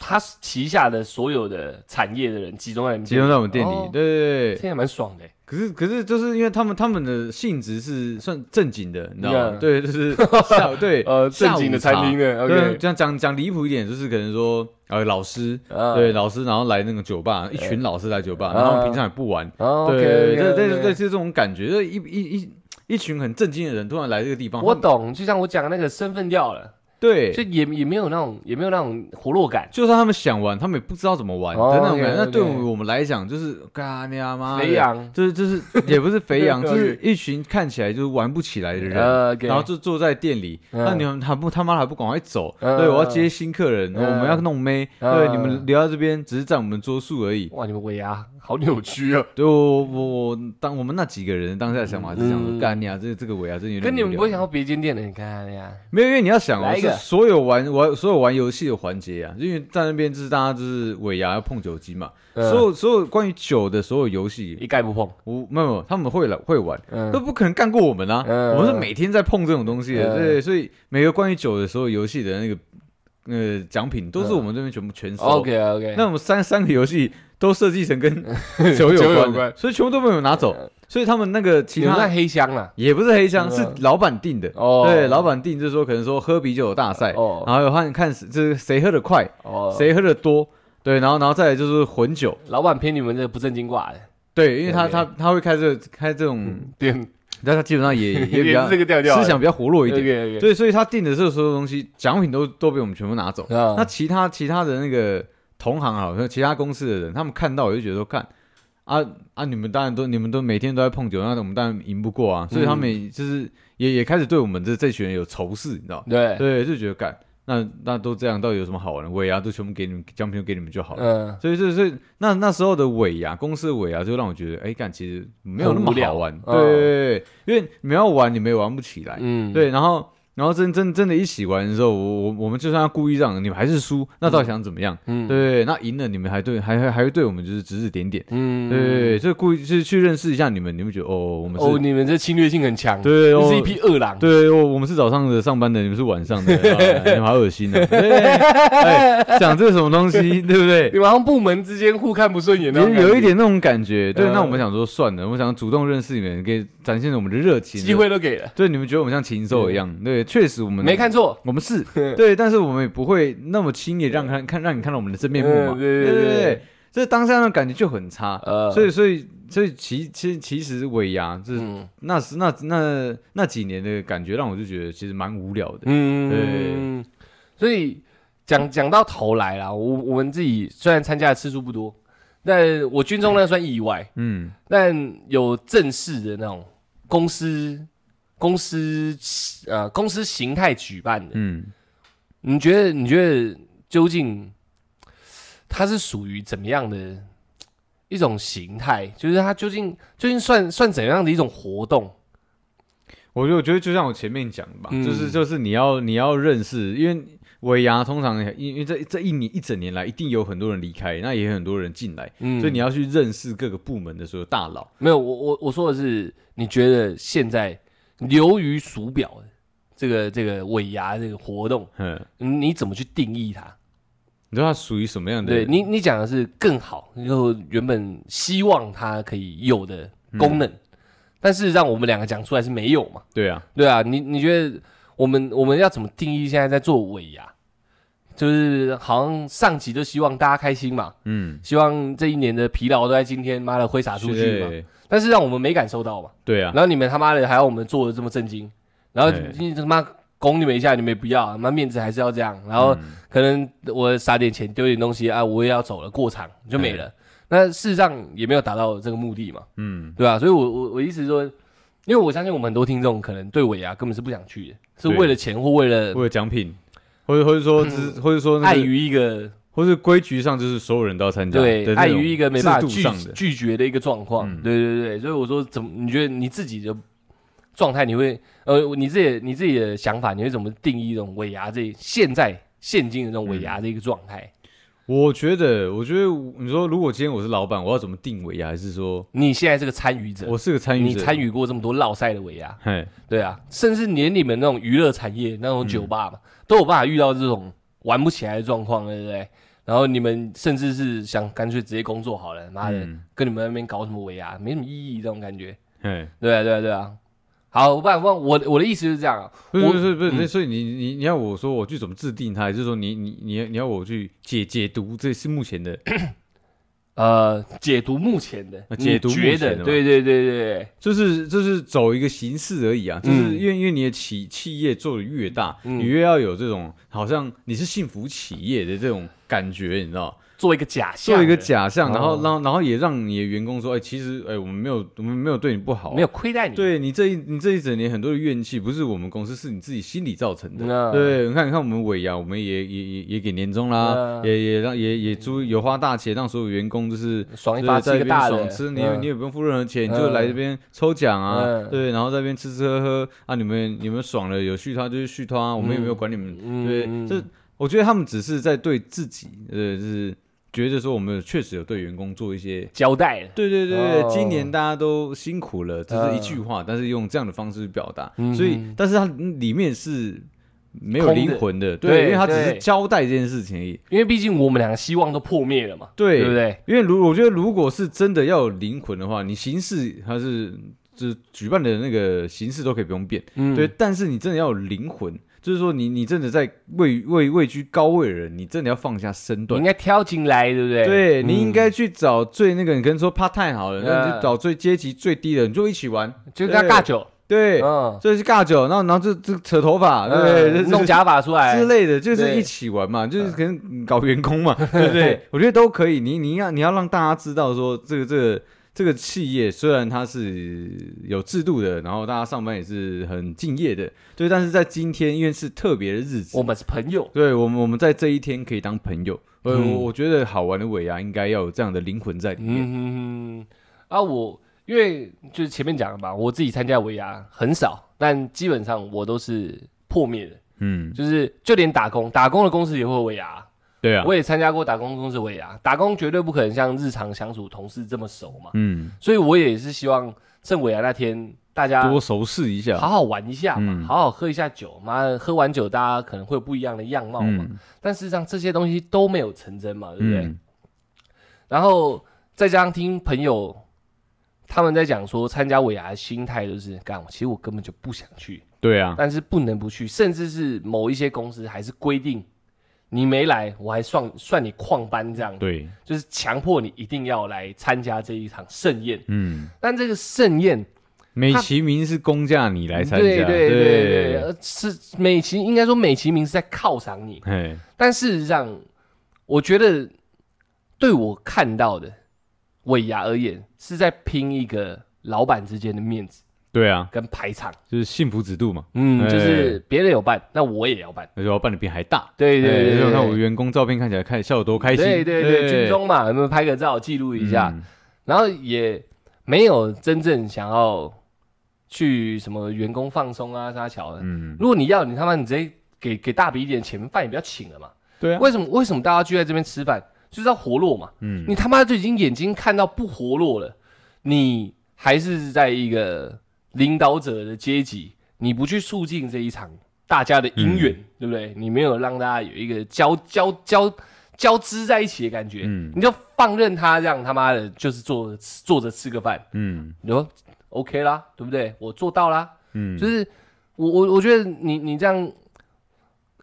[SPEAKER 1] 他旗下的所有的产业的人集中在你们
[SPEAKER 2] 集中在我们店里
[SPEAKER 1] 哦，
[SPEAKER 2] 对对对
[SPEAKER 1] 这。也蛮爽的。
[SPEAKER 2] 可是可是就是因为他们他们的性质是算正经的，你知道吗
[SPEAKER 1] Yeah？
[SPEAKER 2] 对，就是下午
[SPEAKER 1] [laughs]
[SPEAKER 2] 对
[SPEAKER 1] 呃，嗯正经的餐厅。
[SPEAKER 2] 下午
[SPEAKER 1] 的
[SPEAKER 2] 茶对，
[SPEAKER 1] ，OK，
[SPEAKER 2] 这样讲讲离谱一点，就是可能说呃老师。
[SPEAKER 1] 啊
[SPEAKER 2] 对，，老师，然后来那个酒吧，一群老师来酒吧，然后他们平常也不玩，
[SPEAKER 1] 哦
[SPEAKER 2] 对
[SPEAKER 1] OK，
[SPEAKER 2] 对对对
[SPEAKER 1] OK，OK
[SPEAKER 2] 对，是这种感觉，就一一一一群很正经的人突然来这个地方，
[SPEAKER 1] 我
[SPEAKER 2] 他们
[SPEAKER 1] 懂，就像我讲的那个身份掉了，
[SPEAKER 2] 对，
[SPEAKER 1] 就也也没有那种也没有那种活络感，
[SPEAKER 2] 就算他们想玩，他们也不知道怎么玩
[SPEAKER 1] 哦
[SPEAKER 2] 的那种感觉。
[SPEAKER 1] OK，OK
[SPEAKER 2] 那对我们来讲，就是干你啊妈的
[SPEAKER 1] 肥，羊，
[SPEAKER 2] 就是就是也不是肥
[SPEAKER 1] [laughs]
[SPEAKER 2] 羊，
[SPEAKER 1] OK
[SPEAKER 2] 就是一群看起来就是玩不起来的人。
[SPEAKER 1] 呃，给
[SPEAKER 2] 然后就坐在店里，
[SPEAKER 1] 嗯
[SPEAKER 2] 那你们还不他妈还不赶快走？
[SPEAKER 1] 嗯
[SPEAKER 2] 对，我要接新客人，
[SPEAKER 1] 嗯
[SPEAKER 2] 我们要弄妹，
[SPEAKER 1] 嗯
[SPEAKER 2] 对，你们留在这边只是占我们桌数而已。
[SPEAKER 1] 哇，你们尾牙好扭曲
[SPEAKER 2] [laughs]
[SPEAKER 1] 哦，
[SPEAKER 2] 对，我我我当我们那几个人当下的想法是想
[SPEAKER 1] 嗯
[SPEAKER 2] 说，干你啊，这这个尾啊，真有点
[SPEAKER 1] 跟你们
[SPEAKER 2] 无聊
[SPEAKER 1] 不会想到别间店的，你看哎呀，
[SPEAKER 2] 没有，因为你要想哦，
[SPEAKER 1] 来一个
[SPEAKER 2] 是所有玩玩所有玩游戏的环节啊，因为在那边就是大家就是尾牙要碰酒精嘛，
[SPEAKER 1] 嗯
[SPEAKER 2] 所有所有关于酒的所有游
[SPEAKER 1] 一
[SPEAKER 2] 戏，
[SPEAKER 1] 概不碰，
[SPEAKER 2] 我没有没有他们会来会玩，都
[SPEAKER 1] 嗯，
[SPEAKER 2] 不可能干过我们啊，
[SPEAKER 1] 嗯
[SPEAKER 2] 我们是每天在碰这种东西的，
[SPEAKER 1] 嗯
[SPEAKER 2] 对，所以每个关于酒的所有游戏的那个呃奖品都是
[SPEAKER 1] 嗯
[SPEAKER 2] 我们这边全部全收。
[SPEAKER 1] OK OK，
[SPEAKER 2] 那我们三三个游戏都设计
[SPEAKER 1] [laughs]
[SPEAKER 2] 成跟酒有
[SPEAKER 1] 酒有
[SPEAKER 2] 关的，
[SPEAKER 1] 关呃
[SPEAKER 2] 所以全部都被我们拿走，所以他们那个其
[SPEAKER 1] 你们那
[SPEAKER 2] 他
[SPEAKER 1] 黑箱啦，
[SPEAKER 2] 也不是黑箱，
[SPEAKER 1] 嗯
[SPEAKER 2] 是老板定的。
[SPEAKER 1] 哦，
[SPEAKER 2] 对，老板定就是说，可能说喝啤酒大赛，
[SPEAKER 1] 哦
[SPEAKER 2] 然后有看看是就是谁喝的快，
[SPEAKER 1] 哦，
[SPEAKER 2] 谁喝的多，对，然后然后再来就是混酒，
[SPEAKER 1] 老板偏你们这不正经挂的
[SPEAKER 2] 对，因为他
[SPEAKER 1] OK
[SPEAKER 2] 他他会开这开这种，
[SPEAKER 1] 店，
[SPEAKER 2] 但他基本上嗯也也
[SPEAKER 1] [laughs]
[SPEAKER 2] 比较
[SPEAKER 1] 嗯是这个调调，
[SPEAKER 2] 思想比较活络一点，
[SPEAKER 1] 点，
[SPEAKER 2] 对，所以他定的这所有东西奖品都都被我们全部拿走。
[SPEAKER 1] 啊
[SPEAKER 2] 那其他其他的那个同行好像其他公司的人，他们看到我就觉得说，看啊啊，你们当然都你们都每天都在碰酒，那我们当然赢不过啊，所以他
[SPEAKER 1] 嗯
[SPEAKER 2] 们也就是也也开始对我们这这群人有仇视，你知道吗？
[SPEAKER 1] 对，
[SPEAKER 2] 对，就觉得干，那那都这样，到底有什么好玩的？尾牙都全部给你们，奖品都给你们就好了。
[SPEAKER 1] 嗯，
[SPEAKER 2] 所以，所以，所以，那那时候的尾牙，公司的尾牙，就让我觉得，哎、干，其实没有那
[SPEAKER 1] 很无
[SPEAKER 2] 么
[SPEAKER 1] 聊
[SPEAKER 2] 好玩。
[SPEAKER 1] 嗯
[SPEAKER 2] 对对对对，因为你们要玩，你们也玩不起来。
[SPEAKER 1] 嗯，
[SPEAKER 2] 对，然后然后真真真的一起玩的时候，我我我们就算要故意让你们还是输，那到底想怎么样？
[SPEAKER 1] 嗯
[SPEAKER 2] 对对，那赢了你们还对还还还会对我们就是指指点点，
[SPEAKER 1] 嗯，
[SPEAKER 2] 对，就是故意就是去认识一下你们，你们觉得哦，我们是
[SPEAKER 1] 哦，你们这侵略性很强，
[SPEAKER 2] 对
[SPEAKER 1] 你
[SPEAKER 2] 哦
[SPEAKER 1] 是一匹饿狼，
[SPEAKER 2] 对，哦我我们是早上的上班的，你们是
[SPEAKER 1] [laughs]
[SPEAKER 2] 晚上的，啊你们好恶心哦！对哎，讲这什么东西，对不
[SPEAKER 1] [laughs]
[SPEAKER 2] 对？
[SPEAKER 1] 你们好像部门之间互看不顺眼，
[SPEAKER 2] 有有一。点那种感觉，对。
[SPEAKER 1] 嗯
[SPEAKER 2] 那我们想说算了，我们想主动认识你们，给展现我们的热情，
[SPEAKER 1] 机。会都给了，
[SPEAKER 2] 对，你们觉得我们像禽兽一样，对，确实我们
[SPEAKER 1] 没看，错。
[SPEAKER 2] 我们
[SPEAKER 1] [laughs]
[SPEAKER 2] 是对，但是我们也不会那么轻易地让看看让你看到我们的真面目嘛，
[SPEAKER 1] 嗯对对
[SPEAKER 2] 对
[SPEAKER 1] 对
[SPEAKER 2] 对。这当下那感觉就很差，
[SPEAKER 1] 呃
[SPEAKER 2] 所以所以所以其其其实尾牙就是
[SPEAKER 1] 嗯
[SPEAKER 2] 那时那那那几年的感觉，让我就觉得其实蛮无聊的。
[SPEAKER 1] 嗯，所以讲讲到头来啦，我我们自己虽然参加的次数不多，但我军中那算意外，
[SPEAKER 2] 嗯，
[SPEAKER 1] 但有正式的那种公司公司呃公司形态举办的，
[SPEAKER 2] 嗯，
[SPEAKER 1] 你觉得你觉得究竟它是属于怎么样的一种形态？就是它究竟究竟算算怎样的一种活动？
[SPEAKER 2] 我就我觉得就像我前面讲的吧，
[SPEAKER 1] 嗯
[SPEAKER 2] 就是就是你要你要认识，因为尾牙通常因因为这这一年一整年来，一定有很多人离开，那也有很多人进来，
[SPEAKER 1] 嗯
[SPEAKER 2] 所以你要去认识各个部门的所有大佬。
[SPEAKER 1] 没有，我我我说的是，你觉得现在流于俗表的这个这个尾牙这个活动，
[SPEAKER 2] 嗯，
[SPEAKER 1] 嗯你怎么去定义它？
[SPEAKER 2] 你知道他属于什么样
[SPEAKER 1] 嗯
[SPEAKER 2] 的？
[SPEAKER 1] 对你你讲的是更好，就原本希望它可以有的功能，但事实上我们两个讲出来是没有嘛？
[SPEAKER 2] 对啊，
[SPEAKER 1] 对啊，你你觉得我们我们要怎么定义现在在做尾牙？就是好像上集就希望大家开心嘛，
[SPEAKER 2] 嗯，
[SPEAKER 1] 希望这一年的疲劳都在今天妈的挥洒出去嘛，
[SPEAKER 2] 对
[SPEAKER 1] 但是让我们没感受到嘛。
[SPEAKER 2] 对啊，
[SPEAKER 1] 然后你们他妈的还要我们做的这么震惊，然后
[SPEAKER 2] 对
[SPEAKER 1] 你他妈拱你们一下，你们也不要，他妈面子还是要这样。然后
[SPEAKER 2] 嗯
[SPEAKER 1] 可能我撒点钱丢点东西啊，我也要走了，过场就没了。那事实上也没有达到这个目的嘛，
[SPEAKER 2] 嗯，
[SPEAKER 1] 对吧、啊所以我我我意思是说，因为我相信我们很多听众可能对尾牙根本是不想去的，是
[SPEAKER 2] 对
[SPEAKER 1] 为了钱或为了
[SPEAKER 2] 或者奖品，或者或者说只是或者说
[SPEAKER 1] 嗯
[SPEAKER 2] 那
[SPEAKER 1] 碍
[SPEAKER 2] 个
[SPEAKER 1] 于一个
[SPEAKER 2] 或是规矩上就是所有人都要参加，
[SPEAKER 1] 对碍于一个没办法拒
[SPEAKER 2] 上的，
[SPEAKER 1] 拒绝的一个状况。
[SPEAKER 2] 嗯
[SPEAKER 1] 对对对，所以我说怎么你觉得你自己的状态，你会呃你自己你自己的想法，你会怎么定义这种尾牙这现在现今的这种尾
[SPEAKER 2] 嗯
[SPEAKER 1] 牙这一个状态？
[SPEAKER 2] 我觉得，我觉得你说如果今天我是老板，我要怎么定位啊？还是说
[SPEAKER 1] 你现在是个参与者，
[SPEAKER 2] 我是个参与
[SPEAKER 1] 你
[SPEAKER 2] 者？
[SPEAKER 1] 参
[SPEAKER 2] 与，
[SPEAKER 1] 与过这么多落赛的尾牙，
[SPEAKER 2] 嘿，
[SPEAKER 1] 对啊，甚至连你们那种娱乐产业那种酒吧嘛，
[SPEAKER 2] 嗯
[SPEAKER 1] 都有办法遇到这种玩不起来的状况，对不对？然后你们甚至是想干脆直接工作好了，妈的，
[SPEAKER 2] 嗯
[SPEAKER 1] 跟你们那边搞什么尾牙，没什么意义，这种感觉。
[SPEAKER 2] 嘿，
[SPEAKER 1] 对啊，对啊，对啊。好，不然不然，我我的意思就是这样啊。
[SPEAKER 2] 不是
[SPEAKER 1] 我
[SPEAKER 2] 不是不是，所以你你你要我说我去怎么制定它，还是说你你你你要我去解解读这是目前的？
[SPEAKER 1] 呃，解读目前的，
[SPEAKER 2] 啊解读
[SPEAKER 1] 你觉
[SPEAKER 2] 目前
[SPEAKER 1] 得，
[SPEAKER 2] 的嘛
[SPEAKER 1] 对对对对，
[SPEAKER 2] 就是就是走一个形式而已啊，就是
[SPEAKER 1] 嗯
[SPEAKER 2] 因为、因为你的企企业做的越大，
[SPEAKER 1] 嗯
[SPEAKER 2] 你越要有这种好像你是幸福企业的这种感觉，你知道？
[SPEAKER 1] 做一个假象，
[SPEAKER 2] 做一个，假象，然
[SPEAKER 1] 哦
[SPEAKER 2] 后让然后也让你的员工说，哎、其实哎、我们没有我们没有对你不好啊、
[SPEAKER 1] 没有亏待你。，
[SPEAKER 2] 对你这一你这一整年很多的怨气，不是我们公司，是你自己心里造成的。
[SPEAKER 1] 那
[SPEAKER 2] 对，你看，你看我们尾牙，我们也也也也给年终啦，
[SPEAKER 1] 嗯
[SPEAKER 2] 也也让也也租有花大钱，让所有员工就是
[SPEAKER 1] 爽一
[SPEAKER 2] 对
[SPEAKER 1] 发
[SPEAKER 2] 在
[SPEAKER 1] 吃个
[SPEAKER 2] 这边
[SPEAKER 1] 大的，
[SPEAKER 2] 爽吃，你也
[SPEAKER 1] 嗯
[SPEAKER 2] 你也不用付任何钱，你就
[SPEAKER 1] 嗯
[SPEAKER 2] 来这边抽奖啊
[SPEAKER 1] 嗯，
[SPEAKER 2] 对，然后在这边吃吃喝喝啊，你们你们爽了有续他就是续他，啊我们也没有管你们
[SPEAKER 1] 嗯
[SPEAKER 2] 对，
[SPEAKER 1] 嗯
[SPEAKER 2] 这我觉得他们只是在对自己，呃，就是觉得说我们确实有对员工做一些，
[SPEAKER 1] 交代了。
[SPEAKER 2] 对对对对，
[SPEAKER 1] 哦
[SPEAKER 2] 今年大家都辛苦了，这是一句话，但是用这样的方式去表达，所以
[SPEAKER 1] 嗯，
[SPEAKER 2] 但是它里面是没有
[SPEAKER 1] 空的
[SPEAKER 2] 灵魂的，
[SPEAKER 1] 对
[SPEAKER 2] 对，因为它只是
[SPEAKER 1] 对
[SPEAKER 2] 交代这件事情而已，
[SPEAKER 1] 因为毕竟我们两个希望都破灭了嘛，
[SPEAKER 2] 对
[SPEAKER 1] 对不对？
[SPEAKER 2] 因为如我觉得如果是真的要有灵魂的话，你形式它是就是举办的那个形式都可以不用变，
[SPEAKER 1] 嗯
[SPEAKER 2] 对，，但是你真的要有灵魂。就是说你，你真的在位位位居高位的人，你真的要放下身
[SPEAKER 1] 你
[SPEAKER 2] 段
[SPEAKER 1] 应，该挑进来，对不对？
[SPEAKER 2] 对
[SPEAKER 1] 嗯
[SPEAKER 2] 你应该去找最那个，你可能说 part time 好了，那你
[SPEAKER 1] 嗯
[SPEAKER 2] 就找最阶级最低的，你就一起玩。
[SPEAKER 1] 就跟他尬酒，
[SPEAKER 2] 对，
[SPEAKER 1] 嗯，
[SPEAKER 2] 所以是尬酒，然后然后这这扯头发，对不对？这
[SPEAKER 1] 嗯
[SPEAKER 2] 这
[SPEAKER 1] 弄假发出来
[SPEAKER 2] 之，类的，就是
[SPEAKER 1] 对嗯
[SPEAKER 2] 一起玩嘛，就是可能搞
[SPEAKER 1] [laughs]
[SPEAKER 2] 员工嘛，对不对？我觉得都可以。你你要你要让大家知道说，这个这个这个企业虽然它是有制度的，然后大家上班也是很敬业的，对，但是在今天因为是特别的日子
[SPEAKER 1] 我，们是朋友，
[SPEAKER 2] 对我们我们在这一天可以当朋友。呃，
[SPEAKER 1] 嗯
[SPEAKER 2] 我我觉得好玩的尾牙应该要有这样的灵魂在里面。
[SPEAKER 1] 嗯哼哼，啊，我因为就是前面讲的嘛，我自己参加维亚很少，但基本上我都是破灭的，
[SPEAKER 2] 嗯，
[SPEAKER 1] 就是就连打工，打工的公司也会有尾牙，
[SPEAKER 2] 对啊，
[SPEAKER 1] 我也参加过打工公司的尾牙，打工绝对不可能像日常相处同事这么熟嘛，
[SPEAKER 2] 嗯，
[SPEAKER 1] 所以我也是希望趁尾牙那天大家
[SPEAKER 2] 多熟识一下，
[SPEAKER 1] 好好玩一下嘛，
[SPEAKER 2] 嗯
[SPEAKER 1] 好好喝一下酒嘛，妈喝完酒大家可能会有不一样的样貌嘛，
[SPEAKER 2] 嗯，
[SPEAKER 1] 但事实上这些东西都没有成真嘛，对不对？
[SPEAKER 2] 嗯，
[SPEAKER 1] 然后再加上听朋友他们在讲说，参加尾牙的心态就是，干，其实我根本就不想去，
[SPEAKER 2] 对啊，
[SPEAKER 1] 但是不能不去，甚至是某一些公司还是规定，你没来我还算算你旷班这样，
[SPEAKER 2] 对，
[SPEAKER 1] 就是强迫你一定要来参加这一场盛宴。
[SPEAKER 2] 嗯，
[SPEAKER 1] 但这个盛宴，
[SPEAKER 2] 美其名是公价你来参加，
[SPEAKER 1] 对对对
[SPEAKER 2] 对，
[SPEAKER 1] 呃是美其应该说美其名是在犒赏你，
[SPEAKER 2] 嘿，
[SPEAKER 1] 但事实上，我觉得对我看到的尾牙而言，是在拼一个老板之间的面子
[SPEAKER 2] 对啊，
[SPEAKER 1] 跟排场。
[SPEAKER 2] 就是幸福指数嘛，
[SPEAKER 1] 嗯，
[SPEAKER 2] 哎
[SPEAKER 1] 就是别人有办，那我也要办。
[SPEAKER 2] 那就要办的比还大，
[SPEAKER 1] 对对对
[SPEAKER 2] 哎
[SPEAKER 1] 对
[SPEAKER 2] 就看我
[SPEAKER 1] 对。
[SPEAKER 2] 员工照片看起来看笑得多开心，
[SPEAKER 1] 对
[SPEAKER 2] 哎
[SPEAKER 1] 对对，军中嘛，我们拍个照记录一下，
[SPEAKER 2] 嗯
[SPEAKER 1] 然后也没有真正想要去什么员工放松啊、啥桥的。
[SPEAKER 2] 嗯，
[SPEAKER 1] 如果你要，你他妈你直接给给大笔一点钱，饭也不要请了嘛。
[SPEAKER 2] 对啊，
[SPEAKER 1] 为什么为什么大家聚在这边吃饭，就是要活络嘛？
[SPEAKER 2] 嗯
[SPEAKER 1] 你他妈就已经眼睛看到不活络了，你还是在一个领导者的阶级，你不去促进这一场大家的
[SPEAKER 2] 嗯
[SPEAKER 1] 姻缘，对不对？你没有让大家有一个交交交交织在一起的感觉，
[SPEAKER 2] 嗯
[SPEAKER 1] 你就放任他让他妈的，就是坐坐着吃个饭，
[SPEAKER 2] 嗯
[SPEAKER 1] 你说 OK 啦，对不对？我做到啦，
[SPEAKER 2] 嗯，
[SPEAKER 1] 就是我我我觉得你你这样，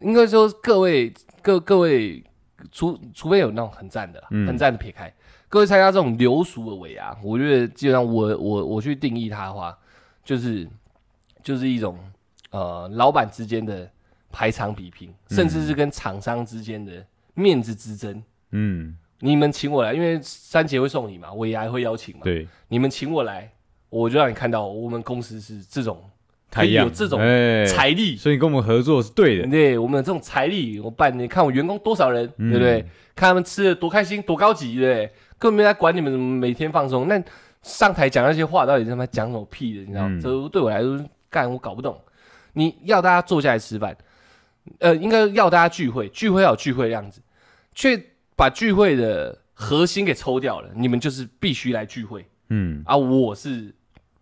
[SPEAKER 1] 应该说各位各各位，除除非有那种很赞的啦，
[SPEAKER 2] 嗯
[SPEAKER 1] 很赞的撇开，各位参加这种流俗的尾牙，我觉得基本上我我我去定义它的话，就是就是一种呃老板之间的排场比拼，甚至是跟厂商之间的面子之争。
[SPEAKER 2] 嗯，
[SPEAKER 1] 你们请我来，因为三节会送你嘛，尾牙会邀请嘛，
[SPEAKER 2] 对，
[SPEAKER 1] 你们请我来，我就让你看到我们公司是这种可
[SPEAKER 2] 太
[SPEAKER 1] 以
[SPEAKER 2] 阳
[SPEAKER 1] 有这种
[SPEAKER 2] 哎，
[SPEAKER 1] 财力，
[SPEAKER 2] 所以你跟我们合作是对的，
[SPEAKER 1] 对我们有这种财力，我办，你看我员工多少人，
[SPEAKER 2] 嗯
[SPEAKER 1] 对不对？看他们吃的多开心，多高级，对不对？根本没来管你们怎么每天放松。那上台讲那些话，到底他妈讲什么屁的？你知道吗？
[SPEAKER 2] 嗯
[SPEAKER 1] 这对我来说，干我搞不懂。你要大家坐下来吃饭，呃，应该要大家聚会，聚会要有聚会的样子，却把聚会的核心给抽掉了。你们就是必须来聚会
[SPEAKER 2] 嗯，
[SPEAKER 1] 啊！我是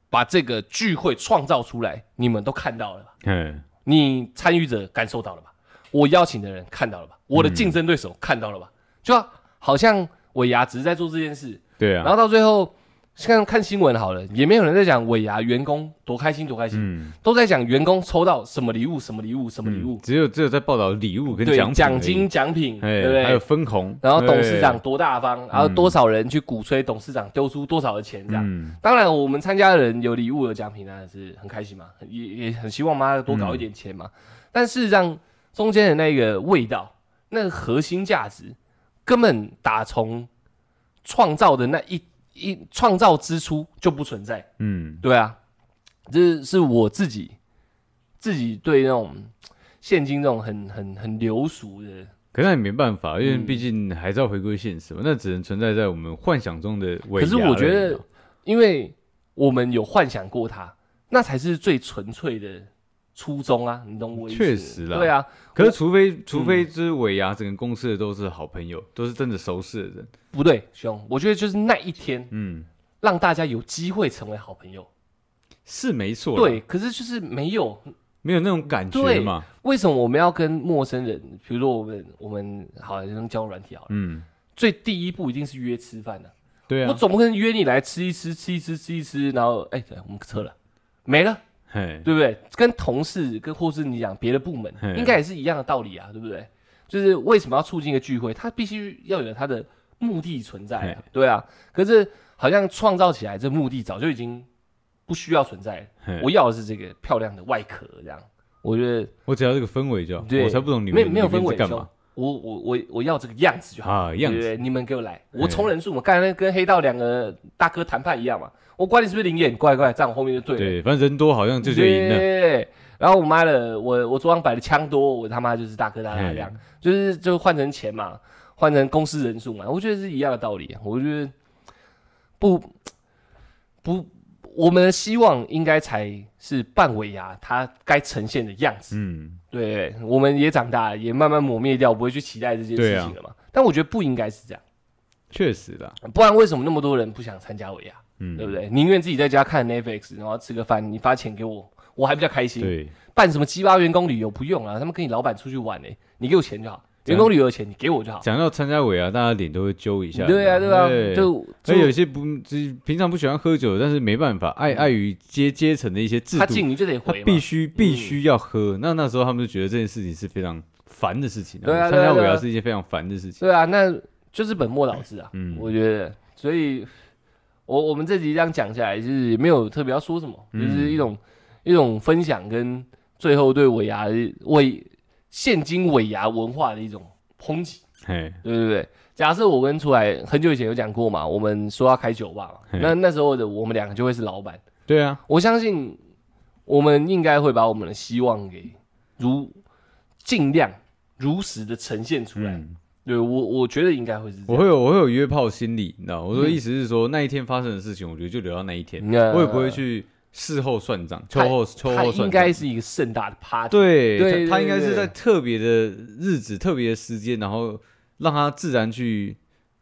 [SPEAKER 1] 把这个聚会创造出来，你们都看到了吧？
[SPEAKER 2] 嗯，
[SPEAKER 1] 你参与者感受到了吧？我邀请的人看到了吧？
[SPEAKER 2] 嗯
[SPEAKER 1] 我的竞争对手看到了吧？就好像尾牙只是在做这件事，
[SPEAKER 2] 对
[SPEAKER 1] 然
[SPEAKER 2] 啊，
[SPEAKER 1] 后到最后看看新闻好了，也没有人在讲尾牙员工多开心多开心，
[SPEAKER 2] 嗯。
[SPEAKER 1] 都在讲员工抽到什么礼物什么礼物什么礼
[SPEAKER 2] 嗯
[SPEAKER 1] 物，
[SPEAKER 2] 只有只有在报道礼物嗯跟
[SPEAKER 1] 对
[SPEAKER 2] 奖品
[SPEAKER 1] 奖
[SPEAKER 2] 而
[SPEAKER 1] 金
[SPEAKER 2] 已，
[SPEAKER 1] 奖品，
[SPEAKER 2] 哎，
[SPEAKER 1] 对不
[SPEAKER 2] 还
[SPEAKER 1] 对？
[SPEAKER 2] 有分红，
[SPEAKER 1] 然后董事长
[SPEAKER 2] 哎，
[SPEAKER 1] 多大方，然后多少人去鼓吹董事长丢出多少的钱这样。
[SPEAKER 2] 嗯，
[SPEAKER 1] 当然，我们参加的人有礼物有奖品，当然是很开心嘛，也也很希望妈的多搞一点钱嘛。但事实上，中间的那个味道，那个核心价值，根本打从创造的那一一创造之初就不存在。
[SPEAKER 2] 嗯，
[SPEAKER 1] 对啊，这是我自己自己对那种现今这种很很很流俗的，
[SPEAKER 2] 可是也没办法，因为
[SPEAKER 1] 嗯
[SPEAKER 2] 毕竟还是要回归现实嘛，那只能存在在我们幻想中的
[SPEAKER 1] 可
[SPEAKER 2] 尾牙而已啊。
[SPEAKER 1] 是我觉得，因为我们有幻想过它，那才是最纯粹的初衷啊！你懂我意思？
[SPEAKER 2] 确实啦
[SPEAKER 1] 对啊，
[SPEAKER 2] 可是除非除
[SPEAKER 1] 嗯
[SPEAKER 2] 非就是尾牙整个公司的都是好朋友，都是真的熟识的人，
[SPEAKER 1] 不对，兄，我觉得就是那一天
[SPEAKER 2] 嗯，
[SPEAKER 1] 让大家有机会成为好朋友。
[SPEAKER 2] 是没错，
[SPEAKER 1] 对，，可是就是没有。
[SPEAKER 2] 没有那种感觉
[SPEAKER 1] 对
[SPEAKER 2] 嘛，
[SPEAKER 1] 为什么我们要跟陌生人？比如说我们我们好像交友软体好了，
[SPEAKER 2] 嗯，
[SPEAKER 1] 最第一步一定是约吃饭的、
[SPEAKER 2] 对
[SPEAKER 1] 我
[SPEAKER 2] 啊，
[SPEAKER 1] 总不可能约你来吃一吃吃一吃吃一吃，然后哎、对我们撤了，没了。
[SPEAKER 2] 嘿，
[SPEAKER 1] 对不对？跟同事跟或是你讲别的部门
[SPEAKER 2] 嘿，
[SPEAKER 1] 应该也是一样的道理啊，对不对？就是为什么要促进一个聚会，它必须要有它的目的存在、啊
[SPEAKER 2] 嘿，
[SPEAKER 1] 对啊。可是好像创造起来这目的早就已经不需要存在了。
[SPEAKER 2] 嘿
[SPEAKER 1] 我要的是这个漂亮的外壳，这样我觉得
[SPEAKER 2] 我只要这个氛围就好，
[SPEAKER 1] 对，
[SPEAKER 2] 我才不懂你
[SPEAKER 1] 没
[SPEAKER 2] 们
[SPEAKER 1] 有没有
[SPEAKER 2] 你们
[SPEAKER 1] 氛围
[SPEAKER 2] 是干
[SPEAKER 1] 兄
[SPEAKER 2] 嘛
[SPEAKER 1] 我我我我要这个样子就好，
[SPEAKER 2] 啊，样
[SPEAKER 1] 对不
[SPEAKER 2] 子，
[SPEAKER 1] 对？你们给我来，我冲人数嘛，刚才跟黑道两个大哥谈判一样嘛，我管你是不是灵眼，过来过来，站我后面就对了。
[SPEAKER 2] 对，反正人多好像就觉得赢了，
[SPEAKER 1] 对，然后我妈的，我我桌上摆的枪多，我他妈就是大哥大大
[SPEAKER 2] 嘿
[SPEAKER 1] 量，就是就换成钱嘛，换成公司人啊数嘛，我觉得是一样的道理。我觉得不不，我们的希望应该才是半尾牙它该呈现的样子。
[SPEAKER 2] 嗯，
[SPEAKER 1] 对，我们也长大了，也慢慢磨灭掉，不会去期待这件事情
[SPEAKER 2] 啊
[SPEAKER 1] 了嘛。但我觉得不应该是这样，
[SPEAKER 2] 确实啦，
[SPEAKER 1] 不然为什么那么多人不想参加尾牙？
[SPEAKER 2] 嗯，
[SPEAKER 1] 对不对？宁愿自己在家看 Netflix，然后吃个饭，你发钱给我，我还比较开心。
[SPEAKER 2] 对？
[SPEAKER 1] 办什么鸡巴员工旅游不用啊，他们跟你老板出去玩呢、欸你给我钱就好。
[SPEAKER 2] 这
[SPEAKER 1] 员
[SPEAKER 2] 样
[SPEAKER 1] 工旅游的钱你给我就好。
[SPEAKER 2] 讲到参加尾牙，大家脸都会揪一下。
[SPEAKER 1] 对啊，
[SPEAKER 2] 你
[SPEAKER 1] 对
[SPEAKER 2] 知道
[SPEAKER 1] 啊
[SPEAKER 2] 吗，
[SPEAKER 1] 就
[SPEAKER 2] 所以哎有
[SPEAKER 1] 就
[SPEAKER 2] 些不就是平常不喜欢喝酒，但是没办法，碍碍于阶阶层的一些制
[SPEAKER 1] 他
[SPEAKER 2] 度，
[SPEAKER 1] 进你就得
[SPEAKER 2] 嗯他
[SPEAKER 1] 回嘛，
[SPEAKER 2] 必须必
[SPEAKER 1] 嗯
[SPEAKER 2] 须要喝。那那时候他们就觉得这件事情是非常烦的事情，
[SPEAKER 1] 对啊
[SPEAKER 2] 参
[SPEAKER 1] 对啊
[SPEAKER 2] 加尾
[SPEAKER 1] 对啊
[SPEAKER 2] 牙是一件非常烦的事情。
[SPEAKER 1] 对啊，那就是本末倒置啊。
[SPEAKER 2] 嗯
[SPEAKER 1] 我觉得，所以我我们这集这样讲下来，就是没有特别要说什么，
[SPEAKER 2] 嗯
[SPEAKER 1] 就是一种、一种分享跟最后对尾牙的尾现今尾牙文化的一种抨击，
[SPEAKER 2] 嘿，
[SPEAKER 1] 对对对。假设我跟出来很久以前有讲过嘛，我们说要开酒吧嘛，
[SPEAKER 2] 嘿
[SPEAKER 1] 那那时候的我们两个就会是老板，
[SPEAKER 2] 对啊，
[SPEAKER 1] 我相信我们应该会把我们的希望给如尽量如实的呈现出来。
[SPEAKER 2] 嗯，啊
[SPEAKER 1] 对我，我觉得应该会是这
[SPEAKER 2] 我
[SPEAKER 1] 样。
[SPEAKER 2] 会有我会有约炮心理，你知道吗？我说
[SPEAKER 1] 嗯
[SPEAKER 2] 意思是说那一天发生的事情，我觉得就留到那一天，嗯
[SPEAKER 1] 那
[SPEAKER 2] 我也不会去事后算账，秋
[SPEAKER 1] 他
[SPEAKER 2] 后秋
[SPEAKER 1] 呃它
[SPEAKER 2] 后算
[SPEAKER 1] 应
[SPEAKER 2] 账
[SPEAKER 1] 该。是一个盛大的 party。
[SPEAKER 2] [laughs] 对，
[SPEAKER 1] 对
[SPEAKER 2] 他
[SPEAKER 1] 对
[SPEAKER 2] 他应该
[SPEAKER 1] 对
[SPEAKER 2] 是在
[SPEAKER 1] 对
[SPEAKER 2] 特别的日子、特别的时间，然后让他自然去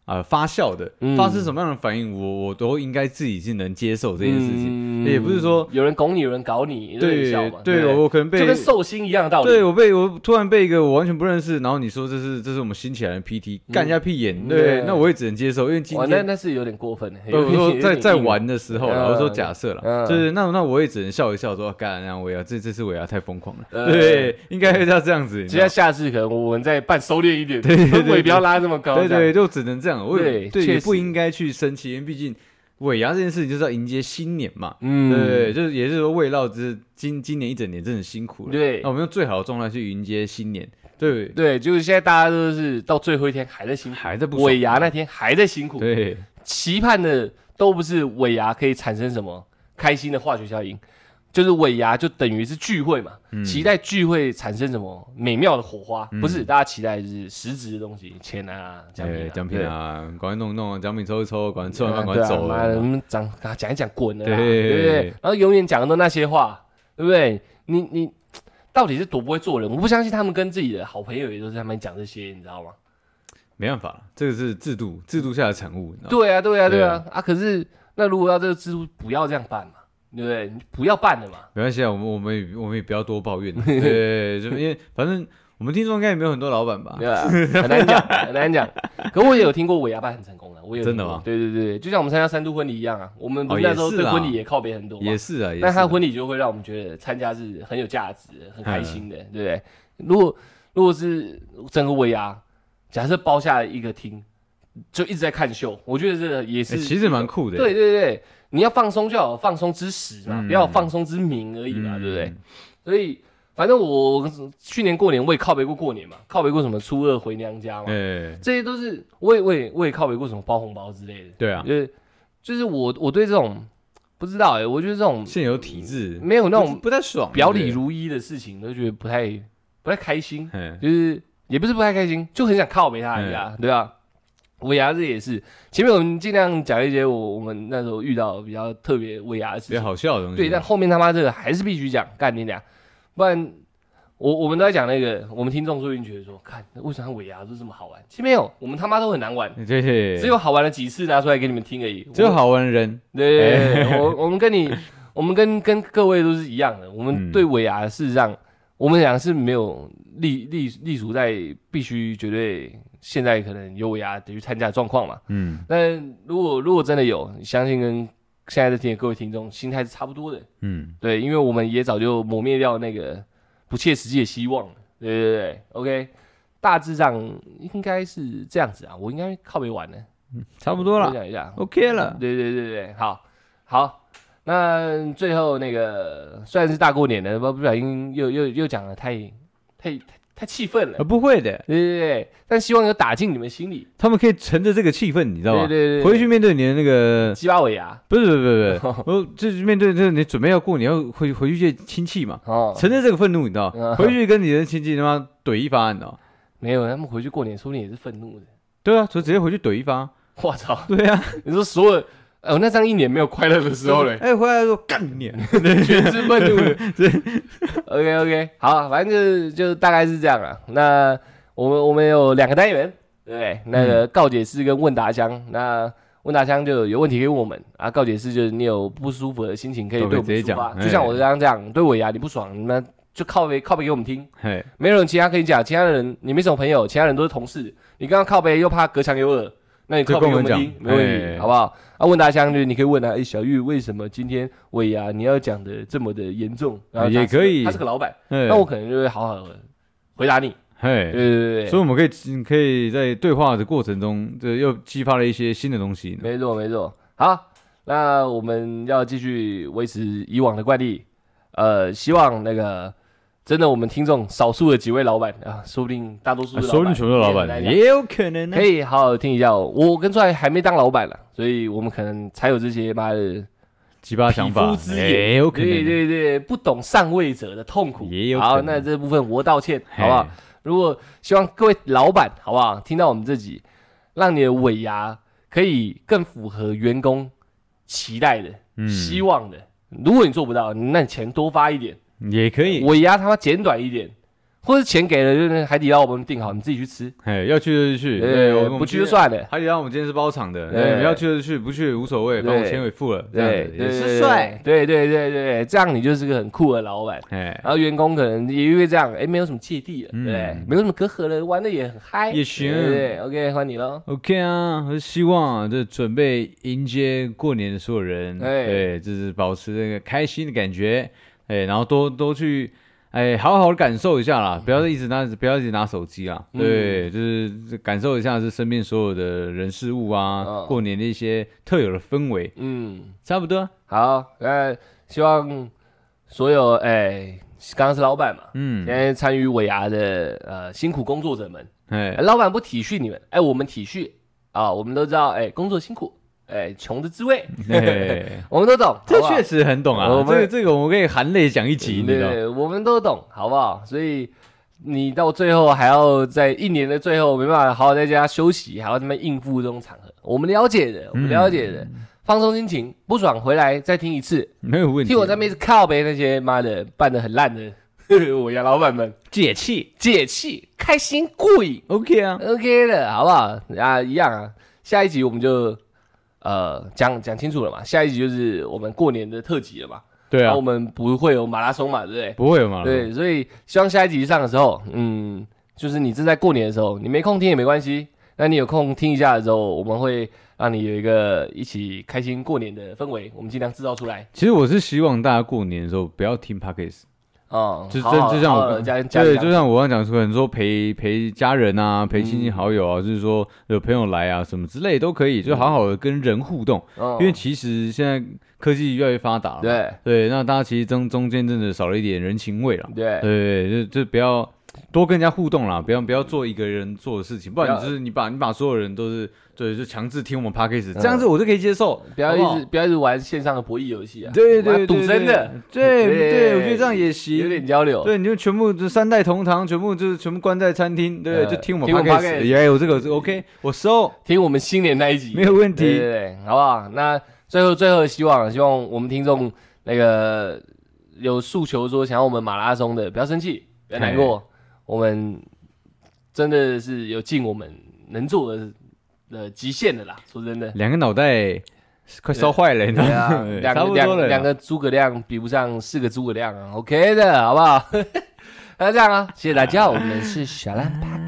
[SPEAKER 2] 啊、呃发酵的，
[SPEAKER 1] 嗯
[SPEAKER 2] 发生什么样的反应，我我都应该自己是能接受这件事情。
[SPEAKER 1] 情
[SPEAKER 2] 也不是说
[SPEAKER 1] 有人拱你，有人搞嗯你，有点
[SPEAKER 2] 对
[SPEAKER 1] 笑嘛。
[SPEAKER 2] 对，
[SPEAKER 1] 不
[SPEAKER 2] 我可能
[SPEAKER 1] 就
[SPEAKER 2] 被
[SPEAKER 1] 跟寿星一样的道理。
[SPEAKER 2] 对我被我突然被一个我完全不认识，然后你说这是这是我们新起来的 PT，干人家屁眼，对
[SPEAKER 1] 嗯对，
[SPEAKER 2] 那我也只能接受，因为今
[SPEAKER 1] 哇，那
[SPEAKER 2] 天。
[SPEAKER 1] 那是有点过分的。
[SPEAKER 2] 呃我
[SPEAKER 1] 有 [laughs]
[SPEAKER 2] 说
[SPEAKER 1] 点
[SPEAKER 2] 在在，
[SPEAKER 1] 有点硬
[SPEAKER 2] 玩的时候啦，
[SPEAKER 1] 嗯
[SPEAKER 2] 我说假设了
[SPEAKER 1] 嗯，
[SPEAKER 2] 就是那那我也只能笑一笑，说啊干，那我也要这这次我也要太疯狂了，
[SPEAKER 1] 呃
[SPEAKER 2] 对，应该会要这样子。你知
[SPEAKER 1] 只
[SPEAKER 2] 道
[SPEAKER 1] 要
[SPEAKER 2] 吗
[SPEAKER 1] 下次可能我们再办收敛一点，
[SPEAKER 2] 对对对
[SPEAKER 1] 氛围不要拉这么高。
[SPEAKER 2] 对
[SPEAKER 1] 这样
[SPEAKER 2] 对，就只能这样。我
[SPEAKER 1] 对
[SPEAKER 2] 也对，
[SPEAKER 1] 确
[SPEAKER 2] 也不
[SPEAKER 1] 实
[SPEAKER 2] 应该去生气，因为毕竟尾牙这件事情就是要迎接新年嘛。
[SPEAKER 1] 嗯，
[SPEAKER 2] 对，就是也是说，为了就是今今年一整年真的辛苦了。
[SPEAKER 1] 对
[SPEAKER 2] 那我们用最好的状态去迎接新年。对，
[SPEAKER 1] 对，就是现在大家都是到最后一天还在辛苦，
[SPEAKER 2] 还在不爽
[SPEAKER 1] 尾牙那天还在辛苦，
[SPEAKER 2] 对，哎
[SPEAKER 1] 期盼的都不是尾牙可以产生什么开心的化学效应，就是尾牙就等于是聚会嘛，
[SPEAKER 2] 嗯
[SPEAKER 1] 期待聚会产生什么美妙的火花，不是大家期待的是实质的东西，钱啊，奖品
[SPEAKER 2] 对
[SPEAKER 1] 啊，
[SPEAKER 2] 奖品啊，赶快弄一弄，奖品抽一抽，赶快吃
[SPEAKER 1] 对，
[SPEAKER 2] 完饭赶
[SPEAKER 1] 对
[SPEAKER 2] 快
[SPEAKER 1] 啊
[SPEAKER 2] 走
[SPEAKER 1] 妈的，
[SPEAKER 2] 了。
[SPEAKER 1] 嗯讲讲一讲滚了啦，
[SPEAKER 2] 对
[SPEAKER 1] 对不对？然后永远讲的都那些话，对不对？你你到底是多不会做人？我不相信他们跟自己的好朋友也都是他们讲这些，你知道吗？
[SPEAKER 2] 没办法，这个是制度制度下的产物。你知道吗
[SPEAKER 1] 对啊，对啊，对
[SPEAKER 2] 对
[SPEAKER 1] 啊
[SPEAKER 2] 啊！
[SPEAKER 1] 啊，可是那如果要这个制度，不要这样办嘛，对不对？你不要办
[SPEAKER 2] [laughs]
[SPEAKER 1] 了嘛。
[SPEAKER 2] 没关系啊，我们我们也我们也不要多抱
[SPEAKER 1] [laughs]
[SPEAKER 2] 怨啊。对，就因为反正我们听众应该也没有很多老板吧
[SPEAKER 1] 对？吧？很难讲，很难讲。可我也有听过尾牙办很成功的，我也有
[SPEAKER 2] 真的
[SPEAKER 1] 听过
[SPEAKER 2] 吗
[SPEAKER 1] 对对对，就像我们参加三都婚礼一样啊，我们不
[SPEAKER 2] 哦
[SPEAKER 1] 是那时候
[SPEAKER 2] 也是
[SPEAKER 1] 对
[SPEAKER 2] 啦
[SPEAKER 1] 婚礼也靠别很多嘛。
[SPEAKER 2] 也是啊，也是
[SPEAKER 1] 那
[SPEAKER 2] 啊。
[SPEAKER 1] 他的婚礼就会让我们觉得参加是很有价值的、很开心的，
[SPEAKER 2] 嗯
[SPEAKER 1] 对不对？如果如果是整个尾牙，假设包下一个厅，就一直在看秀，我觉得这个也
[SPEAKER 2] 欸
[SPEAKER 1] 是、
[SPEAKER 2] 其实蛮酷的。
[SPEAKER 1] 对对对，你要放松就要有放松之时嘛，
[SPEAKER 2] 嗯
[SPEAKER 1] 不要有放松之名而已嘛，
[SPEAKER 2] 嗯
[SPEAKER 1] 对不对？所以反正我我去年过年我也靠北过过年嘛，靠北过什么初二回娘家嘛，
[SPEAKER 2] 哎，
[SPEAKER 1] 这些都是我也我也我也靠北过什么包红包之类的，
[SPEAKER 2] 对啊，
[SPEAKER 1] 就是就是我我对这种不知道哎、我觉得这种
[SPEAKER 2] 现有体制
[SPEAKER 1] 没有那种
[SPEAKER 2] 不不太爽，
[SPEAKER 1] 表里如一的事情都觉得不太不太开心，
[SPEAKER 2] 嗯
[SPEAKER 1] 就是也不是不太开心，就很想靠北他一
[SPEAKER 2] 哎
[SPEAKER 1] 下，对吧？尾牙这也是，前面我们尽量讲一些我我们那时候遇到比较特别尾牙的
[SPEAKER 2] 比
[SPEAKER 1] 事
[SPEAKER 2] 较
[SPEAKER 1] 情，
[SPEAKER 2] 好笑的东西。啊
[SPEAKER 1] 对，但后面他妈这个还是必须讲，干你俩，不然我我们都在讲那个，我们听众说不定觉得说，看为什么尾牙都这么好玩？其实没有，我们他妈都很难玩，
[SPEAKER 2] 对对，
[SPEAKER 1] 只有好玩了几次拿出来给你们听而已，
[SPEAKER 2] 只有好玩的人，
[SPEAKER 1] 对，我我们跟你，我们跟跟各位都是一样的。我们
[SPEAKER 2] 嗯
[SPEAKER 1] 对尾牙事实上，我们俩是没有立立立足在必须绝对现在可能有尾牙得去参加的状况嘛。
[SPEAKER 2] 嗯
[SPEAKER 1] 但如果如果真的有，相信跟现在在听的各位听众心态是差不多的。
[SPEAKER 2] 嗯，
[SPEAKER 1] 对，因为我们也早就磨灭掉那个不切实际的希望了。对对对，OK，大致上应该是这样子啊。我应该靠没完呢，
[SPEAKER 2] 差不多
[SPEAKER 1] 我
[SPEAKER 2] 了
[SPEAKER 1] 讲一下。
[SPEAKER 2] ，OK 了，
[SPEAKER 1] 对对对对，好，好，那最后那个虽然是大过年的，不不小心又又又讲的太太太太气愤了
[SPEAKER 2] 呃，，不会的，
[SPEAKER 1] 对对对，但希望有打进你们心里，
[SPEAKER 2] 他们可以乘着这个气氛，你知道
[SPEAKER 1] 对
[SPEAKER 2] 吗？
[SPEAKER 1] 对对，哦
[SPEAKER 2] 回去面对你的那个，
[SPEAKER 1] 鸡巴尾牙
[SPEAKER 2] 不是
[SPEAKER 1] [laughs]
[SPEAKER 2] 不是不是不是，我就是面对这你准备要过年要回回去见亲戚嘛，
[SPEAKER 1] 哦，
[SPEAKER 2] 乘着这个愤怒，你知道
[SPEAKER 1] 嗯
[SPEAKER 2] 吗，回去跟你的亲戚他妈怼一发，你知道吗？
[SPEAKER 1] 没有，他们回去过年说不定也是愤怒的，
[SPEAKER 2] 对啊，就直接回去怼一发，
[SPEAKER 1] 我操，
[SPEAKER 2] 对啊，
[SPEAKER 1] 你说所有呃，我那张一年没有快乐的时候嘞，
[SPEAKER 2] 哎，回来说干你啊
[SPEAKER 1] [laughs]
[SPEAKER 2] 娘，
[SPEAKER 1] 全是愤怒
[SPEAKER 2] [laughs]
[SPEAKER 1] 的。OK OK，好，反正就是就大概是这样了。那我们我们有两个单元，对不对？那个告解室跟问答箱。那问答箱就有问题可以问我们啊，告解室就是你有不舒服的心情可以
[SPEAKER 2] 都可
[SPEAKER 1] 对
[SPEAKER 2] 以
[SPEAKER 1] 我
[SPEAKER 2] 直接
[SPEAKER 1] 们抒发，
[SPEAKER 2] 讲
[SPEAKER 1] 就像我
[SPEAKER 2] 哎
[SPEAKER 1] 刚刚这样，对我呀你不爽，那就靠背靠背给我们听。
[SPEAKER 2] 嘿，
[SPEAKER 1] 没有人其他可以讲，其他的人你没什么朋友，其他人都是同事。你刚刚靠背又怕隔墙有耳，那你靠背
[SPEAKER 2] 就跟我
[SPEAKER 1] 们
[SPEAKER 2] 们
[SPEAKER 1] 听，
[SPEAKER 2] 讲
[SPEAKER 1] 没问
[SPEAKER 2] 哎
[SPEAKER 1] 题，好不好？啊，问大香就是你可以问他，哎，小玉为什么今天尾牙你要讲的这么的严重？然后他
[SPEAKER 2] 哎也
[SPEAKER 1] 是个
[SPEAKER 2] 可以哎
[SPEAKER 1] 他是个老板，
[SPEAKER 2] 那
[SPEAKER 1] 那我可能就会好好的回答你。对对
[SPEAKER 2] 嘿，
[SPEAKER 1] 对
[SPEAKER 2] 哎所
[SPEAKER 1] 对，
[SPEAKER 2] 以我们可以可以在对话的过程中，这又激发了一些新的东西呢。
[SPEAKER 1] 没错没错。好，那我们要继续维持以往的惯例，呃，希望那个。真的，我们听众少数的几位老板啊，说不定大多数
[SPEAKER 2] 啊
[SPEAKER 1] 的老板
[SPEAKER 2] 说不定全部都老
[SPEAKER 1] 也很
[SPEAKER 2] 板
[SPEAKER 1] 难讲
[SPEAKER 2] 也有可能呢啊
[SPEAKER 1] 可。以好好听一下哦。我跟出来还没当老板了，所以我们可能才有这些妈的
[SPEAKER 2] 奇葩
[SPEAKER 1] 匹
[SPEAKER 2] 想法
[SPEAKER 1] 夫之言，
[SPEAKER 2] 也有可能，
[SPEAKER 1] 对对对，不懂上位者的痛苦。
[SPEAKER 2] 也有可能
[SPEAKER 1] 好，那这部分我道歉，
[SPEAKER 2] 嘿
[SPEAKER 1] 好不好？？如果希望各位老板，好不好？听到我们这集，让你的尾牙可以更符合员工期待的、
[SPEAKER 2] 嗯
[SPEAKER 1] 希望的。如果你做不到，那你钱多发一点，
[SPEAKER 2] 也可以，
[SPEAKER 1] 尾牙他妈简短一点，或者钱给了就是海底捞我们订好，你自己去吃，
[SPEAKER 2] 哎，要去就去，对，我
[SPEAKER 1] 呃，
[SPEAKER 2] 们
[SPEAKER 1] 不去
[SPEAKER 2] 今
[SPEAKER 1] 就
[SPEAKER 2] 天。
[SPEAKER 1] 算了。
[SPEAKER 2] 海底捞我们今天是包场的，
[SPEAKER 1] 对
[SPEAKER 2] 对，要去就去，不去无所谓，
[SPEAKER 1] 对
[SPEAKER 2] 反正我钱也付了，这
[SPEAKER 1] 对
[SPEAKER 2] 样子，
[SPEAKER 1] 对
[SPEAKER 2] 也
[SPEAKER 1] 对
[SPEAKER 2] 是帅。
[SPEAKER 1] 对对对对，这样你就是个很酷的老板。
[SPEAKER 2] 哎，
[SPEAKER 1] 然后员工可能也因为这样，哎，没有什么芥蒂了，对
[SPEAKER 2] 嗯
[SPEAKER 1] 不对，没有什么隔阂了，玩的也很嗨，
[SPEAKER 2] 也行
[SPEAKER 1] 对对，OK，换你喽。
[SPEAKER 2] OK 啊，我希望啊，这准备迎接过年的所有人，
[SPEAKER 1] 哎
[SPEAKER 2] 对，就是保持这个开心的感觉，哎，然后多多去，哎，好好的感受一下啦，不要一直拿，不要一直拿手机啦，
[SPEAKER 1] 嗯
[SPEAKER 2] 对，就是感受一下这身边所有的人事物啊，
[SPEAKER 1] 哦
[SPEAKER 2] 过年的一些特有的氛围，
[SPEAKER 1] 嗯，
[SPEAKER 2] 差不多，
[SPEAKER 1] 好，那希望所有哎，刚刚是老板嘛，
[SPEAKER 2] 嗯
[SPEAKER 1] 现，在参与尾牙的呃辛苦工作者们， [laughs]
[SPEAKER 2] 哎
[SPEAKER 1] 哎，老板不体恤你们，哎，我们体恤啊，我们都知道，哎，工作辛苦，哎，穷的滋味，
[SPEAKER 2] 哎，
[SPEAKER 1] 我们都懂，
[SPEAKER 2] 这
[SPEAKER 1] 好不好
[SPEAKER 2] 确实很懂啊，
[SPEAKER 1] 我们
[SPEAKER 2] 这个这个我们可以含泪讲一集，你知道，
[SPEAKER 1] 对，我们都懂，好不好？所以你到最后还要在一年的最后没办法好好在家休息，还要他们应付这种场合，我们了解
[SPEAKER 2] 嗯
[SPEAKER 1] 的，我们了解的，放松心情，不爽回来再听一次，
[SPEAKER 2] 没有问题，
[SPEAKER 1] 听我在那边靠背那些妈的办的很烂的 [laughs] 我家老板们
[SPEAKER 2] 解气
[SPEAKER 1] 解气，开心过瘾
[SPEAKER 2] ，OK 啊，
[SPEAKER 1] ，OK 的，好不好？啊，一样啊，下一集我们就。呃，讲讲清楚了嘛，下一集就是我们过年的特辑了嘛。
[SPEAKER 2] 对
[SPEAKER 1] 然
[SPEAKER 2] 啊
[SPEAKER 1] 后我，们不会有马拉松嘛，对不对？
[SPEAKER 2] 不会有嘛，
[SPEAKER 1] 对，所以希望下一集上的时候，嗯，就是你正在过年的时候，你没空听也没关系，那你有空听一下的时候，我们会让你有一个一起开心过年的氛围，我们尽量制造出来。
[SPEAKER 2] 其实我是希望大家过年的时候不要听 podcast，
[SPEAKER 1] 哦、
[SPEAKER 2] 就
[SPEAKER 1] 好
[SPEAKER 2] 真
[SPEAKER 1] 好
[SPEAKER 2] 就像
[SPEAKER 1] 好
[SPEAKER 2] 我
[SPEAKER 1] 家家嗯
[SPEAKER 2] 对，
[SPEAKER 1] 家
[SPEAKER 2] 就像我刚刚讲说，可能说陪陪家人啊，陪亲戚好友啊，就是说有朋友来啊，什么之类都可以，就好好的跟人互动。
[SPEAKER 1] 嗯
[SPEAKER 2] 因为其实现在科技越来越发达了嘛，
[SPEAKER 1] 对
[SPEAKER 2] 对，那大家其实中中间真的少了一点人情味了。
[SPEAKER 1] 对
[SPEAKER 2] 对，就就不要多跟人家互动啦，不要不要做一个人做的事情，不然
[SPEAKER 1] 不
[SPEAKER 2] 你
[SPEAKER 1] 要
[SPEAKER 2] 就是你把你把所有人都是对，就强制听我们 podcast，这样子我就可以接受，
[SPEAKER 1] 嗯不要一
[SPEAKER 2] 好
[SPEAKER 1] 直
[SPEAKER 2] 好
[SPEAKER 1] 不要一直玩线上的博弈游戏啊，
[SPEAKER 2] 对
[SPEAKER 1] 我们
[SPEAKER 2] 对
[SPEAKER 1] 要赌真的，，
[SPEAKER 2] 对对
[SPEAKER 1] 对
[SPEAKER 2] 对，我觉得这样也行，
[SPEAKER 1] 有点交流。
[SPEAKER 2] 对，你就全部就三代同堂，全部就是全部关在餐厅，对不对？
[SPEAKER 1] 呃
[SPEAKER 2] 就听我
[SPEAKER 1] 听我
[SPEAKER 2] 们
[SPEAKER 1] 们
[SPEAKER 2] podcast，
[SPEAKER 1] podcast
[SPEAKER 2] 也有这个是 OK，我收，
[SPEAKER 1] 听我们新年那一集
[SPEAKER 2] 没有问
[SPEAKER 1] 对
[SPEAKER 2] 题。
[SPEAKER 1] 对对，好不好？那最后最后希望希望我们听众那个有诉求说想要我们马拉松的，不要生气，不要难过，我们真的是有尽我们能做的的极限的啦。说
[SPEAKER 2] [laughs]
[SPEAKER 1] 真的，
[SPEAKER 2] 两个脑袋快烧坏了，你知道
[SPEAKER 1] 对啊
[SPEAKER 2] 吗？，
[SPEAKER 1] 两
[SPEAKER 2] [laughs] 差
[SPEAKER 1] 个
[SPEAKER 2] 不多
[SPEAKER 1] 两
[SPEAKER 2] 了，
[SPEAKER 1] 两个诸葛亮比不上四个诸葛亮啊，OK 的，好不好？那这样啊，谢谢大家，我们是小烂趴。